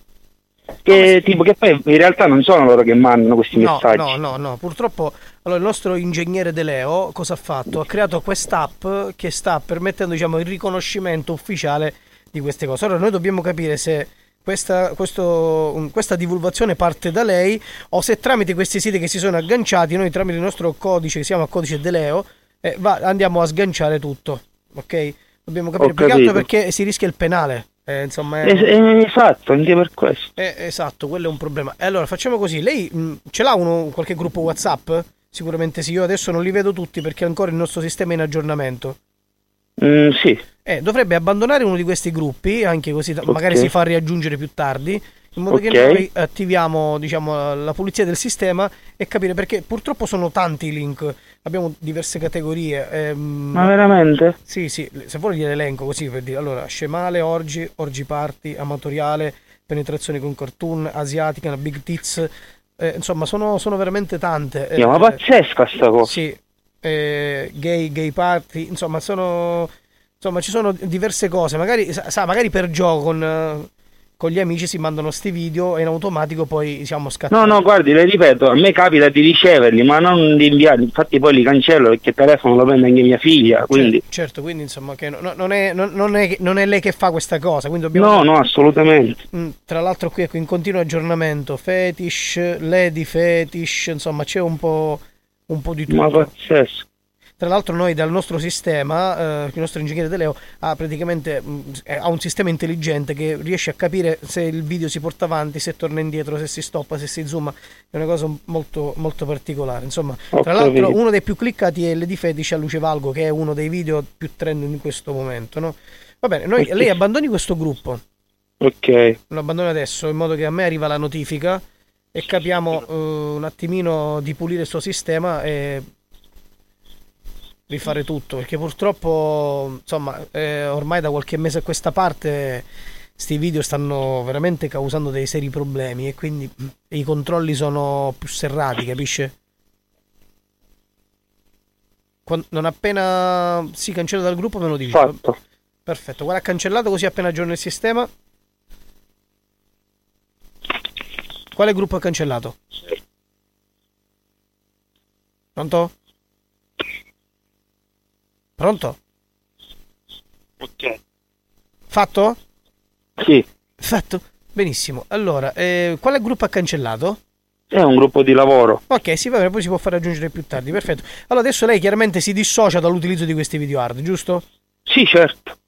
Speaker 19: che, tipo, che poi in realtà non sono loro che mandano questi
Speaker 6: No,
Speaker 19: messaggi.
Speaker 6: no, no, no, purtroppo allora, il nostro ingegnere De Leo cosa ha fatto? Ha creato quest'app che sta permettendo diciamo, il riconoscimento ufficiale di queste cose. Allora noi dobbiamo capire se questa, questo- um, questa divulgazione parte da lei o se tramite questi siti che si sono agganciati, noi tramite il nostro codice che si chiama codice De Leo, eh, va- andiamo a sganciare tutto, ok? Dobbiamo capire
Speaker 19: Ho
Speaker 6: più che altro
Speaker 19: capito.
Speaker 6: perché si rischia il penale. eh, insomma, è-
Speaker 19: Es- eh, esatto, anche per questo.
Speaker 6: eh, esatto, quello è un problema. E allora facciamo così: lei mh, ce l'ha uno, qualche gruppo WhatsApp? Sicuramente sì, io adesso non li vedo tutti perché ancora il nostro sistema è in aggiornamento.
Speaker 19: Mm, sì,
Speaker 6: Eh, dovrebbe abbandonare uno di questi gruppi, anche così da- magari
Speaker 19: Ok.
Speaker 6: si fa riaggiungere più tardi, in modo che
Speaker 19: Ok.
Speaker 6: noi attiviamo diciamo, la pulizia del sistema e capire perché purtroppo sono tanti i link, abbiamo diverse categorie. ehm,
Speaker 19: ma veramente?
Speaker 6: sì, sì, le- se vuoi l'elenco così per dire, allora, scemale, orgi, orgi party, amatoriale, penetrazione con cartoon, asiatica, big tits, eh, insomma, sono, sono veramente tante. eh,
Speaker 19: No, ma pazzesca sta cosa.
Speaker 6: Sì, eh, gay, gay party, insomma, sono... Insomma, ci sono diverse cose, magari, sa, sa, magari per gioco con, eh, con gli amici si mandano sti video e in automatico poi siamo scattati.
Speaker 19: No, no, guardi, le ripeto, a me capita di riceverli, ma non di inviarli. Infatti poi li cancello perché il telefono lo prende anche mia figlia, quindi...
Speaker 6: Certo, quindi insomma, che no- no- non, è, non- non è, non è lei che fa questa cosa, quindi dobbiamo...
Speaker 19: No, no, assolutamente.
Speaker 6: Mm, Tra l'altro qui ecco, in continuo aggiornamento, fetish, lady fetish, insomma c'è un po', un po' di
Speaker 19: Ma
Speaker 6: tutto.
Speaker 19: pazzesco.
Speaker 6: Tra l'altro noi dal nostro sistema, eh, il nostro ingegnere De Leo ha praticamente mm, eh, ha un sistema intelligente che riesce a capire se il video si porta avanti, se torna indietro, se si stoppa, se si zooma, è una cosa molto, molto particolare. Insomma,
Speaker 19: Ho
Speaker 6: tra l'altro
Speaker 19: capito.
Speaker 6: uno dei più cliccati è Lady Fetish a Luce Valgo, che è uno dei video più trend in questo momento. no? Va bene, noi- lei abbandoni questo gruppo
Speaker 19: Ok.
Speaker 6: lo abbandono adesso in modo che a me arriva la notifica e capiamo eh, un attimino di pulire il suo sistema e rifare tutto perché purtroppo insomma eh, ormai da qualche mese a questa parte sti video stanno veramente causando dei seri problemi e quindi mm, i controlli sono più serrati capisce? Quan- non appena si cancella dal gruppo me lo dice
Speaker 19: Fatto.
Speaker 6: perfetto guarda cancellato così appena aggiorno il sistema Quale gruppo ha cancellato? Pronto? Pronto?
Speaker 19: Ok.
Speaker 6: Fatto?
Speaker 19: Sì,
Speaker 6: Fatto? Benissimo. Allora, eh, quale gruppo ha cancellato?
Speaker 19: è un gruppo di lavoro.
Speaker 6: Ok, sì, va bene, poi si può far raggiungere più tardi, perfetto. Allora, adesso lei chiaramente si dissocia dall'utilizzo di questi video hard, giusto?
Speaker 19: Sì, certo.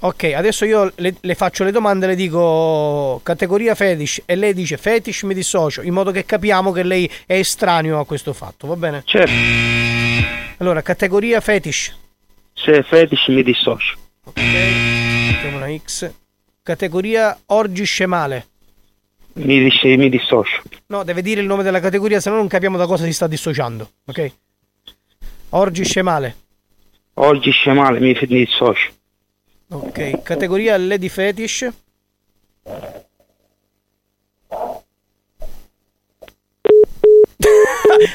Speaker 6: Ok, adesso io le, le faccio le domande, le dico categoria fetish e lei dice fetish mi dissocio, in modo che capiamo che lei è estraneo a questo fatto, va bene?
Speaker 19: Certo.
Speaker 6: Allora, categoria fetish,
Speaker 19: Se fetish mi dissocio.
Speaker 6: mettiamo una X. Categoria orgi scemale.
Speaker 19: Mi, disce- mi dissocio.
Speaker 6: No, deve dire il nome della categoria, se no non capiamo da cosa si sta dissociando, ok? Orgi scemale.
Speaker 19: Oggi scemale mi, mi dissocio.
Speaker 6: Ok, categoria Lady Fetish.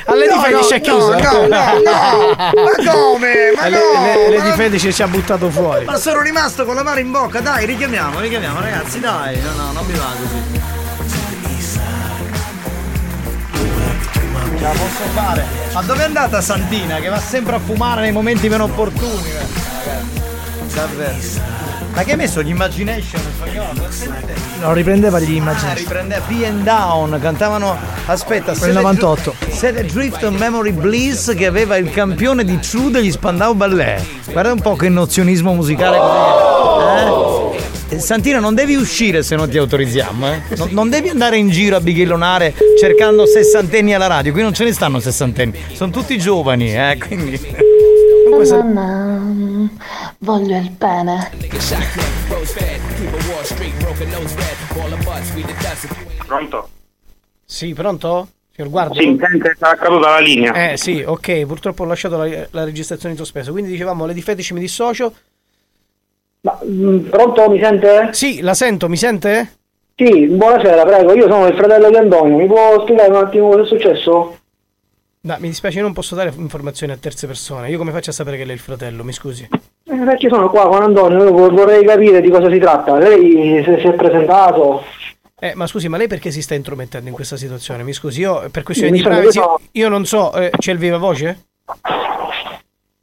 Speaker 6: A Lady
Speaker 27: No,
Speaker 6: Fetish
Speaker 27: no,
Speaker 6: è chiusa.
Speaker 27: no, no, no.
Speaker 6: [LAUGHS]
Speaker 27: Ma come? Ma
Speaker 6: A
Speaker 27: no,
Speaker 6: Le, le,
Speaker 27: ma-
Speaker 6: Lady Fetish ci ha buttato fuori.
Speaker 5: Ma sono rimasto con la mano in bocca, dai, richiamiamo, richiamiamo, ragazzi, dai. No, no, non mi va così. Ce la posso fare. Ma dove è andata Santina? Che va sempre a fumare nei momenti meno opportuni. eh? Davvero. Ma che hai messo l'Imagination in spagnolo? Non sentite?
Speaker 29: No, riprendeva gli
Speaker 5: Ah,
Speaker 29: immagini.
Speaker 5: riprende Be and Down, cantavano aspetta,
Speaker 29: Quel 98.
Speaker 5: Set Drift on Memory Bliss che aveva il campione di True degli Spandau Ballet. Guarda un po' che nozionismo musicale così. Eh? Eh, Santina, non devi uscire se non ti autorizziamo, eh? Non, non devi andare in giro a bighellonare cercando sessantenni alla radio. Qui non ce ne stanno sessantenni, sono tutti giovani, eh? Quindi.
Speaker 34: Nanna, voglio il pene.
Speaker 10: Pronto?
Speaker 6: Sì, pronto? Signor Guardo?
Speaker 19: Sì, mi sente, sarà caduta la linea.
Speaker 6: Eh sì, ok, purtroppo ho lasciato la, la registrazione in sospeso. Quindi dicevamo, Lady Fetish mi dissocio. Ma mm, pronto, mi sente? Sì, la sento, mi sente?
Speaker 26: Sì, buonasera, prego, io sono il fratello di Antonio, mi può spiegare un attimo cosa è successo?
Speaker 6: No, mi dispiace, io non posso dare informazioni a terze persone. Io come faccio a sapere che lei è il fratello? Mi scusi.
Speaker 26: Eh, perché sono qua con Antonio, io vo- vorrei capire di cosa si tratta, lei se si è presentato,
Speaker 6: Eh, ma scusi, ma lei perché si sta intromettendo in questa situazione? Mi scusi, io eh, per
Speaker 26: Mi
Speaker 6: questioni di
Speaker 26: sono
Speaker 6: privacy,
Speaker 26: detto-
Speaker 6: io non so, eh, c'è il viva voce?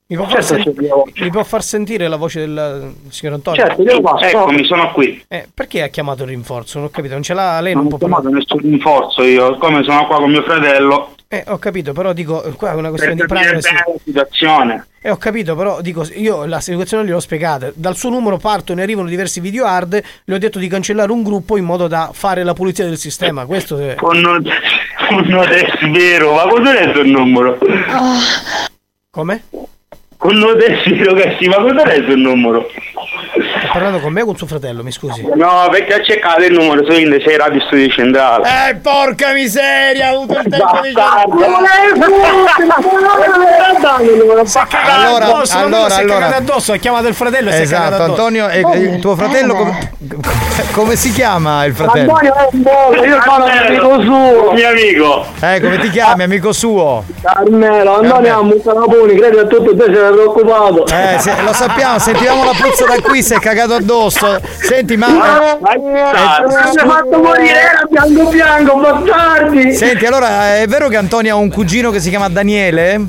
Speaker 6: Mi può, far
Speaker 26: Certo
Speaker 6: sen-
Speaker 26: c'è il viva voce.
Speaker 6: mi può far sentire la voce del eh, signor Antonio?
Speaker 26: Certo, io
Speaker 19: Ecco,
Speaker 26: qua sto. Eccomi, sono
Speaker 19: qui.
Speaker 6: Eh, perché ha chiamato il rinforzo? Non ho capito, non ce l'ha
Speaker 26: Eh,
Speaker 6: lei?
Speaker 19: Non
Speaker 6: Non
Speaker 19: ho
Speaker 6: può
Speaker 19: chiamato
Speaker 6: parlare.
Speaker 19: nessun rinforzo io, come sono qua con mio fratello
Speaker 6: Eh, ho capito, però dico, eh, qua è una
Speaker 19: per
Speaker 6: questione di
Speaker 19: capire
Speaker 6: privacy.
Speaker 19: bene la situazione.
Speaker 6: Eh, ho capito, però dico, io la situazione gliel'ho spiegata. Dal suo numero partono e arrivano diversi video hard, le ho detto di cancellare un gruppo in modo da fare la pulizia del sistema. Questo è...
Speaker 19: Con non, con non è vero, ma cos'è il suo numero?
Speaker 6: Come?
Speaker 19: Con non è vero che sì, ma cos'è il suo numero?
Speaker 6: Sta parlando con me o con suo fratello, mi scusi?
Speaker 19: No, perché ha cercato il numero, so in sei radio studio centrale.
Speaker 6: Eh, porca miseria, ha avuto il tempo di
Speaker 5: Allora,
Speaker 6: Allora, addosso, allora,
Speaker 5: allora,
Speaker 6: si è cagato
Speaker 5: allora.
Speaker 6: addosso, ha chiamato il fratello e si è
Speaker 5: Esatto,
Speaker 6: cagato addosso.
Speaker 5: Antonio, e- e il tuo fratello come, [LAUGHS] come si chiama il fratello?
Speaker 26: Antonio è un modo, io sono un amico suo,
Speaker 19: mio amico.
Speaker 5: Eh, come ti chiami, amico suo?
Speaker 26: Carmelo, Antonio ha un calapone, credo che tutti te se ne preoccupato.
Speaker 5: Eh, se- lo sappiamo, sentiamo la puzza da qui, si è cagato addosso. Senti,
Speaker 19: Ah,
Speaker 5: ma.
Speaker 26: Eh, Mi ha fatto morire, era bianco bianco, bastardi!
Speaker 5: Senti, allora eh, è vero che Antonio ha un cugino che si chiama
Speaker 26: [LAUGHS]
Speaker 5: Daniele?
Speaker 19: Eh,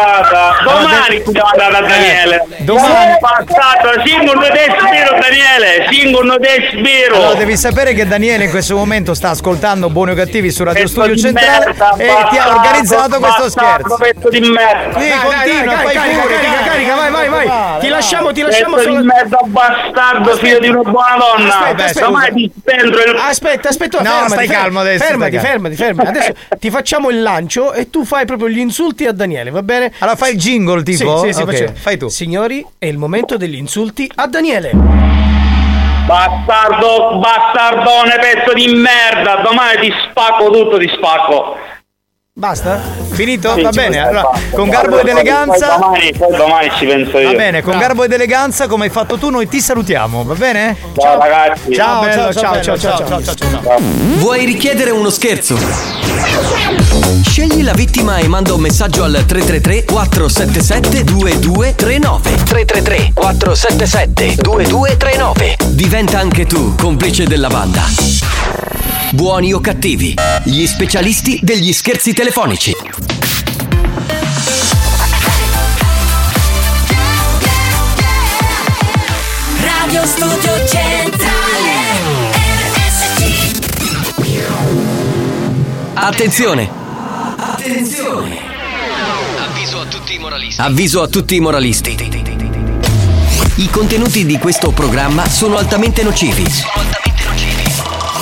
Speaker 19: Domani stiamo andando da
Speaker 26: eh,
Speaker 19: Daniele.
Speaker 5: domani.
Speaker 19: È passato, singolo non è vero Daniele, singolo non è vero.
Speaker 5: Allora, devi sapere che Daniele in questo momento sta ascoltando Buoni o Cattivi su Radio Studio
Speaker 19: di
Speaker 5: Centrale
Speaker 19: merda,
Speaker 5: e ti ha
Speaker 19: bastardo,
Speaker 5: organizzato questo
Speaker 19: bastardo,
Speaker 5: scherzo.
Speaker 19: pezzo di merda.
Speaker 5: Sì,
Speaker 19: Dai, dai,
Speaker 5: continua,
Speaker 19: dai,
Speaker 5: fai
Speaker 19: carica,
Speaker 5: pure,
Speaker 19: carica,
Speaker 5: dai.
Speaker 19: carica, vai, vai, vai.
Speaker 5: Dai,
Speaker 19: Ti
Speaker 5: dai.
Speaker 19: lasciamo,
Speaker 26: Eh,
Speaker 19: ti lasciamo Pezzo di solo- merda, bastardo, figlio di una buona donna.
Speaker 6: Aspetta, aspetta.
Speaker 19: Ormai ti spento il-
Speaker 6: Aspetta, aspetta,
Speaker 19: No,
Speaker 6: fermati,
Speaker 19: stai
Speaker 6: fermati,
Speaker 19: calmo adesso,
Speaker 6: Fermati,
Speaker 19: stai calmo.
Speaker 6: fermati, fermati.
Speaker 5: [LAUGHS]
Speaker 6: Adesso ti facciamo il lancio e tu fai proprio gli insulti a Daniele, va bene?
Speaker 5: Allora fai il jingle tipo?
Speaker 6: Sì, sì, sì,
Speaker 5: Ok,
Speaker 6: faccio-
Speaker 5: fai tu.
Speaker 6: Signori, è il momento degli insulti a Daniele.
Speaker 19: Bastardo, bastardone, pezzo di merda. Domani ti spacco tutto, ti spacco.
Speaker 6: Basta?
Speaker 5: Finito?
Speaker 19: Sì,
Speaker 5: Va
Speaker 19: ci
Speaker 5: bene,
Speaker 19: può
Speaker 5: allora,
Speaker 19: stare, basta.
Speaker 5: con garbo ed
Speaker 19: Poi- poi
Speaker 5: eleganza.
Speaker 19: Domani, poi domani ci penso io.
Speaker 5: Va bene, con garbo ed eleganza, come hai fatto tu, noi ti salutiamo, va bene?
Speaker 19: Ciao, ragazzi.
Speaker 5: Ciao, ciao, ciao,
Speaker 6: bello,
Speaker 5: ciao, ciao,
Speaker 6: ciao,
Speaker 5: ciao, ciao, ciao.
Speaker 2: Vuoi richiedere uno scherzo? Scegli la vittima e manda un messaggio al 333 477 2239 333 477 2239 Diventa anche tu complice della banda. Buoni o cattivi, gli specialisti degli scherzi telefonici.
Speaker 27: Radio Studio Centrale RSC
Speaker 2: Attenzione!
Speaker 27: Attenzione
Speaker 2: Avviso a tutti i moralisti. Avviso a tutti i moralisti. I contenuti di questo programma sono altamente nocivi.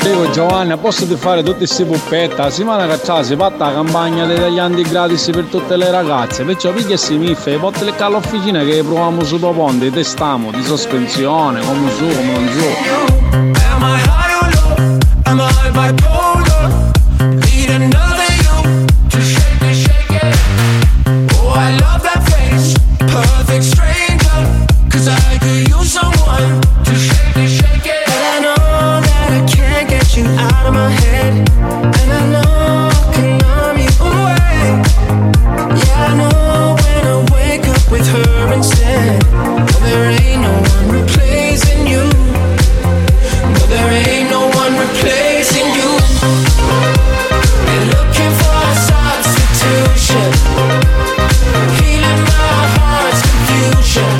Speaker 26: Dico Giovanni, a posto di fare tutte queste puppette, la settimana cacciata si fatta la campagna dei taglianti gratis per tutte le ragazze, perciò piglia si miffe, porta le calo officina che proviamo su tuo ponte, testiamo di sospensione, come su, come non su.
Speaker 27: Am I high or low? Am I bipolar? Need another you to shake it, shake it. Oh, I love that face, perfect stranger. Cause I could use someone to shake it, shake it. But I know
Speaker 25: rushing out of my head. And I know I can numb you away. Yeah, I know when I wake up with her instead. No, there ain't no one replacing you. No, there ain't no one replacing you. Been looking for a substitution. Healing my heart's confusion.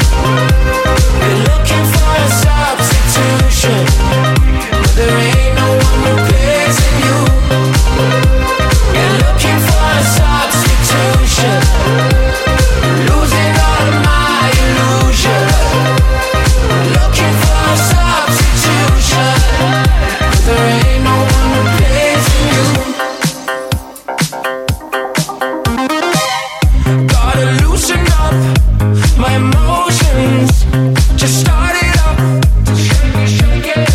Speaker 25: Been looking for a substitution. No, there ain't no one replacing you. Been looking for a substitution. Losing all of my illusions. Looking for a substitution. There ain't no one replacing you. Gotta loosen up my emotions. Just start it up. Shake it, shake it.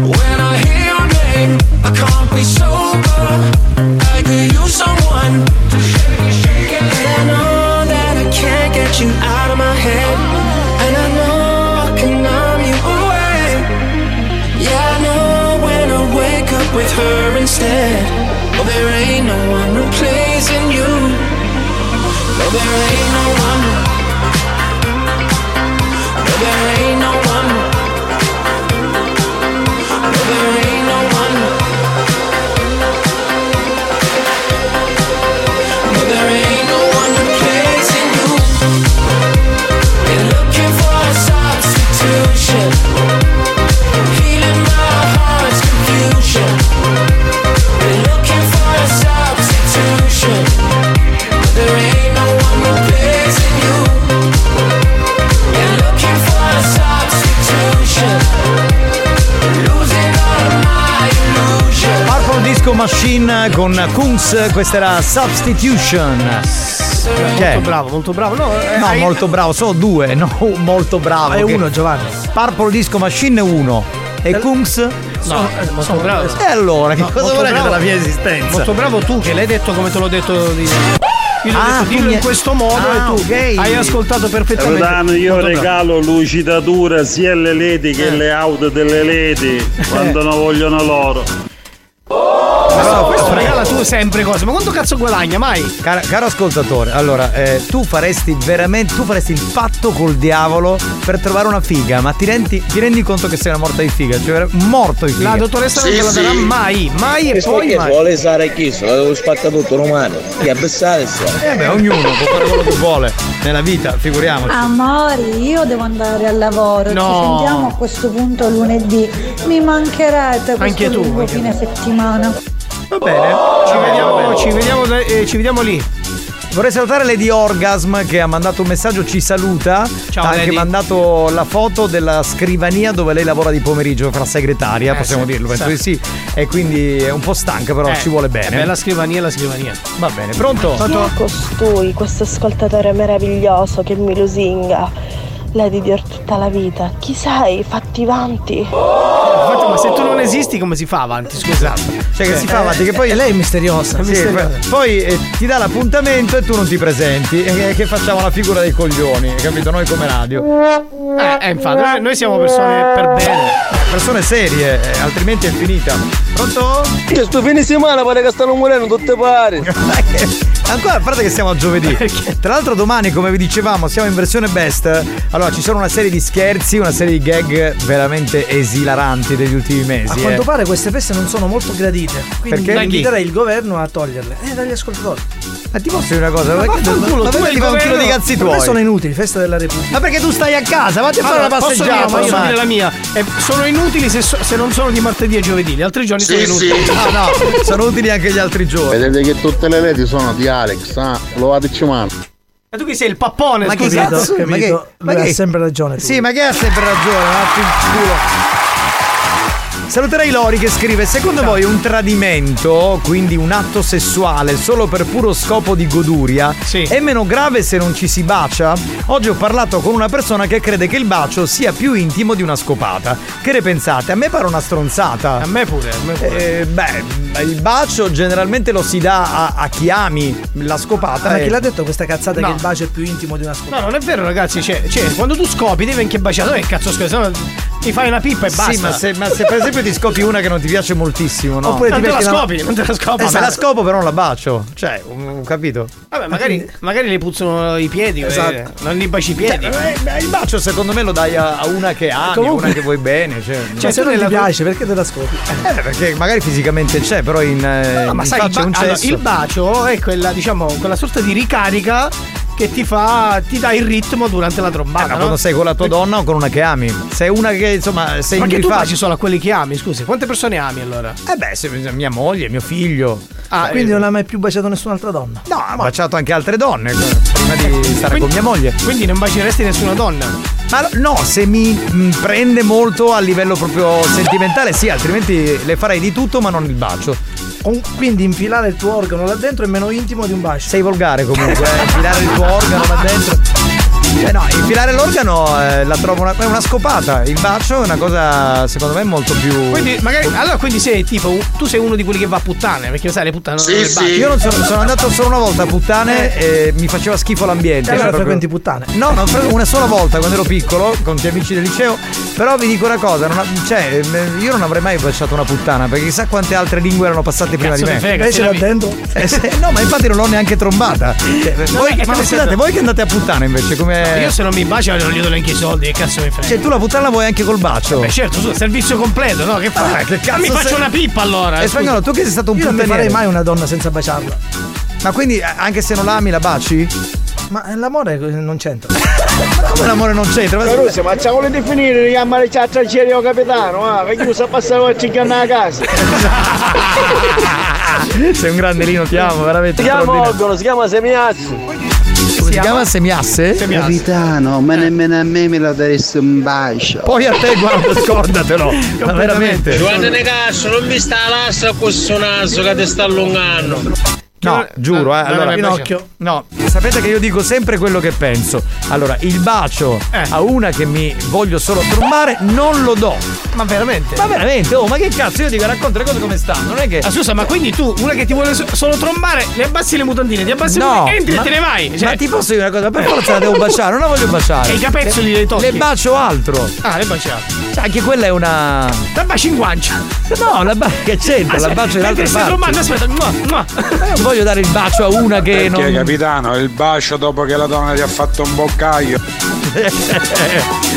Speaker 25: When I hear your name, I can't be sober. I could use someone to shake it, shake it. And I know that I can't get you out of my head. And I know I can numb you away. Yeah, I know when I wake up with her instead. Oh, there ain't no one replacing you. No, there ain't no one. No, there ain't no one. No, there ain't no one. No, there ain't no one replacing you. Been looking for a substitution. Healing my heart's confusion. Been looking for a substitution. But there ain't no one replacing you. Been looking for a substitution. Losing all of my illusions.
Speaker 5: Purple Disco Machine con Kunz, questa era Substitution.
Speaker 6: Molto bravo, molto bravo. No, eh,
Speaker 5: No,
Speaker 6: hai-
Speaker 5: molto bravo, sono due, [LAUGHS] no, molto bravo.
Speaker 6: Ah, è uno,
Speaker 5: Giovanni. Purple Disco Machine 1 e Kunz sono-
Speaker 6: eh, molto
Speaker 5: sono-
Speaker 6: bravo.
Speaker 5: E allora, che
Speaker 6: No,
Speaker 5: cosa
Speaker 6: molto
Speaker 5: vorrei
Speaker 6: bravo-
Speaker 5: della mia esistenza?
Speaker 6: Molto bravo tu che l'hai detto come te l'ho detto di. Io ti ho
Speaker 5: Ah,
Speaker 6: detto
Speaker 5: tu
Speaker 6: dillo
Speaker 5: mi-
Speaker 6: in questo modo
Speaker 5: Ah,
Speaker 6: e tu
Speaker 5: ok.
Speaker 6: hai ascoltato perfettamente.
Speaker 10: Capitano, io
Speaker 6: Molto bravo.
Speaker 10: regalo lucidatura sia alle lady
Speaker 5: Eh.
Speaker 10: che alle auto delle lady quando non vogliono loro.
Speaker 6: Ma questo regala tu sempre cose, ma quanto cazzo guadagna mai?
Speaker 5: Cara- caro ascoltatore, allora, eh, tu faresti veramente, tu faresti il patto col diavolo per trovare una figa, ma ti rendi, ti rendi conto che sei una morta di figa, cioè un morto di figa.
Speaker 6: La dottoressa non
Speaker 5: Sì,
Speaker 6: te la darà
Speaker 5: sì.
Speaker 6: mai, mai e
Speaker 5: Questo
Speaker 6: poi
Speaker 5: che
Speaker 6: mai.
Speaker 5: vuole-
Speaker 13: Vuole stare chi? Se l'avevo spaccato tutto romano. Chi abbassare sta?
Speaker 5: Eh beh, ognuno può fare quello che vuole nella vita, figuriamoci.
Speaker 24: Amore, io devo andare al lavoro.
Speaker 5: No.
Speaker 24: Ci sentiamo a questo punto lunedì. Mi mancherete questo
Speaker 6: Anche tu,
Speaker 24: lungo
Speaker 6: anche
Speaker 24: fine settimana.
Speaker 6: Va bene, ci vediamo, ci vediamo, da- eh, ci vediamo lì.
Speaker 5: Vorrei salutare Lady Orgasm che ha mandato un messaggio, ci saluta.
Speaker 6: Ciao,
Speaker 5: ha anche
Speaker 6: Lady.
Speaker 5: mandato la foto della scrivania dove lei lavora di pomeriggio, fra segretaria,
Speaker 6: Eh,
Speaker 5: possiamo
Speaker 6: sì,
Speaker 5: dirlo, penso
Speaker 6: sì.
Speaker 5: di sì. E quindi è un po' stanca, però
Speaker 6: Eh,
Speaker 5: ci vuole bene.
Speaker 6: eh beh, la scrivania è la scrivania.
Speaker 5: Va bene, pronto?
Speaker 34: Chi è costui, questo ascoltatore meraviglioso che mi lusinga? La di dir tutta la vita. Chi sei? Fatti avanti.
Speaker 6: Infatti, ma se tu non esisti, come si fa avanti? Scusate.
Speaker 5: Cioè, che si fa avanti, che poi.
Speaker 6: E
Speaker 5: lei è misteriosa.
Speaker 6: Eh, È misteriosa.
Speaker 5: poi eh, ti dà l'appuntamento e tu non ti presenti. E che- che facciamo la figura dei coglioni, capito? Noi come radio.
Speaker 6: Eh, eh, infatti, noi- noi siamo persone per bene.
Speaker 5: Persone serie, eh, altrimenti è finita. Pronto?
Speaker 13: Che sto fine settimana pare che stanno morendo tutte pari.
Speaker 5: Ancora a parte che siamo a giovedì. Tra l'altro domani, come vi dicevamo, siamo in versione best. Allora, ci sono una serie di scherzi, una serie di gag veramente esilaranti degli ultimi
Speaker 55: A
Speaker 5: mesi.
Speaker 55: quanto
Speaker 5: eh.
Speaker 55: pare queste feste non sono molto gradite. Quindi
Speaker 5: Perché?
Speaker 55: inviterei il governo a toglierle. Eh, dagli ascoltatori.
Speaker 5: Ma ti posso dire una cosa?
Speaker 55: Ma
Speaker 5: Perché-
Speaker 55: vaffanculo,
Speaker 5: ma
Speaker 55: tu e
Speaker 5: perché ti
Speaker 55: il
Speaker 5: fai un
Speaker 55: governo-
Speaker 5: chilo di cazzi
Speaker 55: Per me
Speaker 5: tuoi?
Speaker 55: sono inutili, festa della Repubblica.
Speaker 5: Ma perché tu stai a casa? Vatti a fare
Speaker 6: Allora,
Speaker 5: una
Speaker 6: posso dire-
Speaker 5: passeggiata.
Speaker 6: Posso
Speaker 5: ormai.
Speaker 6: dire la mia? Eh, sono inutili se, so- se non sono di martedì e giovedì, gli altri giorni sono inutili. Ah,
Speaker 5: No, [LAUGHS] no, sono utili anche gli altri giorni.
Speaker 16: Vedete che tutte le leti sono di Alex, ah, lo fateci mano.
Speaker 6: Ma tu chi sei il pappone?
Speaker 55: Ma che
Speaker 6: scusa?
Speaker 55: cazzo?
Speaker 6: Capito?
Speaker 55: Ma che-
Speaker 6: Ma
Speaker 55: Lui
Speaker 6: che-
Speaker 55: ha sempre ragione.
Speaker 5: Sì, ma che ha sempre ragione, vaffanculo. Saluterei Lori che scrive: Secondo voi un tradimento, quindi un atto sessuale solo per puro scopo di goduria, è meno grave se non ci si bacia? Oggi ho parlato con una persona che crede che il bacio sia più intimo di una scopata. Che ne pensate? A me pare una stronzata. A
Speaker 6: me pure, a me pure.
Speaker 5: beh, il bacio generalmente lo si dà a, a chi ami, la scopata.
Speaker 55: Ma
Speaker 5: è-
Speaker 55: chi l'ha detto questa cazzata
Speaker 6: No.
Speaker 55: che il bacio è più intimo di una scuola?
Speaker 6: No, non è vero, ragazzi. Cioè, cioè, quando tu scopi, devi anche baciare. Dove cazzo scopi? Sennò Ti fai una pippa e basta.
Speaker 5: Sì, ma se, ma se per esempio ti scopi una che non ti piace moltissimo, no?
Speaker 6: Oppure ti Non te la metti una- scopi, non te la scopi.
Speaker 5: Eh, se la
Speaker 6: Esatto. Cioè,
Speaker 5: scopo però non la bacio. Cioè, ho capito?
Speaker 6: Vabbè, magari, magari le puzzano i piedi, eh,
Speaker 5: Esatto.
Speaker 6: non gli baci i piedi.
Speaker 5: Eh, beh, il bacio secondo me lo dai a, a una che ami,
Speaker 6: Comunque-
Speaker 5: una che vuoi bene. Cioè,
Speaker 29: Cioè, se non ti piace, perché te la scopi?
Speaker 5: Eh, perché magari fisicamente c'è, però in, eh,
Speaker 6: No, Ah, ma
Speaker 5: in
Speaker 6: sai, il,
Speaker 5: faccia è
Speaker 6: ba-
Speaker 5: un
Speaker 6: allora,
Speaker 5: cesso.
Speaker 6: il bacio è quella, diciamo, quella sorta di ricarica che ti fa, ti dà il ritmo durante la trombata.
Speaker 5: Eh, Ma
Speaker 6: no?
Speaker 5: quando sei con la tua donna o con una che ami? Sei una che insomma sei
Speaker 6: Ma
Speaker 5: in
Speaker 6: che tu
Speaker 5: rifa-
Speaker 6: baci solo a quelli che ami, scusi, quante persone ami allora?
Speaker 5: Eh beh, se- mia moglie, mio figlio. Eh,
Speaker 6: Ah,
Speaker 5: quindi
Speaker 29: Quindi non ha mai più baciato nessun'altra donna.
Speaker 5: No, ho baciato anche altre donne eh, prima di stare con mia moglie.
Speaker 6: Quindi non bacieresti nessuna donna?
Speaker 5: Ma lo- no, se mi mh, prende molto a livello proprio sentimentale, sì, altrimenti le farei di tutto ma non il bacio.
Speaker 29: Con- Quindi infilare il tuo organo là dentro è meno intimo di un bacio.
Speaker 5: Sei volgare comunque, eh, infilare il tuo organo là dentro. Eh no, infilare l'organo eh, la trovo una, è una scopata. Il bacio è una cosa, secondo me, molto più.
Speaker 6: Quindi magari allora quindi sei tipo tu sei uno di quelli che va a puttane, perché sai le puttane non le baci.
Speaker 5: Eh, Io non sono, sono andato solo una volta a puttane e mi faceva schifo l'ambiente.
Speaker 29: E allora
Speaker 5: cioè
Speaker 29: frequenti
Speaker 5: proprio-
Speaker 29: puttane.
Speaker 5: No, no, fre- una sola volta quando ero piccolo con gli amici del liceo. Però vi dico una cosa, non ha- cioè, m- io non avrei mai baciato una puttana perché chissà quante altre lingue erano passate prima
Speaker 29: Cazzo
Speaker 5: di
Speaker 29: mi
Speaker 5: me.
Speaker 29: frega, Invece sì, là la vi- dentro?
Speaker 5: Eh, sì, no, ma infatti non l'ho neanche trombata. Cioè,
Speaker 6: No,
Speaker 5: voi,
Speaker 6: no,
Speaker 5: ma
Speaker 6: nel
Speaker 5: scusate,
Speaker 6: senso-
Speaker 5: voi che andate a puttana invece, come.
Speaker 6: Eh, Io se non mi bacia non gli do neanche i soldi, che cazzo mi frega.
Speaker 5: Cioè, tu la puttana la vuoi anche col bacio.
Speaker 6: Beh certo, su, servizio completo, no? Che fai? Ah,
Speaker 5: Vabbè, Ah, che cazzo
Speaker 6: Mi faccio
Speaker 5: sei-
Speaker 6: una pippa allora.
Speaker 5: Eh, spagnolo, tu che sei stato un
Speaker 29: Io non ti
Speaker 5: puttaniere.
Speaker 29: farei mai una donna senza baciarla.
Speaker 5: Ma quindi eh, anche se non la ami la baci?
Speaker 29: Ma eh, l'amore eh,
Speaker 5: [LAUGHS]
Speaker 29: non c'entra.
Speaker 5: Ma come l'amore non c'entra? Ma-
Speaker 28: ma ci vuole definire di amare c'è tragedia capitano, ah, che chiuso a passare a cicchiare a casa.
Speaker 5: [LAUGHS] Sei un grande Lino, ti amo, veramente.
Speaker 28: Si chiama
Speaker 5: straordinario.
Speaker 28: Orgolo, si chiama Semiazzi.
Speaker 5: Come si chiama Semiasse?
Speaker 20: Capitano, ma nemmeno a me me la daresti un bacio.
Speaker 5: Eh. Poi a te, guarda, [LAUGHS] scordatelo. Ma veramente.
Speaker 28: Giovanni Negascio, non mi sta la lastra con questo naso che ti sta allungando.
Speaker 5: No, giuro, eh. Allora,
Speaker 28: Pinocchio.
Speaker 5: No, sapete che io dico sempre quello che penso. Allora, il bacio
Speaker 6: Eh.
Speaker 5: a una che mi voglio solo trombare non lo do.
Speaker 6: Ma veramente?
Speaker 5: Ma veramente, oh, ma che cazzo, io ti racconto le cose come stanno, non è che.
Speaker 6: Ah, scusa, ma quindi tu, una che ti vuole so- solo trombare, le abbassi le mutandine, ti abbassi le
Speaker 5: No,
Speaker 6: mutandine, entri
Speaker 5: ma-
Speaker 6: e te ne vai.
Speaker 5: ma ti posso dire una cosa? Per forza la devo baciare, non la voglio baciare.
Speaker 6: E i capezzoli
Speaker 5: Le-
Speaker 6: li tocchi?
Speaker 5: Le bacio altro.
Speaker 6: Ah, le baci altro.
Speaker 5: Cioè, anche quella è una.
Speaker 6: La baci in guancia.
Speaker 5: No, la bacio che c'entra?
Speaker 6: Ah,
Speaker 5: la
Speaker 6: sì,
Speaker 5: bacio in altre
Speaker 6: mentre stai
Speaker 5: parti.
Speaker 6: trombando, aspetta, mua, mua.
Speaker 5: Ma io non voglio dare il bacio a una che
Speaker 14: Perché
Speaker 5: non.
Speaker 14: capitano, il bacio dopo che la donna ti ha fatto un boccaio.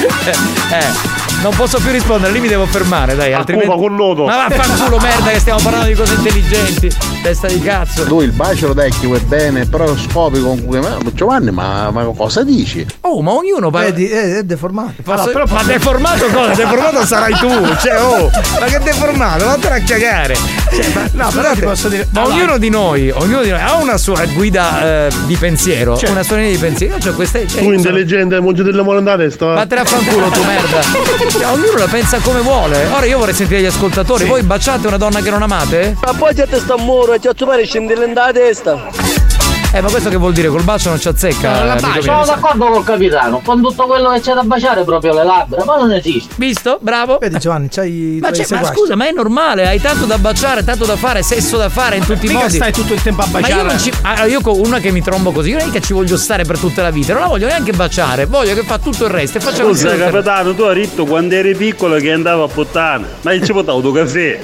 Speaker 5: eh, non posso più rispondere, lì mi devo fermare, dai, altrimenti.
Speaker 12: Cuba, con nodo.
Speaker 5: Ma vaffanculo, merda, che stiamo parlando di cose intelligenti. Testa di cazzo.
Speaker 56: Tu il bacio lo dai a chi vuoi bene, però scopi con cui. Ma Giovanni, ma, ma cosa dici?
Speaker 5: Oh, ma ognuno parla.
Speaker 29: Vedi, è, è deformato.
Speaker 5: Allora, però ma deformato cosa? Deformato sarai tu, cioè oh, ma che deformato, vattene a cagare. Cioè, ma, no, però ti posso dire, ma ognuno di noi, ognuno di noi ha una sua guida eh, di pensiero,
Speaker 12: Certo.
Speaker 5: una sua linea di pensiero. Io ho questa cioè,
Speaker 12: Tu
Speaker 5: io
Speaker 12: intelligente, monge dell'amore andate testa.
Speaker 5: Vattene a fanculo tu merda. Cioè, ognuno la pensa come vuole. Ora io vorrei sentire gli ascoltatori, voi baciate una donna che non amate?
Speaker 28: Ma poi c'è sta muro e c'è pare scendere da testa.
Speaker 5: Eh, ma questo che vuol dire? Col bacio non ci azzecca. eh, amico mio.
Speaker 51: Sono d'accordo col capitano, con tutto quello che c'è da baciare proprio le labbra, ma non esiste.
Speaker 5: Visto? Bravo.
Speaker 29: Vedi Giovanni, c'hai i
Speaker 5: Ma,
Speaker 29: tuoi
Speaker 5: c'è- ma
Speaker 29: seguaci.
Speaker 5: scusa, ma è normale, hai tanto da baciare, tanto da fare, sesso da fare in tutti i
Speaker 6: Mica
Speaker 5: modi.
Speaker 6: stai tutto il tempo a
Speaker 5: Ma io
Speaker 6: baciare.
Speaker 5: non ci. ah, io con una che mi trombo così, io non è che ci voglio stare per tutta la vita, non la voglio neanche baciare, voglio che fa tutto il resto e faccia così.
Speaker 10: Scusa
Speaker 5: tutto il resto.
Speaker 10: capitano, tu hai detto quando eri piccolo che andavo a puttana, ma io ci portavo tuo caffè.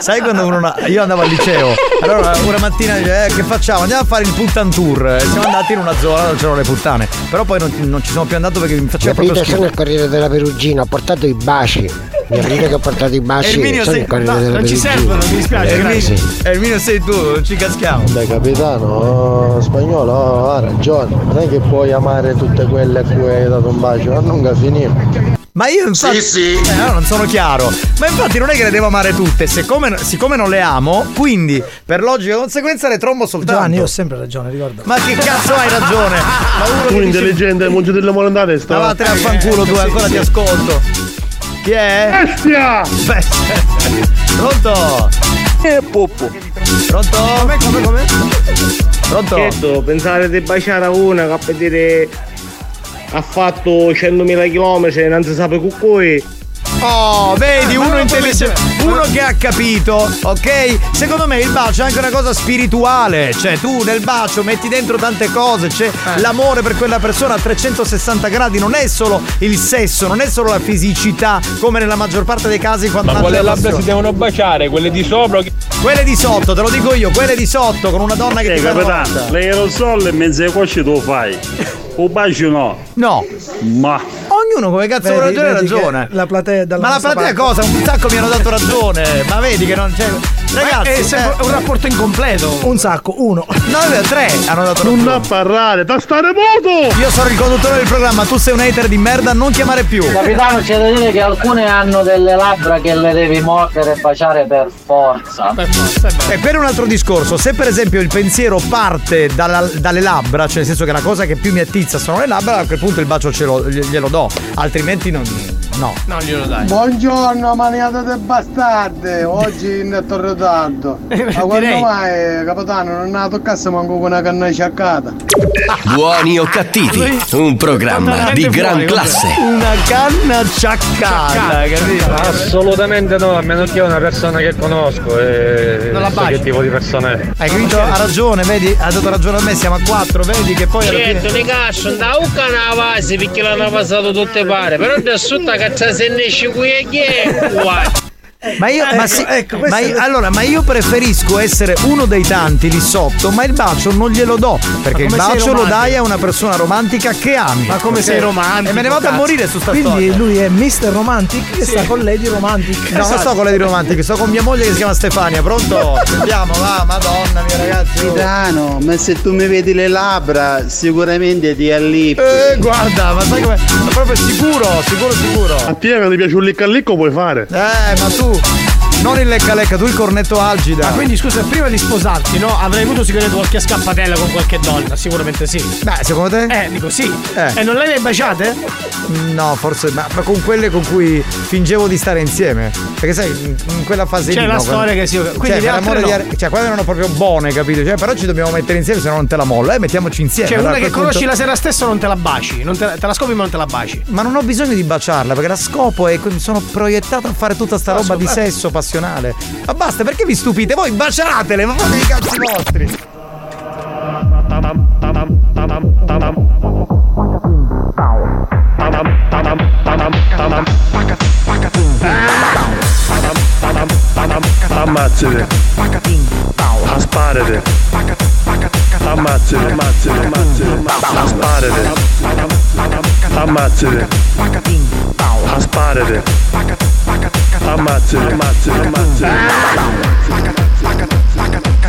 Speaker 5: Sai quando uno. na- Io andavo al [LAUGHS] liceo. Allora una mattina dice, eh, che facciamo? Andiamo a fare il puttan tour. E Siamo andati in una zona dove c'erano le puttane. Però poi non, non ci sono più andato perché mi faceva proprio
Speaker 35: Capito, sono
Speaker 5: schifo.
Speaker 35: il Corriere della Perugina, ho portato i baci. Mio amico che ha portato i baci,
Speaker 5: Erminio,
Speaker 35: sono
Speaker 5: sei-
Speaker 35: il Corriere
Speaker 5: no,
Speaker 35: della
Speaker 5: non ci
Speaker 35: Perugina.
Speaker 5: servono, mi dispiace,
Speaker 35: Eh,
Speaker 5: grazie.
Speaker 35: sì.
Speaker 5: Erminio sei tu, non ci caschiamo.
Speaker 35: Dai capitano, oh, spagnolo oh, ha ragione, non è che puoi amare tutte quelle a cui hai dato un bacio, ma non che finire.
Speaker 5: Ma io infatti. Sì, sì. non sono chiaro. Ma infatti non è che le devo amare tutte, siccome, siccome non le amo, quindi per logica conseguenza le trombo soltanto.
Speaker 29: Giovanni, io ho sempre ragione, ricorda.
Speaker 5: Ma che cazzo hai ragione? Ma uno
Speaker 12: Tu
Speaker 5: che dice-
Speaker 12: intelligente, monge dell'amore andate testa.
Speaker 5: Ma vattene a fanculo tu, ancora ti ascolto. Chi è? Bestia! [LAUGHS] Pronto?
Speaker 28: E poppo.
Speaker 5: Pronto? Come, come, come? Pronto?
Speaker 28: Certo, pensare di baciare a una che per dire ha fatto 100.000 km e non si sa per cui.
Speaker 57: Eh,
Speaker 5: Oh, vedi, uno intelligente. Uno che ha capito, ok? Secondo me il bacio è anche una cosa spirituale, cioè tu nel bacio metti dentro tante cose, c'è
Speaker 57: Eh.
Speaker 5: l'amore per quella persona a 360 gradi, non è solo il sesso, non è solo la fisicità, come nella maggior parte dei casi quando
Speaker 26: Ma
Speaker 5: nasce
Speaker 26: quelle
Speaker 5: la
Speaker 26: labbra si
Speaker 5: passione.
Speaker 26: devono baciare, quelle di sopra. che-
Speaker 5: Quelle di sotto, te lo dico io, quelle di sotto con una donna che
Speaker 10: Eh,
Speaker 5: ti
Speaker 10: capitano,
Speaker 5: fa
Speaker 10: l'aerosol in mezzo ai cosci tu
Speaker 5: [LAUGHS]
Speaker 10: lo fai. O bacio no.
Speaker 5: No.
Speaker 10: Ma.
Speaker 5: Ognuno come
Speaker 57: Vedi,
Speaker 5: cazzo vuole ragione ha
Speaker 57: vedi che
Speaker 5: ragione.
Speaker 57: La platea è dalla
Speaker 5: Ma la
Speaker 57: nostra
Speaker 5: platea
Speaker 57: parte.
Speaker 5: cosa? Un sacco mi hanno dato ragione. Ma vedi che non c'è. Ragazzi, eh.
Speaker 57: è sempre un
Speaker 5: rapporto incompleto.
Speaker 57: Un sacco, uno.
Speaker 5: No, tre hanno dato
Speaker 12: Non da parlare, da stare muto!
Speaker 5: Io sono il conduttore del programma, tu sei un hater di merda, non chiamare più.
Speaker 27: Capitano, c'è da dire che alcune hanno delle labbra che le devi mordere e baciare per forza.
Speaker 5: E per un altro discorso, se per esempio il pensiero parte dalla- dalle labbra, cioè nel senso che la cosa che più mi attizza sono le labbra, a quel punto il bacio ce lo- gli- glielo do, altrimenti non. No.
Speaker 6: No, glielo dai.
Speaker 13: Buongiorno maniate de bastarde, oggi in torre
Speaker 5: [LAUGHS]
Speaker 13: tanto. Ma quando
Speaker 2: direi.
Speaker 13: mai, capitano, non la toccasse manco con una canna sciaccata.
Speaker 2: Buoni o cattivi, un programma di gran classe.
Speaker 5: Una canna ciaccata, capito?
Speaker 26: Assolutamente no, a meno che io una persona che conosco e
Speaker 5: Non la
Speaker 26: so
Speaker 5: baci.
Speaker 26: che tipo di persona è.
Speaker 5: Hai capito? Ha ragione, vedi? Ha dato ragione a me, siamo a quattro, vedi che poi alla
Speaker 58: Certo,
Speaker 5: fine.
Speaker 58: le cascio, da un canavasi perché l'hanno passato tutte pare, però da sotto cazzo se ne esce qui e chi è qua?
Speaker 5: Ma io,
Speaker 57: Ecco,
Speaker 5: ma sì, ma io- allora, ma io preferisco essere uno dei tanti lì sotto, ma il bacio non glielo do. Perché il
Speaker 57: come sei
Speaker 5: bacio lo
Speaker 57: romantico?
Speaker 5: dai a una persona romantica che ami.
Speaker 57: Ma come
Speaker 5: Ok?
Speaker 57: sei romantico?
Speaker 5: E me ne vado a
Speaker 57: cazzo.
Speaker 5: morire su sta
Speaker 57: Quindi
Speaker 5: storia.
Speaker 57: lui è Mr. Romantic e sta con Lady Romantic.
Speaker 5: No, non sto con le romantiche, sto con mia moglie che si chiama
Speaker 57: [LAUGHS]
Speaker 5: Stefania, pronto? Andiamo, va, madonna mia ragazzi. oh.
Speaker 59: Milano, ma se tu mi vedi le labbra, sicuramente ti allippi.
Speaker 5: Eh, guarda, ma sai come. Sono proprio sicuro, sicuro, sicuro.
Speaker 12: A te che ti piace un licca al licco puoi fare.
Speaker 5: Eh, ma tu. Non il lecca lecca, tu il cornetto algida.
Speaker 12: Ma
Speaker 6: Quindi scusa, prima di sposarti, no? Avrei avuto sicuramente qualche scappatella con qualche donna, sicuramente sì.
Speaker 5: Beh, secondo te?
Speaker 6: Eh, dico sì.
Speaker 5: Eh.
Speaker 6: E non le hai mai baciate?
Speaker 5: No, forse, ma, ma con quelle con cui fingevo di stare insieme. Perché sai, mm, in, in quella fase
Speaker 6: C'è
Speaker 5: lì.
Speaker 6: la
Speaker 5: no,
Speaker 6: storia che si- quindi
Speaker 5: cioè,
Speaker 6: le
Speaker 5: per
Speaker 6: altre
Speaker 5: amore
Speaker 6: no.
Speaker 5: di are- cioè, quelle erano proprio buone, capito? Cioè, però ci dobbiamo mettere insieme, se no non te la mollo. Eh, mettiamoci insieme.
Speaker 6: Cioè,
Speaker 5: allora,
Speaker 6: una
Speaker 5: a
Speaker 6: che
Speaker 5: quel punto-
Speaker 6: conosci la sera stessa non te la baci, non te, la- te la scopri ma non te la baci.
Speaker 5: Ma non ho bisogno di baciarla, perché la scopo è. Mi sono proiettato a fare tutta sta roba di sesso passionale. Ma basta, perché vi stupite? Voi baciatele, ma fate i cazzi vostri.
Speaker 12: Ammazzate. Asparate. Ammazzate, ammazzate, ammazzate. Asparate. Ammazzate. Asparate. Ammazzate, ammazzate,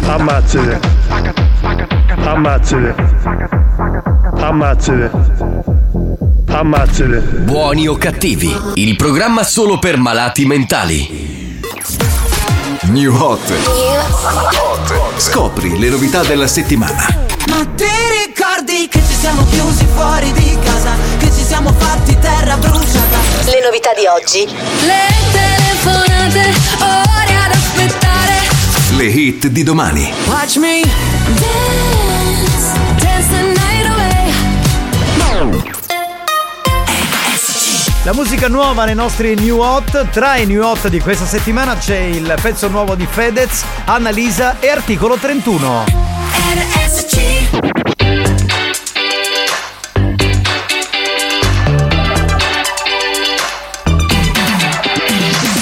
Speaker 12: ammazzate. Ammazzate. Ammazzate. Ammazzate. Ammazzate.
Speaker 2: Buoni o cattivi, il programma solo per malati mentali. New Hot. Scopri le novità della settimana.
Speaker 4: Ma ti ricordi che ci siamo chiusi fuori di casa? Che ci siamo fatti terra bruciata? Le novità di oggi.
Speaker 25: Le telefonate, ore ad aspettare.
Speaker 2: Le hit di domani.
Speaker 4: Watch me.
Speaker 25: Dance, dance the night away.
Speaker 5: La musica nuova nei nostri new hot. Tra i new hot di questa settimana c'è il pezzo nuovo di Fedez, Annalisa e articolo 31.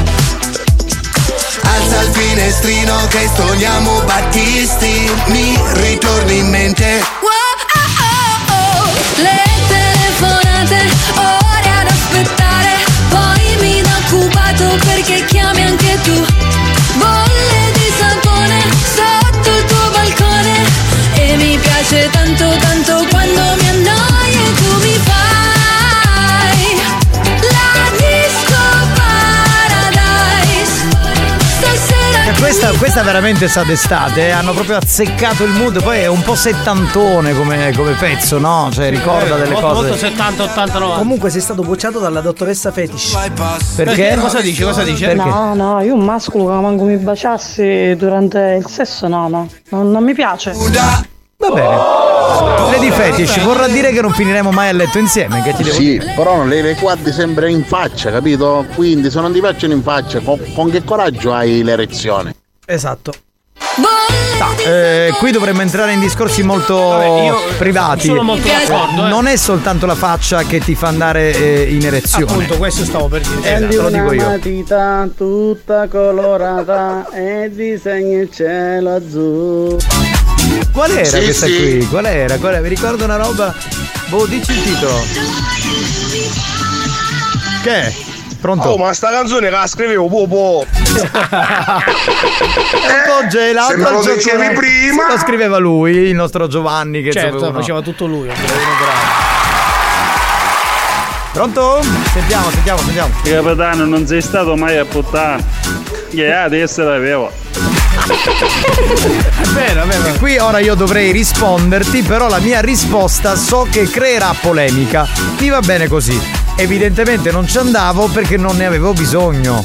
Speaker 3: Alza il finestrino che stoniamo Battisti, mi ritorni in mente.
Speaker 25: ah, oh. Le telefonate, ore ad aspettare, poi mi da occupato perché chiami anche tu. Bolle di sapone sotto il tuo balcone e mi piace tanto tanto quando mi annoio e tu mi fai la disco paradise. Stasera
Speaker 5: Eh, Questa, questa veramente sa d'estate, eh. hanno proprio azzeccato il mood, poi è un po' settantone come, come pezzo, no? Cioè ricorda delle
Speaker 4: molto, molto
Speaker 5: cose.
Speaker 4: settantone.
Speaker 6: 80, 80, 90.
Speaker 4: Comunque sei stato bocciato dalla dottoressa Fetish.
Speaker 6: Eh,
Speaker 5: Perché? Cosa
Speaker 4: dici? Cosa dici?
Speaker 14: No, no, io un mascolo che manco mi baciassi durante il sesso, no, no, non, non mi piace.
Speaker 5: Va bene. Lady Fetish vorrà dire che non finiremo mai a letto insieme, che ti devo
Speaker 16: Sì, però non le le quadri sempre in faccia, capito? Quindi se non ti piacciono in faccia, co- con, che coraggio hai l'erezione?
Speaker 4: Esatto.
Speaker 5: Ah, eh, qui dovremmo entrare in discorsi molto privati.
Speaker 6: sono molto d'accordo, eh.
Speaker 5: Non è soltanto la faccia che ti fa andare eh, in erezione.
Speaker 6: Appunto, questo stavo per dire. Cioè,
Speaker 5: Esatto, lo dico io.
Speaker 13: matita tutta colorata e disegna il cielo azzurro.
Speaker 5: Qual era
Speaker 13: Sì,
Speaker 5: questa
Speaker 13: sì.
Speaker 5: qui? Qual era? Qual era? Mi ricordo una roba. Boh, dici il titolo. Che? è? Eh, Pronto?
Speaker 3: Oh, ma sta canzone che la scrivevo
Speaker 5: [LAUGHS]
Speaker 3: popo.
Speaker 5: Ecco Gela, l'altro
Speaker 3: Sembra lo
Speaker 5: giorno-
Speaker 3: dicevi prima.
Speaker 5: Lo scriveva lui, il nostro Giovanni che
Speaker 6: Certo,
Speaker 5: sapeva- no.
Speaker 6: faceva tutto lui.
Speaker 5: Pronto? Sentiamo, sentiamo, sentiamo.
Speaker 10: Capitano, non sei stato mai a puttana. Che adesso l'avevo.
Speaker 5: È vero, è vero. Qui ora io dovrei risponderti, però la mia risposta so che creerà polemica. Mi va bene così. Evidentemente non ci andavo perché non ne avevo bisogno.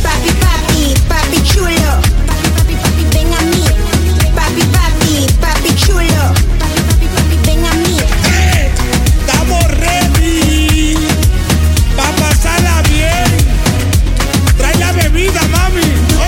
Speaker 4: Papi, papi, papi chulo. Papi, papi, papi, ven a mí. Papi, papi, papi chulo. Papi, papi, papi, ven a mí.
Speaker 60: Estamos ready Pa' pasarla bien Trae la bebida mami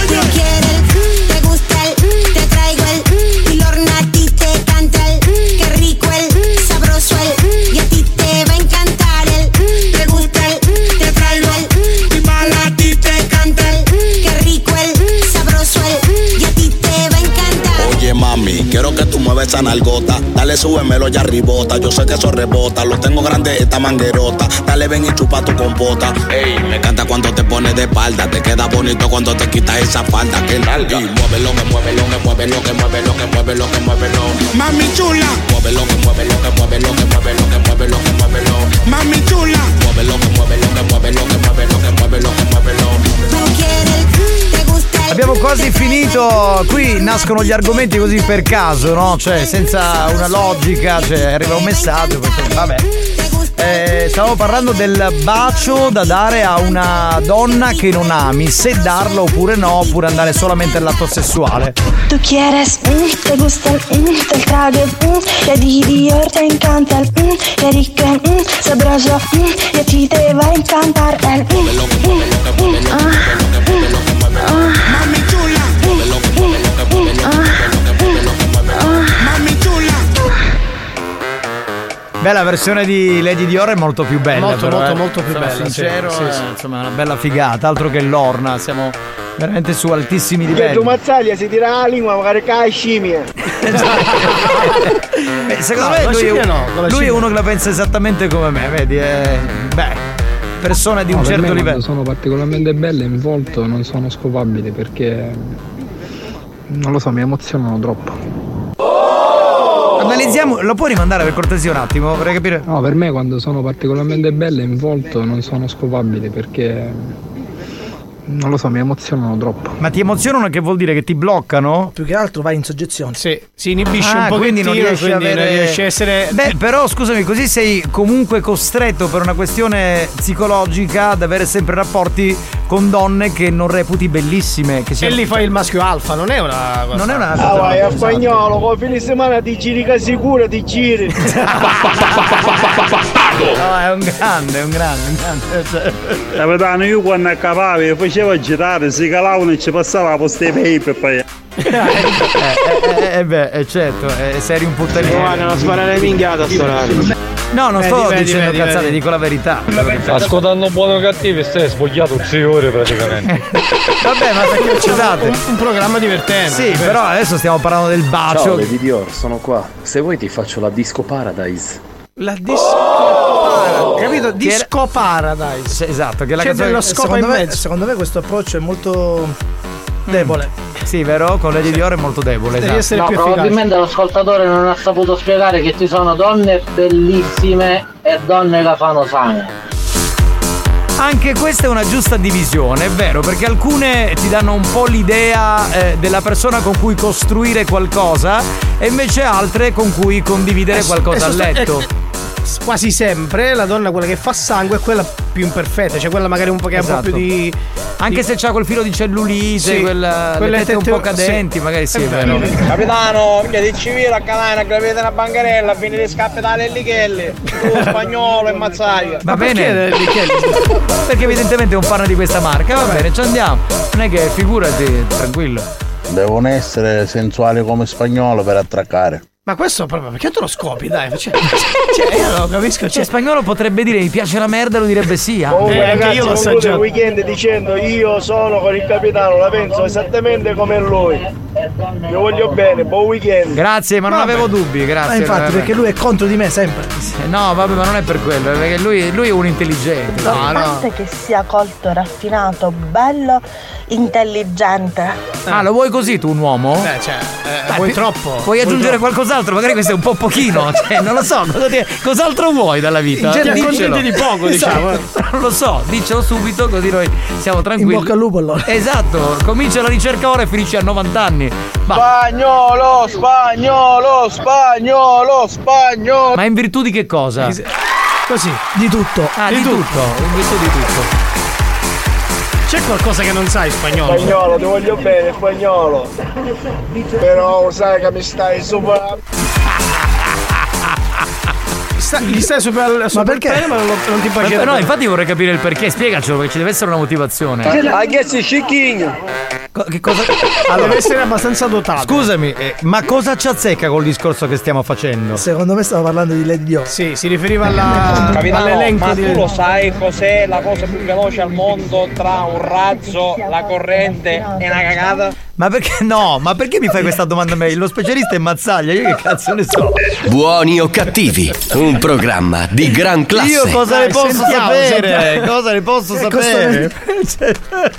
Speaker 4: Tú quieres el mm, te gusta el mm, te traigo el mm, y Lorna a ti te canta el mm, qué rico el mm, sabroso el mm, y a ti te va a encantar el mm, te gusta el mm, te traigo el mm, y para ti te canta el mm, qué rico el mm, sabroso el mm, y a ti te va a encantar.
Speaker 13: Oye mami, quiero que tú mueves esa nalgota. Dale, súbemelo ya ribota. Yo sé que eso rebota. Lo tengo grande esta manguerota. Dale, ven y chupa tu compota. Ey, me encanta cuando te pones de espalda. Te queda bonito cuando te quitas esa falda. Que nalga. Y muévelo, que muévelo, que muévelo, que muévelo, que muévelo, que muévelo.
Speaker 60: Mami chula
Speaker 13: Muévelo, que muévelo, que muévelo, que muévelo, que muévelo, que muévelo.
Speaker 60: Mami chula
Speaker 13: Muévelo, que muévelo, que muévelo, que muévelo, que muévelo, que muévelo.
Speaker 4: Tú quieres el mm, te gusta el
Speaker 5: Abbiamo quasi finito, qui nascono gli argomenti così per caso, no? Cioè, senza una logica, cioè, arriva un messaggio, poi c'è- vabbè. Eh, stavo parlando del bacio da dare a una donna che non ami, se darlo oppure no, oppure andare solamente all'atto sessuale.
Speaker 34: Tú quieres, mm, te gusta, mm, te trago, mm, te divido, te encanta, el, mm, te rico, mm, sabroso, mm, y a ti te va a encantar el, mm, mm, mm, ah, ah. Mm, mm, ah, ah.
Speaker 5: Beh, la versione di Lady Dior è molto più bella.
Speaker 6: Molto,
Speaker 5: però,
Speaker 6: molto,
Speaker 5: eh.
Speaker 6: molto più
Speaker 5: Sono
Speaker 6: bella,
Speaker 5: Sincero,
Speaker 6: sì, sì,
Speaker 5: eh,
Speaker 6: sì.
Speaker 5: insomma, è una bella figata, altro che l'orna, siamo veramente su altissimi
Speaker 61: Che tu
Speaker 5: livelli.
Speaker 61: mazzaglia si tira la lingua, magari cai scimmie.
Speaker 5: Beh, Eh, secondo
Speaker 6: Eh, No,
Speaker 5: me
Speaker 6: con la
Speaker 5: lui,
Speaker 6: scimmia
Speaker 5: è,
Speaker 6: no, con la
Speaker 5: lui è
Speaker 6: scimmia.
Speaker 5: uno che la pensa esattamente come me, vedi? È, beh, persona di un
Speaker 19: No, per
Speaker 5: certo
Speaker 19: me quando
Speaker 5: livello.
Speaker 19: sono particolarmente belle in volto non sono scopabili perché non lo so, mi emozionano troppo.
Speaker 5: Analizziamo, lo puoi rimandare per cortesia un attimo? Vorrei capire.
Speaker 19: No, per me quando sono particolarmente belle in volto non sono scopabili perché non lo so, mi emozionano troppo.
Speaker 5: Ma ti emozionano che vuol dire che ti bloccano?
Speaker 62: Più che altro vai in soggezione.
Speaker 6: Sì, si inibisce
Speaker 5: Ah,
Speaker 6: un po'
Speaker 5: quindi non riesci a avere...
Speaker 6: riesci a essere
Speaker 5: Beh, però scusami, così sei comunque costretto per una questione psicologica ad avere sempre rapporti con donne che non reputi bellissime. Che
Speaker 6: e
Speaker 5: siano-
Speaker 6: lì fai il maschio alfa, non è una cosa.
Speaker 5: Non è una
Speaker 61: Ah, vai a spagnolo, con fine settimana ti giri che sicuro ti giri.
Speaker 5: [LAUGHS] No, è un grande, è un grande, un grande.
Speaker 10: Capitano, io quando accapavo e facevo agitare, si calavano e ci passava la posta di paper. poi-
Speaker 5: Eh, eh, eh, beh, eh, certo, eh, sei un puttaniere.
Speaker 10: Giovanni, non sparare minchiate a sto orario.
Speaker 5: No, non
Speaker 10: Eh,
Speaker 5: sto
Speaker 10: dipende,
Speaker 5: dicendo
Speaker 10: dipende,
Speaker 5: cazzate,
Speaker 10: dipende.
Speaker 5: dico la verità.
Speaker 63: Ascoltando buono o cattivo, stai spogliato 6 ore
Speaker 5: Eh,
Speaker 63: praticamente.
Speaker 5: [LAUGHS] Vabbè, ma perché scusate.
Speaker 6: Un, un programma divertente.
Speaker 5: Sì, però adesso stiamo parlando del bacio.
Speaker 64: Ciao Lady Dior, sono qua. Se vuoi ti faccio la disco paradise.
Speaker 6: La disco capito?
Speaker 62: Oh! Che era-
Speaker 6: Disco Paradise.
Speaker 5: Esatto, che è la
Speaker 62: C'è
Speaker 5: canzone-
Speaker 62: dello scopo
Speaker 5: secondo
Speaker 62: in
Speaker 5: me-
Speaker 62: mezzo. Secondo me questo approccio è molto
Speaker 5: Mm.
Speaker 62: debole.
Speaker 5: Sì, vero? Con Lady Dior è molto debole.
Speaker 62: Devi
Speaker 5: esatto.
Speaker 62: essere
Speaker 65: No, probabilmente l'ascoltatore non ha saputo spiegare che ci sono donne bellissime e donne la fanno sana.
Speaker 5: Anche questa è una giusta divisione, è vero, perché alcune ti danno un po' l'idea eh, della persona con cui costruire qualcosa e invece altre con cui condividere qualcosa a letto.
Speaker 6: Quasi sempre la donna quella che fa sangue è quella più imperfetta, cioè quella magari un po' che ha un
Speaker 5: Esatto.
Speaker 6: po' più di.
Speaker 5: Anche se c'ha quel filo di cellulite,
Speaker 6: Sì,
Speaker 5: quella,
Speaker 6: quelle
Speaker 5: le tette un
Speaker 6: tette-
Speaker 5: po' cadenti,
Speaker 6: sì. Eh,
Speaker 5: magari sì,
Speaker 6: È
Speaker 5: è
Speaker 6: vero.
Speaker 5: vero.
Speaker 66: Capitano, che dici via a Calana, gravete una bancarella, finire scappe dalle Lichelle,
Speaker 6: [LAUGHS]
Speaker 66: tu spagnolo e mazzaia.
Speaker 5: Va bene, [LAUGHS] perché evidentemente è un fan di questa marca, va bene, ci andiamo. Non è che figurati, tranquillo.
Speaker 3: Devono essere sensuali come spagnolo per attraccare.
Speaker 6: Ma questo proprio perché te lo scopi, dai? Cioè, cioè, io non lo capisco.
Speaker 5: Cioè,
Speaker 6: Cioè, Oh,
Speaker 5: spagnolo potrebbe dire mi piace la merda, lui direbbe sì. ah.
Speaker 13: Eh,
Speaker 6: Eh,
Speaker 67: Comunque, ragazzi, concludo il weekend dicendo io sono con il capitano, la penso esattamente come lui. Io voglio bene, buon weekend.
Speaker 5: Grazie, ma non
Speaker 67: Vabbè.
Speaker 5: avevo dubbi, grazie.
Speaker 6: Ah,
Speaker 5: Eh,
Speaker 68: Ma infatti, perché lui è contro di me sempre.
Speaker 5: No, vabbè, ma non è per quello, è perché lui, lui è un intelligente. No, no.
Speaker 34: L'importante è che sia colto, raffinato, bello, intelligente.
Speaker 5: Ah, lo vuoi così tu un uomo? Beh,
Speaker 6: Eh. cioè,
Speaker 34: vuoi
Speaker 6: troppo.
Speaker 5: Puoi
Speaker 6: Vuoi
Speaker 5: aggiungere qualcos'altro, magari questo è un
Speaker 6: [LAUGHS]
Speaker 5: po' pochino, cioè, non lo so, cosa ti- cos'altro vuoi dalla vita?
Speaker 6: Ti
Speaker 5: Diccelo.
Speaker 6: accontenti di poco, diciamo.
Speaker 5: Esatto, Non lo so, dicelo subito così noi siamo tranquilli.
Speaker 68: bocca al
Speaker 5: lupo allora. Esatto, comincia la ricerca ora e finisce a 90 anni.
Speaker 3: Spagnolo, spagnolo, spagnolo, spagnolo.
Speaker 5: Ma in virtù di che cosa?
Speaker 6: Così,
Speaker 68: di tutto.
Speaker 5: Ah, di, tutto. in virtù di tutto.
Speaker 6: C'è qualcosa che non sai spagnolo?
Speaker 67: Spagnolo, ti voglio bene, spagnolo. Però sai che mi stai superando.
Speaker 6: Sta- gli stai super, super ma perché? ma non, lo- non ti
Speaker 5: Ma-
Speaker 6: faceva.
Speaker 5: no, infatti vorrei capire il perché, spiegacelo perché ci deve essere una motivazione.
Speaker 6: Ragazzi, cicchigno.
Speaker 5: Che cosa?
Speaker 6: Allora, deve essere abbastanza dotato.
Speaker 5: Scusami,
Speaker 68: eh, ma cosa ci azzecca col discorso che stiamo facendo? Secondo me stava parlando di Lady Di
Speaker 6: Sì, si riferiva alla- all'elenco di-
Speaker 13: sai cos'è la cosa più veloce al mondo tra un razzo, la corrente e una cagata?
Speaker 5: Ma perché [LAUGHS] no? Ma perché mi fai questa domanda a me? Lo specialista è Mazzaglia, io che cazzo ne so.
Speaker 2: Buoni o cattivi, un programma di gran classe.
Speaker 5: Io cosa ne
Speaker 2: Dai,
Speaker 5: posso
Speaker 2: sentiamo,
Speaker 5: sapere?
Speaker 2: sentiamo.
Speaker 5: Cosa ne posso
Speaker 6: Eh,
Speaker 5: sapere?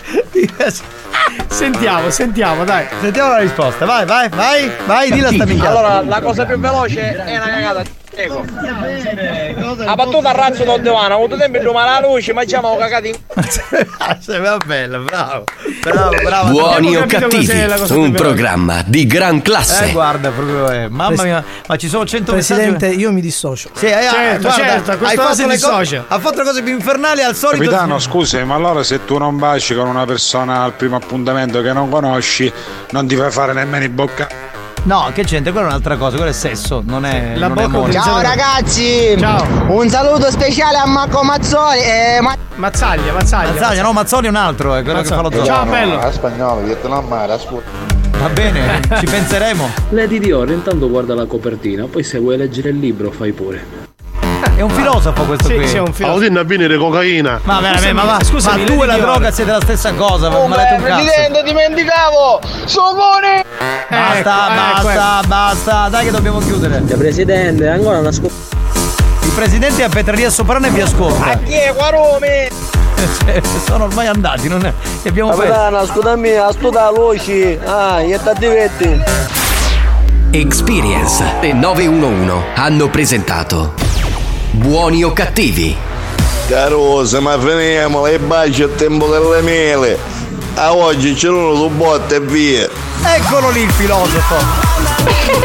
Speaker 6: [LAUGHS] sentiamo, sentiamo, dai.
Speaker 5: Sentiamo la risposta. Vai, vai, vai, vai, di la sta minchia.
Speaker 13: Allora, la cosa più veloce è una cagata. Ecco. La battuta al razzo da divano, ho avuto tempo di domare la luce, ma siamo
Speaker 5: Eh,
Speaker 13: cagati.
Speaker 5: Se Ah, cioè, va bella, bravo. Bravo, bravo.
Speaker 2: Buoni o
Speaker 5: Abbiamo capito cos'è
Speaker 2: cattivi,
Speaker 5: la cosa più
Speaker 2: un
Speaker 5: veloce.
Speaker 2: programma di gran classe.
Speaker 5: Eh, guarda, proprio, eh, mamma mia, ma ci sono 100
Speaker 68: Presidente,
Speaker 5: messaggi.
Speaker 68: io mi dissocio.
Speaker 5: Sì, eh,
Speaker 68: Certo,
Speaker 5: guarda,
Speaker 68: certo, a
Speaker 5: hai
Speaker 68: quest'ora
Speaker 5: fatto
Speaker 68: sono
Speaker 5: le
Speaker 68: in
Speaker 5: co-
Speaker 68: socio.
Speaker 5: Ha fatto le cose più infernali al solito.
Speaker 8: Capitano, scusa, ma allora se tu non baci con una persona al primo appuntamento che non conosci, non ti fai fare nemmeno i bocca.
Speaker 5: No, che c'entra? Quella è un'altra cosa, quello è sesso, non è
Speaker 8: La
Speaker 5: non è
Speaker 8: bocca
Speaker 5: amore.
Speaker 6: utilizzata-
Speaker 69: Ciao ragazzi!
Speaker 6: Ciao.
Speaker 69: Un saluto speciale a Marco Mazzoli e Ma-
Speaker 6: Mazzaglia, Mazzaglia.
Speaker 5: Mazzaglia, no, Mazzoli è un altro, è quello
Speaker 6: Mazzoli.
Speaker 5: che fa lo
Speaker 6: Ciao, bello.
Speaker 3: A spagnolo, Vietnam, mare, ascolta.
Speaker 5: Va bene, Eh, ci penseremo.
Speaker 3: Lady Dior intanto guarda la copertina, poi se vuoi leggere il libro fai pure.
Speaker 5: È un filosofo questo qui.
Speaker 3: a venire cocaina.
Speaker 5: Ma veramente, ma va, scusa, ma tu e la droga siete la stessa cosa, Oh, ma maledetto un cazzo.
Speaker 13: Eh, dimenticavo!
Speaker 6: Ecco,
Speaker 13: Sogone!
Speaker 5: Basta,
Speaker 13: Ecco,
Speaker 5: basta, basta, dai che dobbiamo chiudere.
Speaker 34: Presidente, ancora una scoperta.
Speaker 5: Il presidente è a Petreria Soprano e vi ascolta.
Speaker 13: Chi è Guarome?
Speaker 5: [LAUGHS] Cioè, sono ormai andati, non è. Che abbiamo fatto.
Speaker 34: scusami, ascolta la voce. Ah, io ti diverti.
Speaker 2: Experience e 911 hanno presentato Buoni o cattivi.
Speaker 3: Carosa, ma finiamola e baci a tempo delle mele. A oggi c'è uno su botte e via.
Speaker 5: Eccolo lì il filosofo.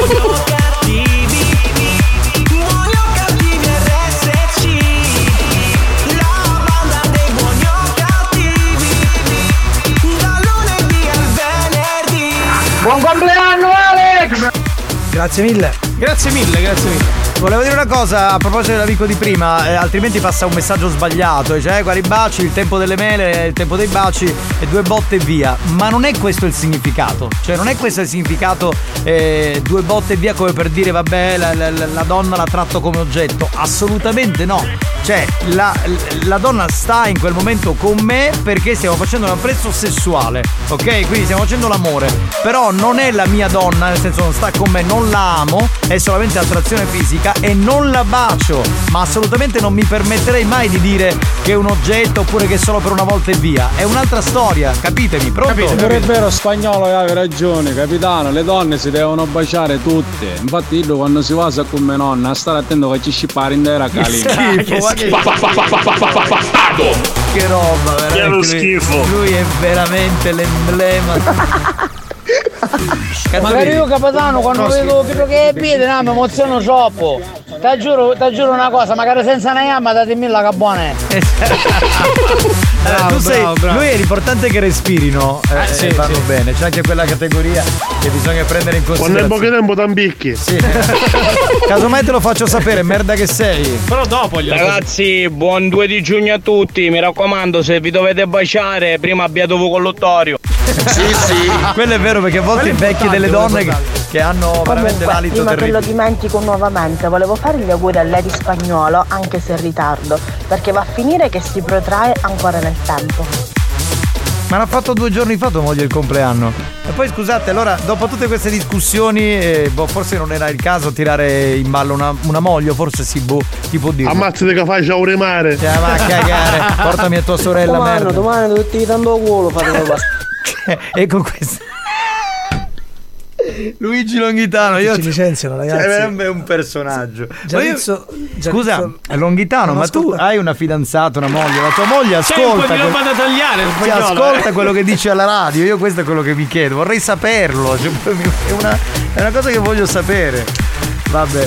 Speaker 13: Buon compleanno Alex!
Speaker 5: Grazie mille. Grazie mille, grazie mille. Volevo dire una cosa a proposito dell'amico di prima, eh, altrimenti passa un messaggio sbagliato, e cioè guarda i baci, il tempo delle mele, il tempo dei baci e due botte e via. Ma non è questo il significato, cioè non è questo il significato eh, due botte e via come per dire vabbè la, la- la- la donna la tratto come oggetto, assolutamente no. Cioè la, la donna sta in quel momento con me perché stiamo facendo un apprezzo sessuale, ok? Quindi stiamo facendo l'amore, però non è la mia donna, nel senso non sta con me, non la amo, è solamente attrazione fisica e non la bacio, ma assolutamente non mi permetterei mai di dire che è un oggetto oppure che è solo per una volta e via. È un'altra storia, capitemi, pronto?
Speaker 26: è vero spagnolo aveva ragione, capitano, le donne si devono baciare tutte. Infatti io quando si va sa come nonna, a stare attento che ci scippare in terra cali.
Speaker 5: Che roba, veramente.
Speaker 26: Che lo
Speaker 5: lui-
Speaker 26: schifo.
Speaker 5: Lui è veramente l'emblema.
Speaker 26: Magari io,
Speaker 70: capitano,
Speaker 26: quando vedo quello
Speaker 70: che è piede, no, mi emoziono troppo. Ti giuro, ti giuro una cosa, magari senza una gamba datemi la che buona
Speaker 5: Allora, tu sei, Lui è l'importante che respirino eh,
Speaker 26: Ah, sì,
Speaker 5: e fanno
Speaker 26: sì.
Speaker 5: bene. C'è anche quella categoria che bisogna prendere in considerazione.
Speaker 3: tempo tambicchi.
Speaker 5: Sì. Casomai te lo faccio sapere, merda che sei.
Speaker 26: Però dopo gli
Speaker 13: Ragazzi, buon 2 di giugno a tutti, mi raccomando, se vi dovete baciare, prima abbiate con l'ottorio.
Speaker 5: Sì, sì. Quello è vero perché a volte
Speaker 34: Quello è
Speaker 5: invecchi delle donne
Speaker 34: importante,
Speaker 5: che, che hanno veramente
Speaker 34: Comunque,
Speaker 5: l'alito
Speaker 34: prima che
Speaker 5: terribile.
Speaker 34: lo dimentico nuovamente, volevo fare gli auguri a Lady Spagnolo, anche se in ritardo, perché va a finire che si protrae ancora nel tempo.
Speaker 5: Ma l'ha fatto due giorni fa tua moglie il compleanno. E poi scusate, allora, dopo tutte queste discussioni, eh, boh, forse non era il caso tirare in ballo una, una moglie, forse si boh, ti può dire.
Speaker 4: Ammazzate che faccia un remare.
Speaker 5: Cioè, ma a [LAUGHS] cagare, portami a tua sorella,
Speaker 4: Domani,
Speaker 5: merda.
Speaker 4: domani
Speaker 5: tutti tanto culo, fatelo [LAUGHS] E con questo. Luigi Longhitano, io.
Speaker 13: Ci licenziano,
Speaker 5: Cioè,
Speaker 13: ragazzi.
Speaker 5: è veramente un personaggio.
Speaker 13: Già
Speaker 5: Ma io-
Speaker 13: adesso- già
Speaker 5: Scusa,
Speaker 13: adesso-
Speaker 5: Longhitano,
Speaker 13: non
Speaker 5: ma tu hai una fidanzata, una moglie, la tua moglie ascolta.
Speaker 13: Tempo di
Speaker 5: quel-
Speaker 13: roba da tagliare,
Speaker 5: Cioè,
Speaker 13: spagnolo,
Speaker 5: ascolta
Speaker 13: eh.
Speaker 5: quello che
Speaker 13: [LAUGHS]
Speaker 5: dice alla radio, io questo è quello che mi chiedo, vorrei saperlo. cioè, [LAUGHS] è, una, è una cosa che voglio sapere. Vabbè.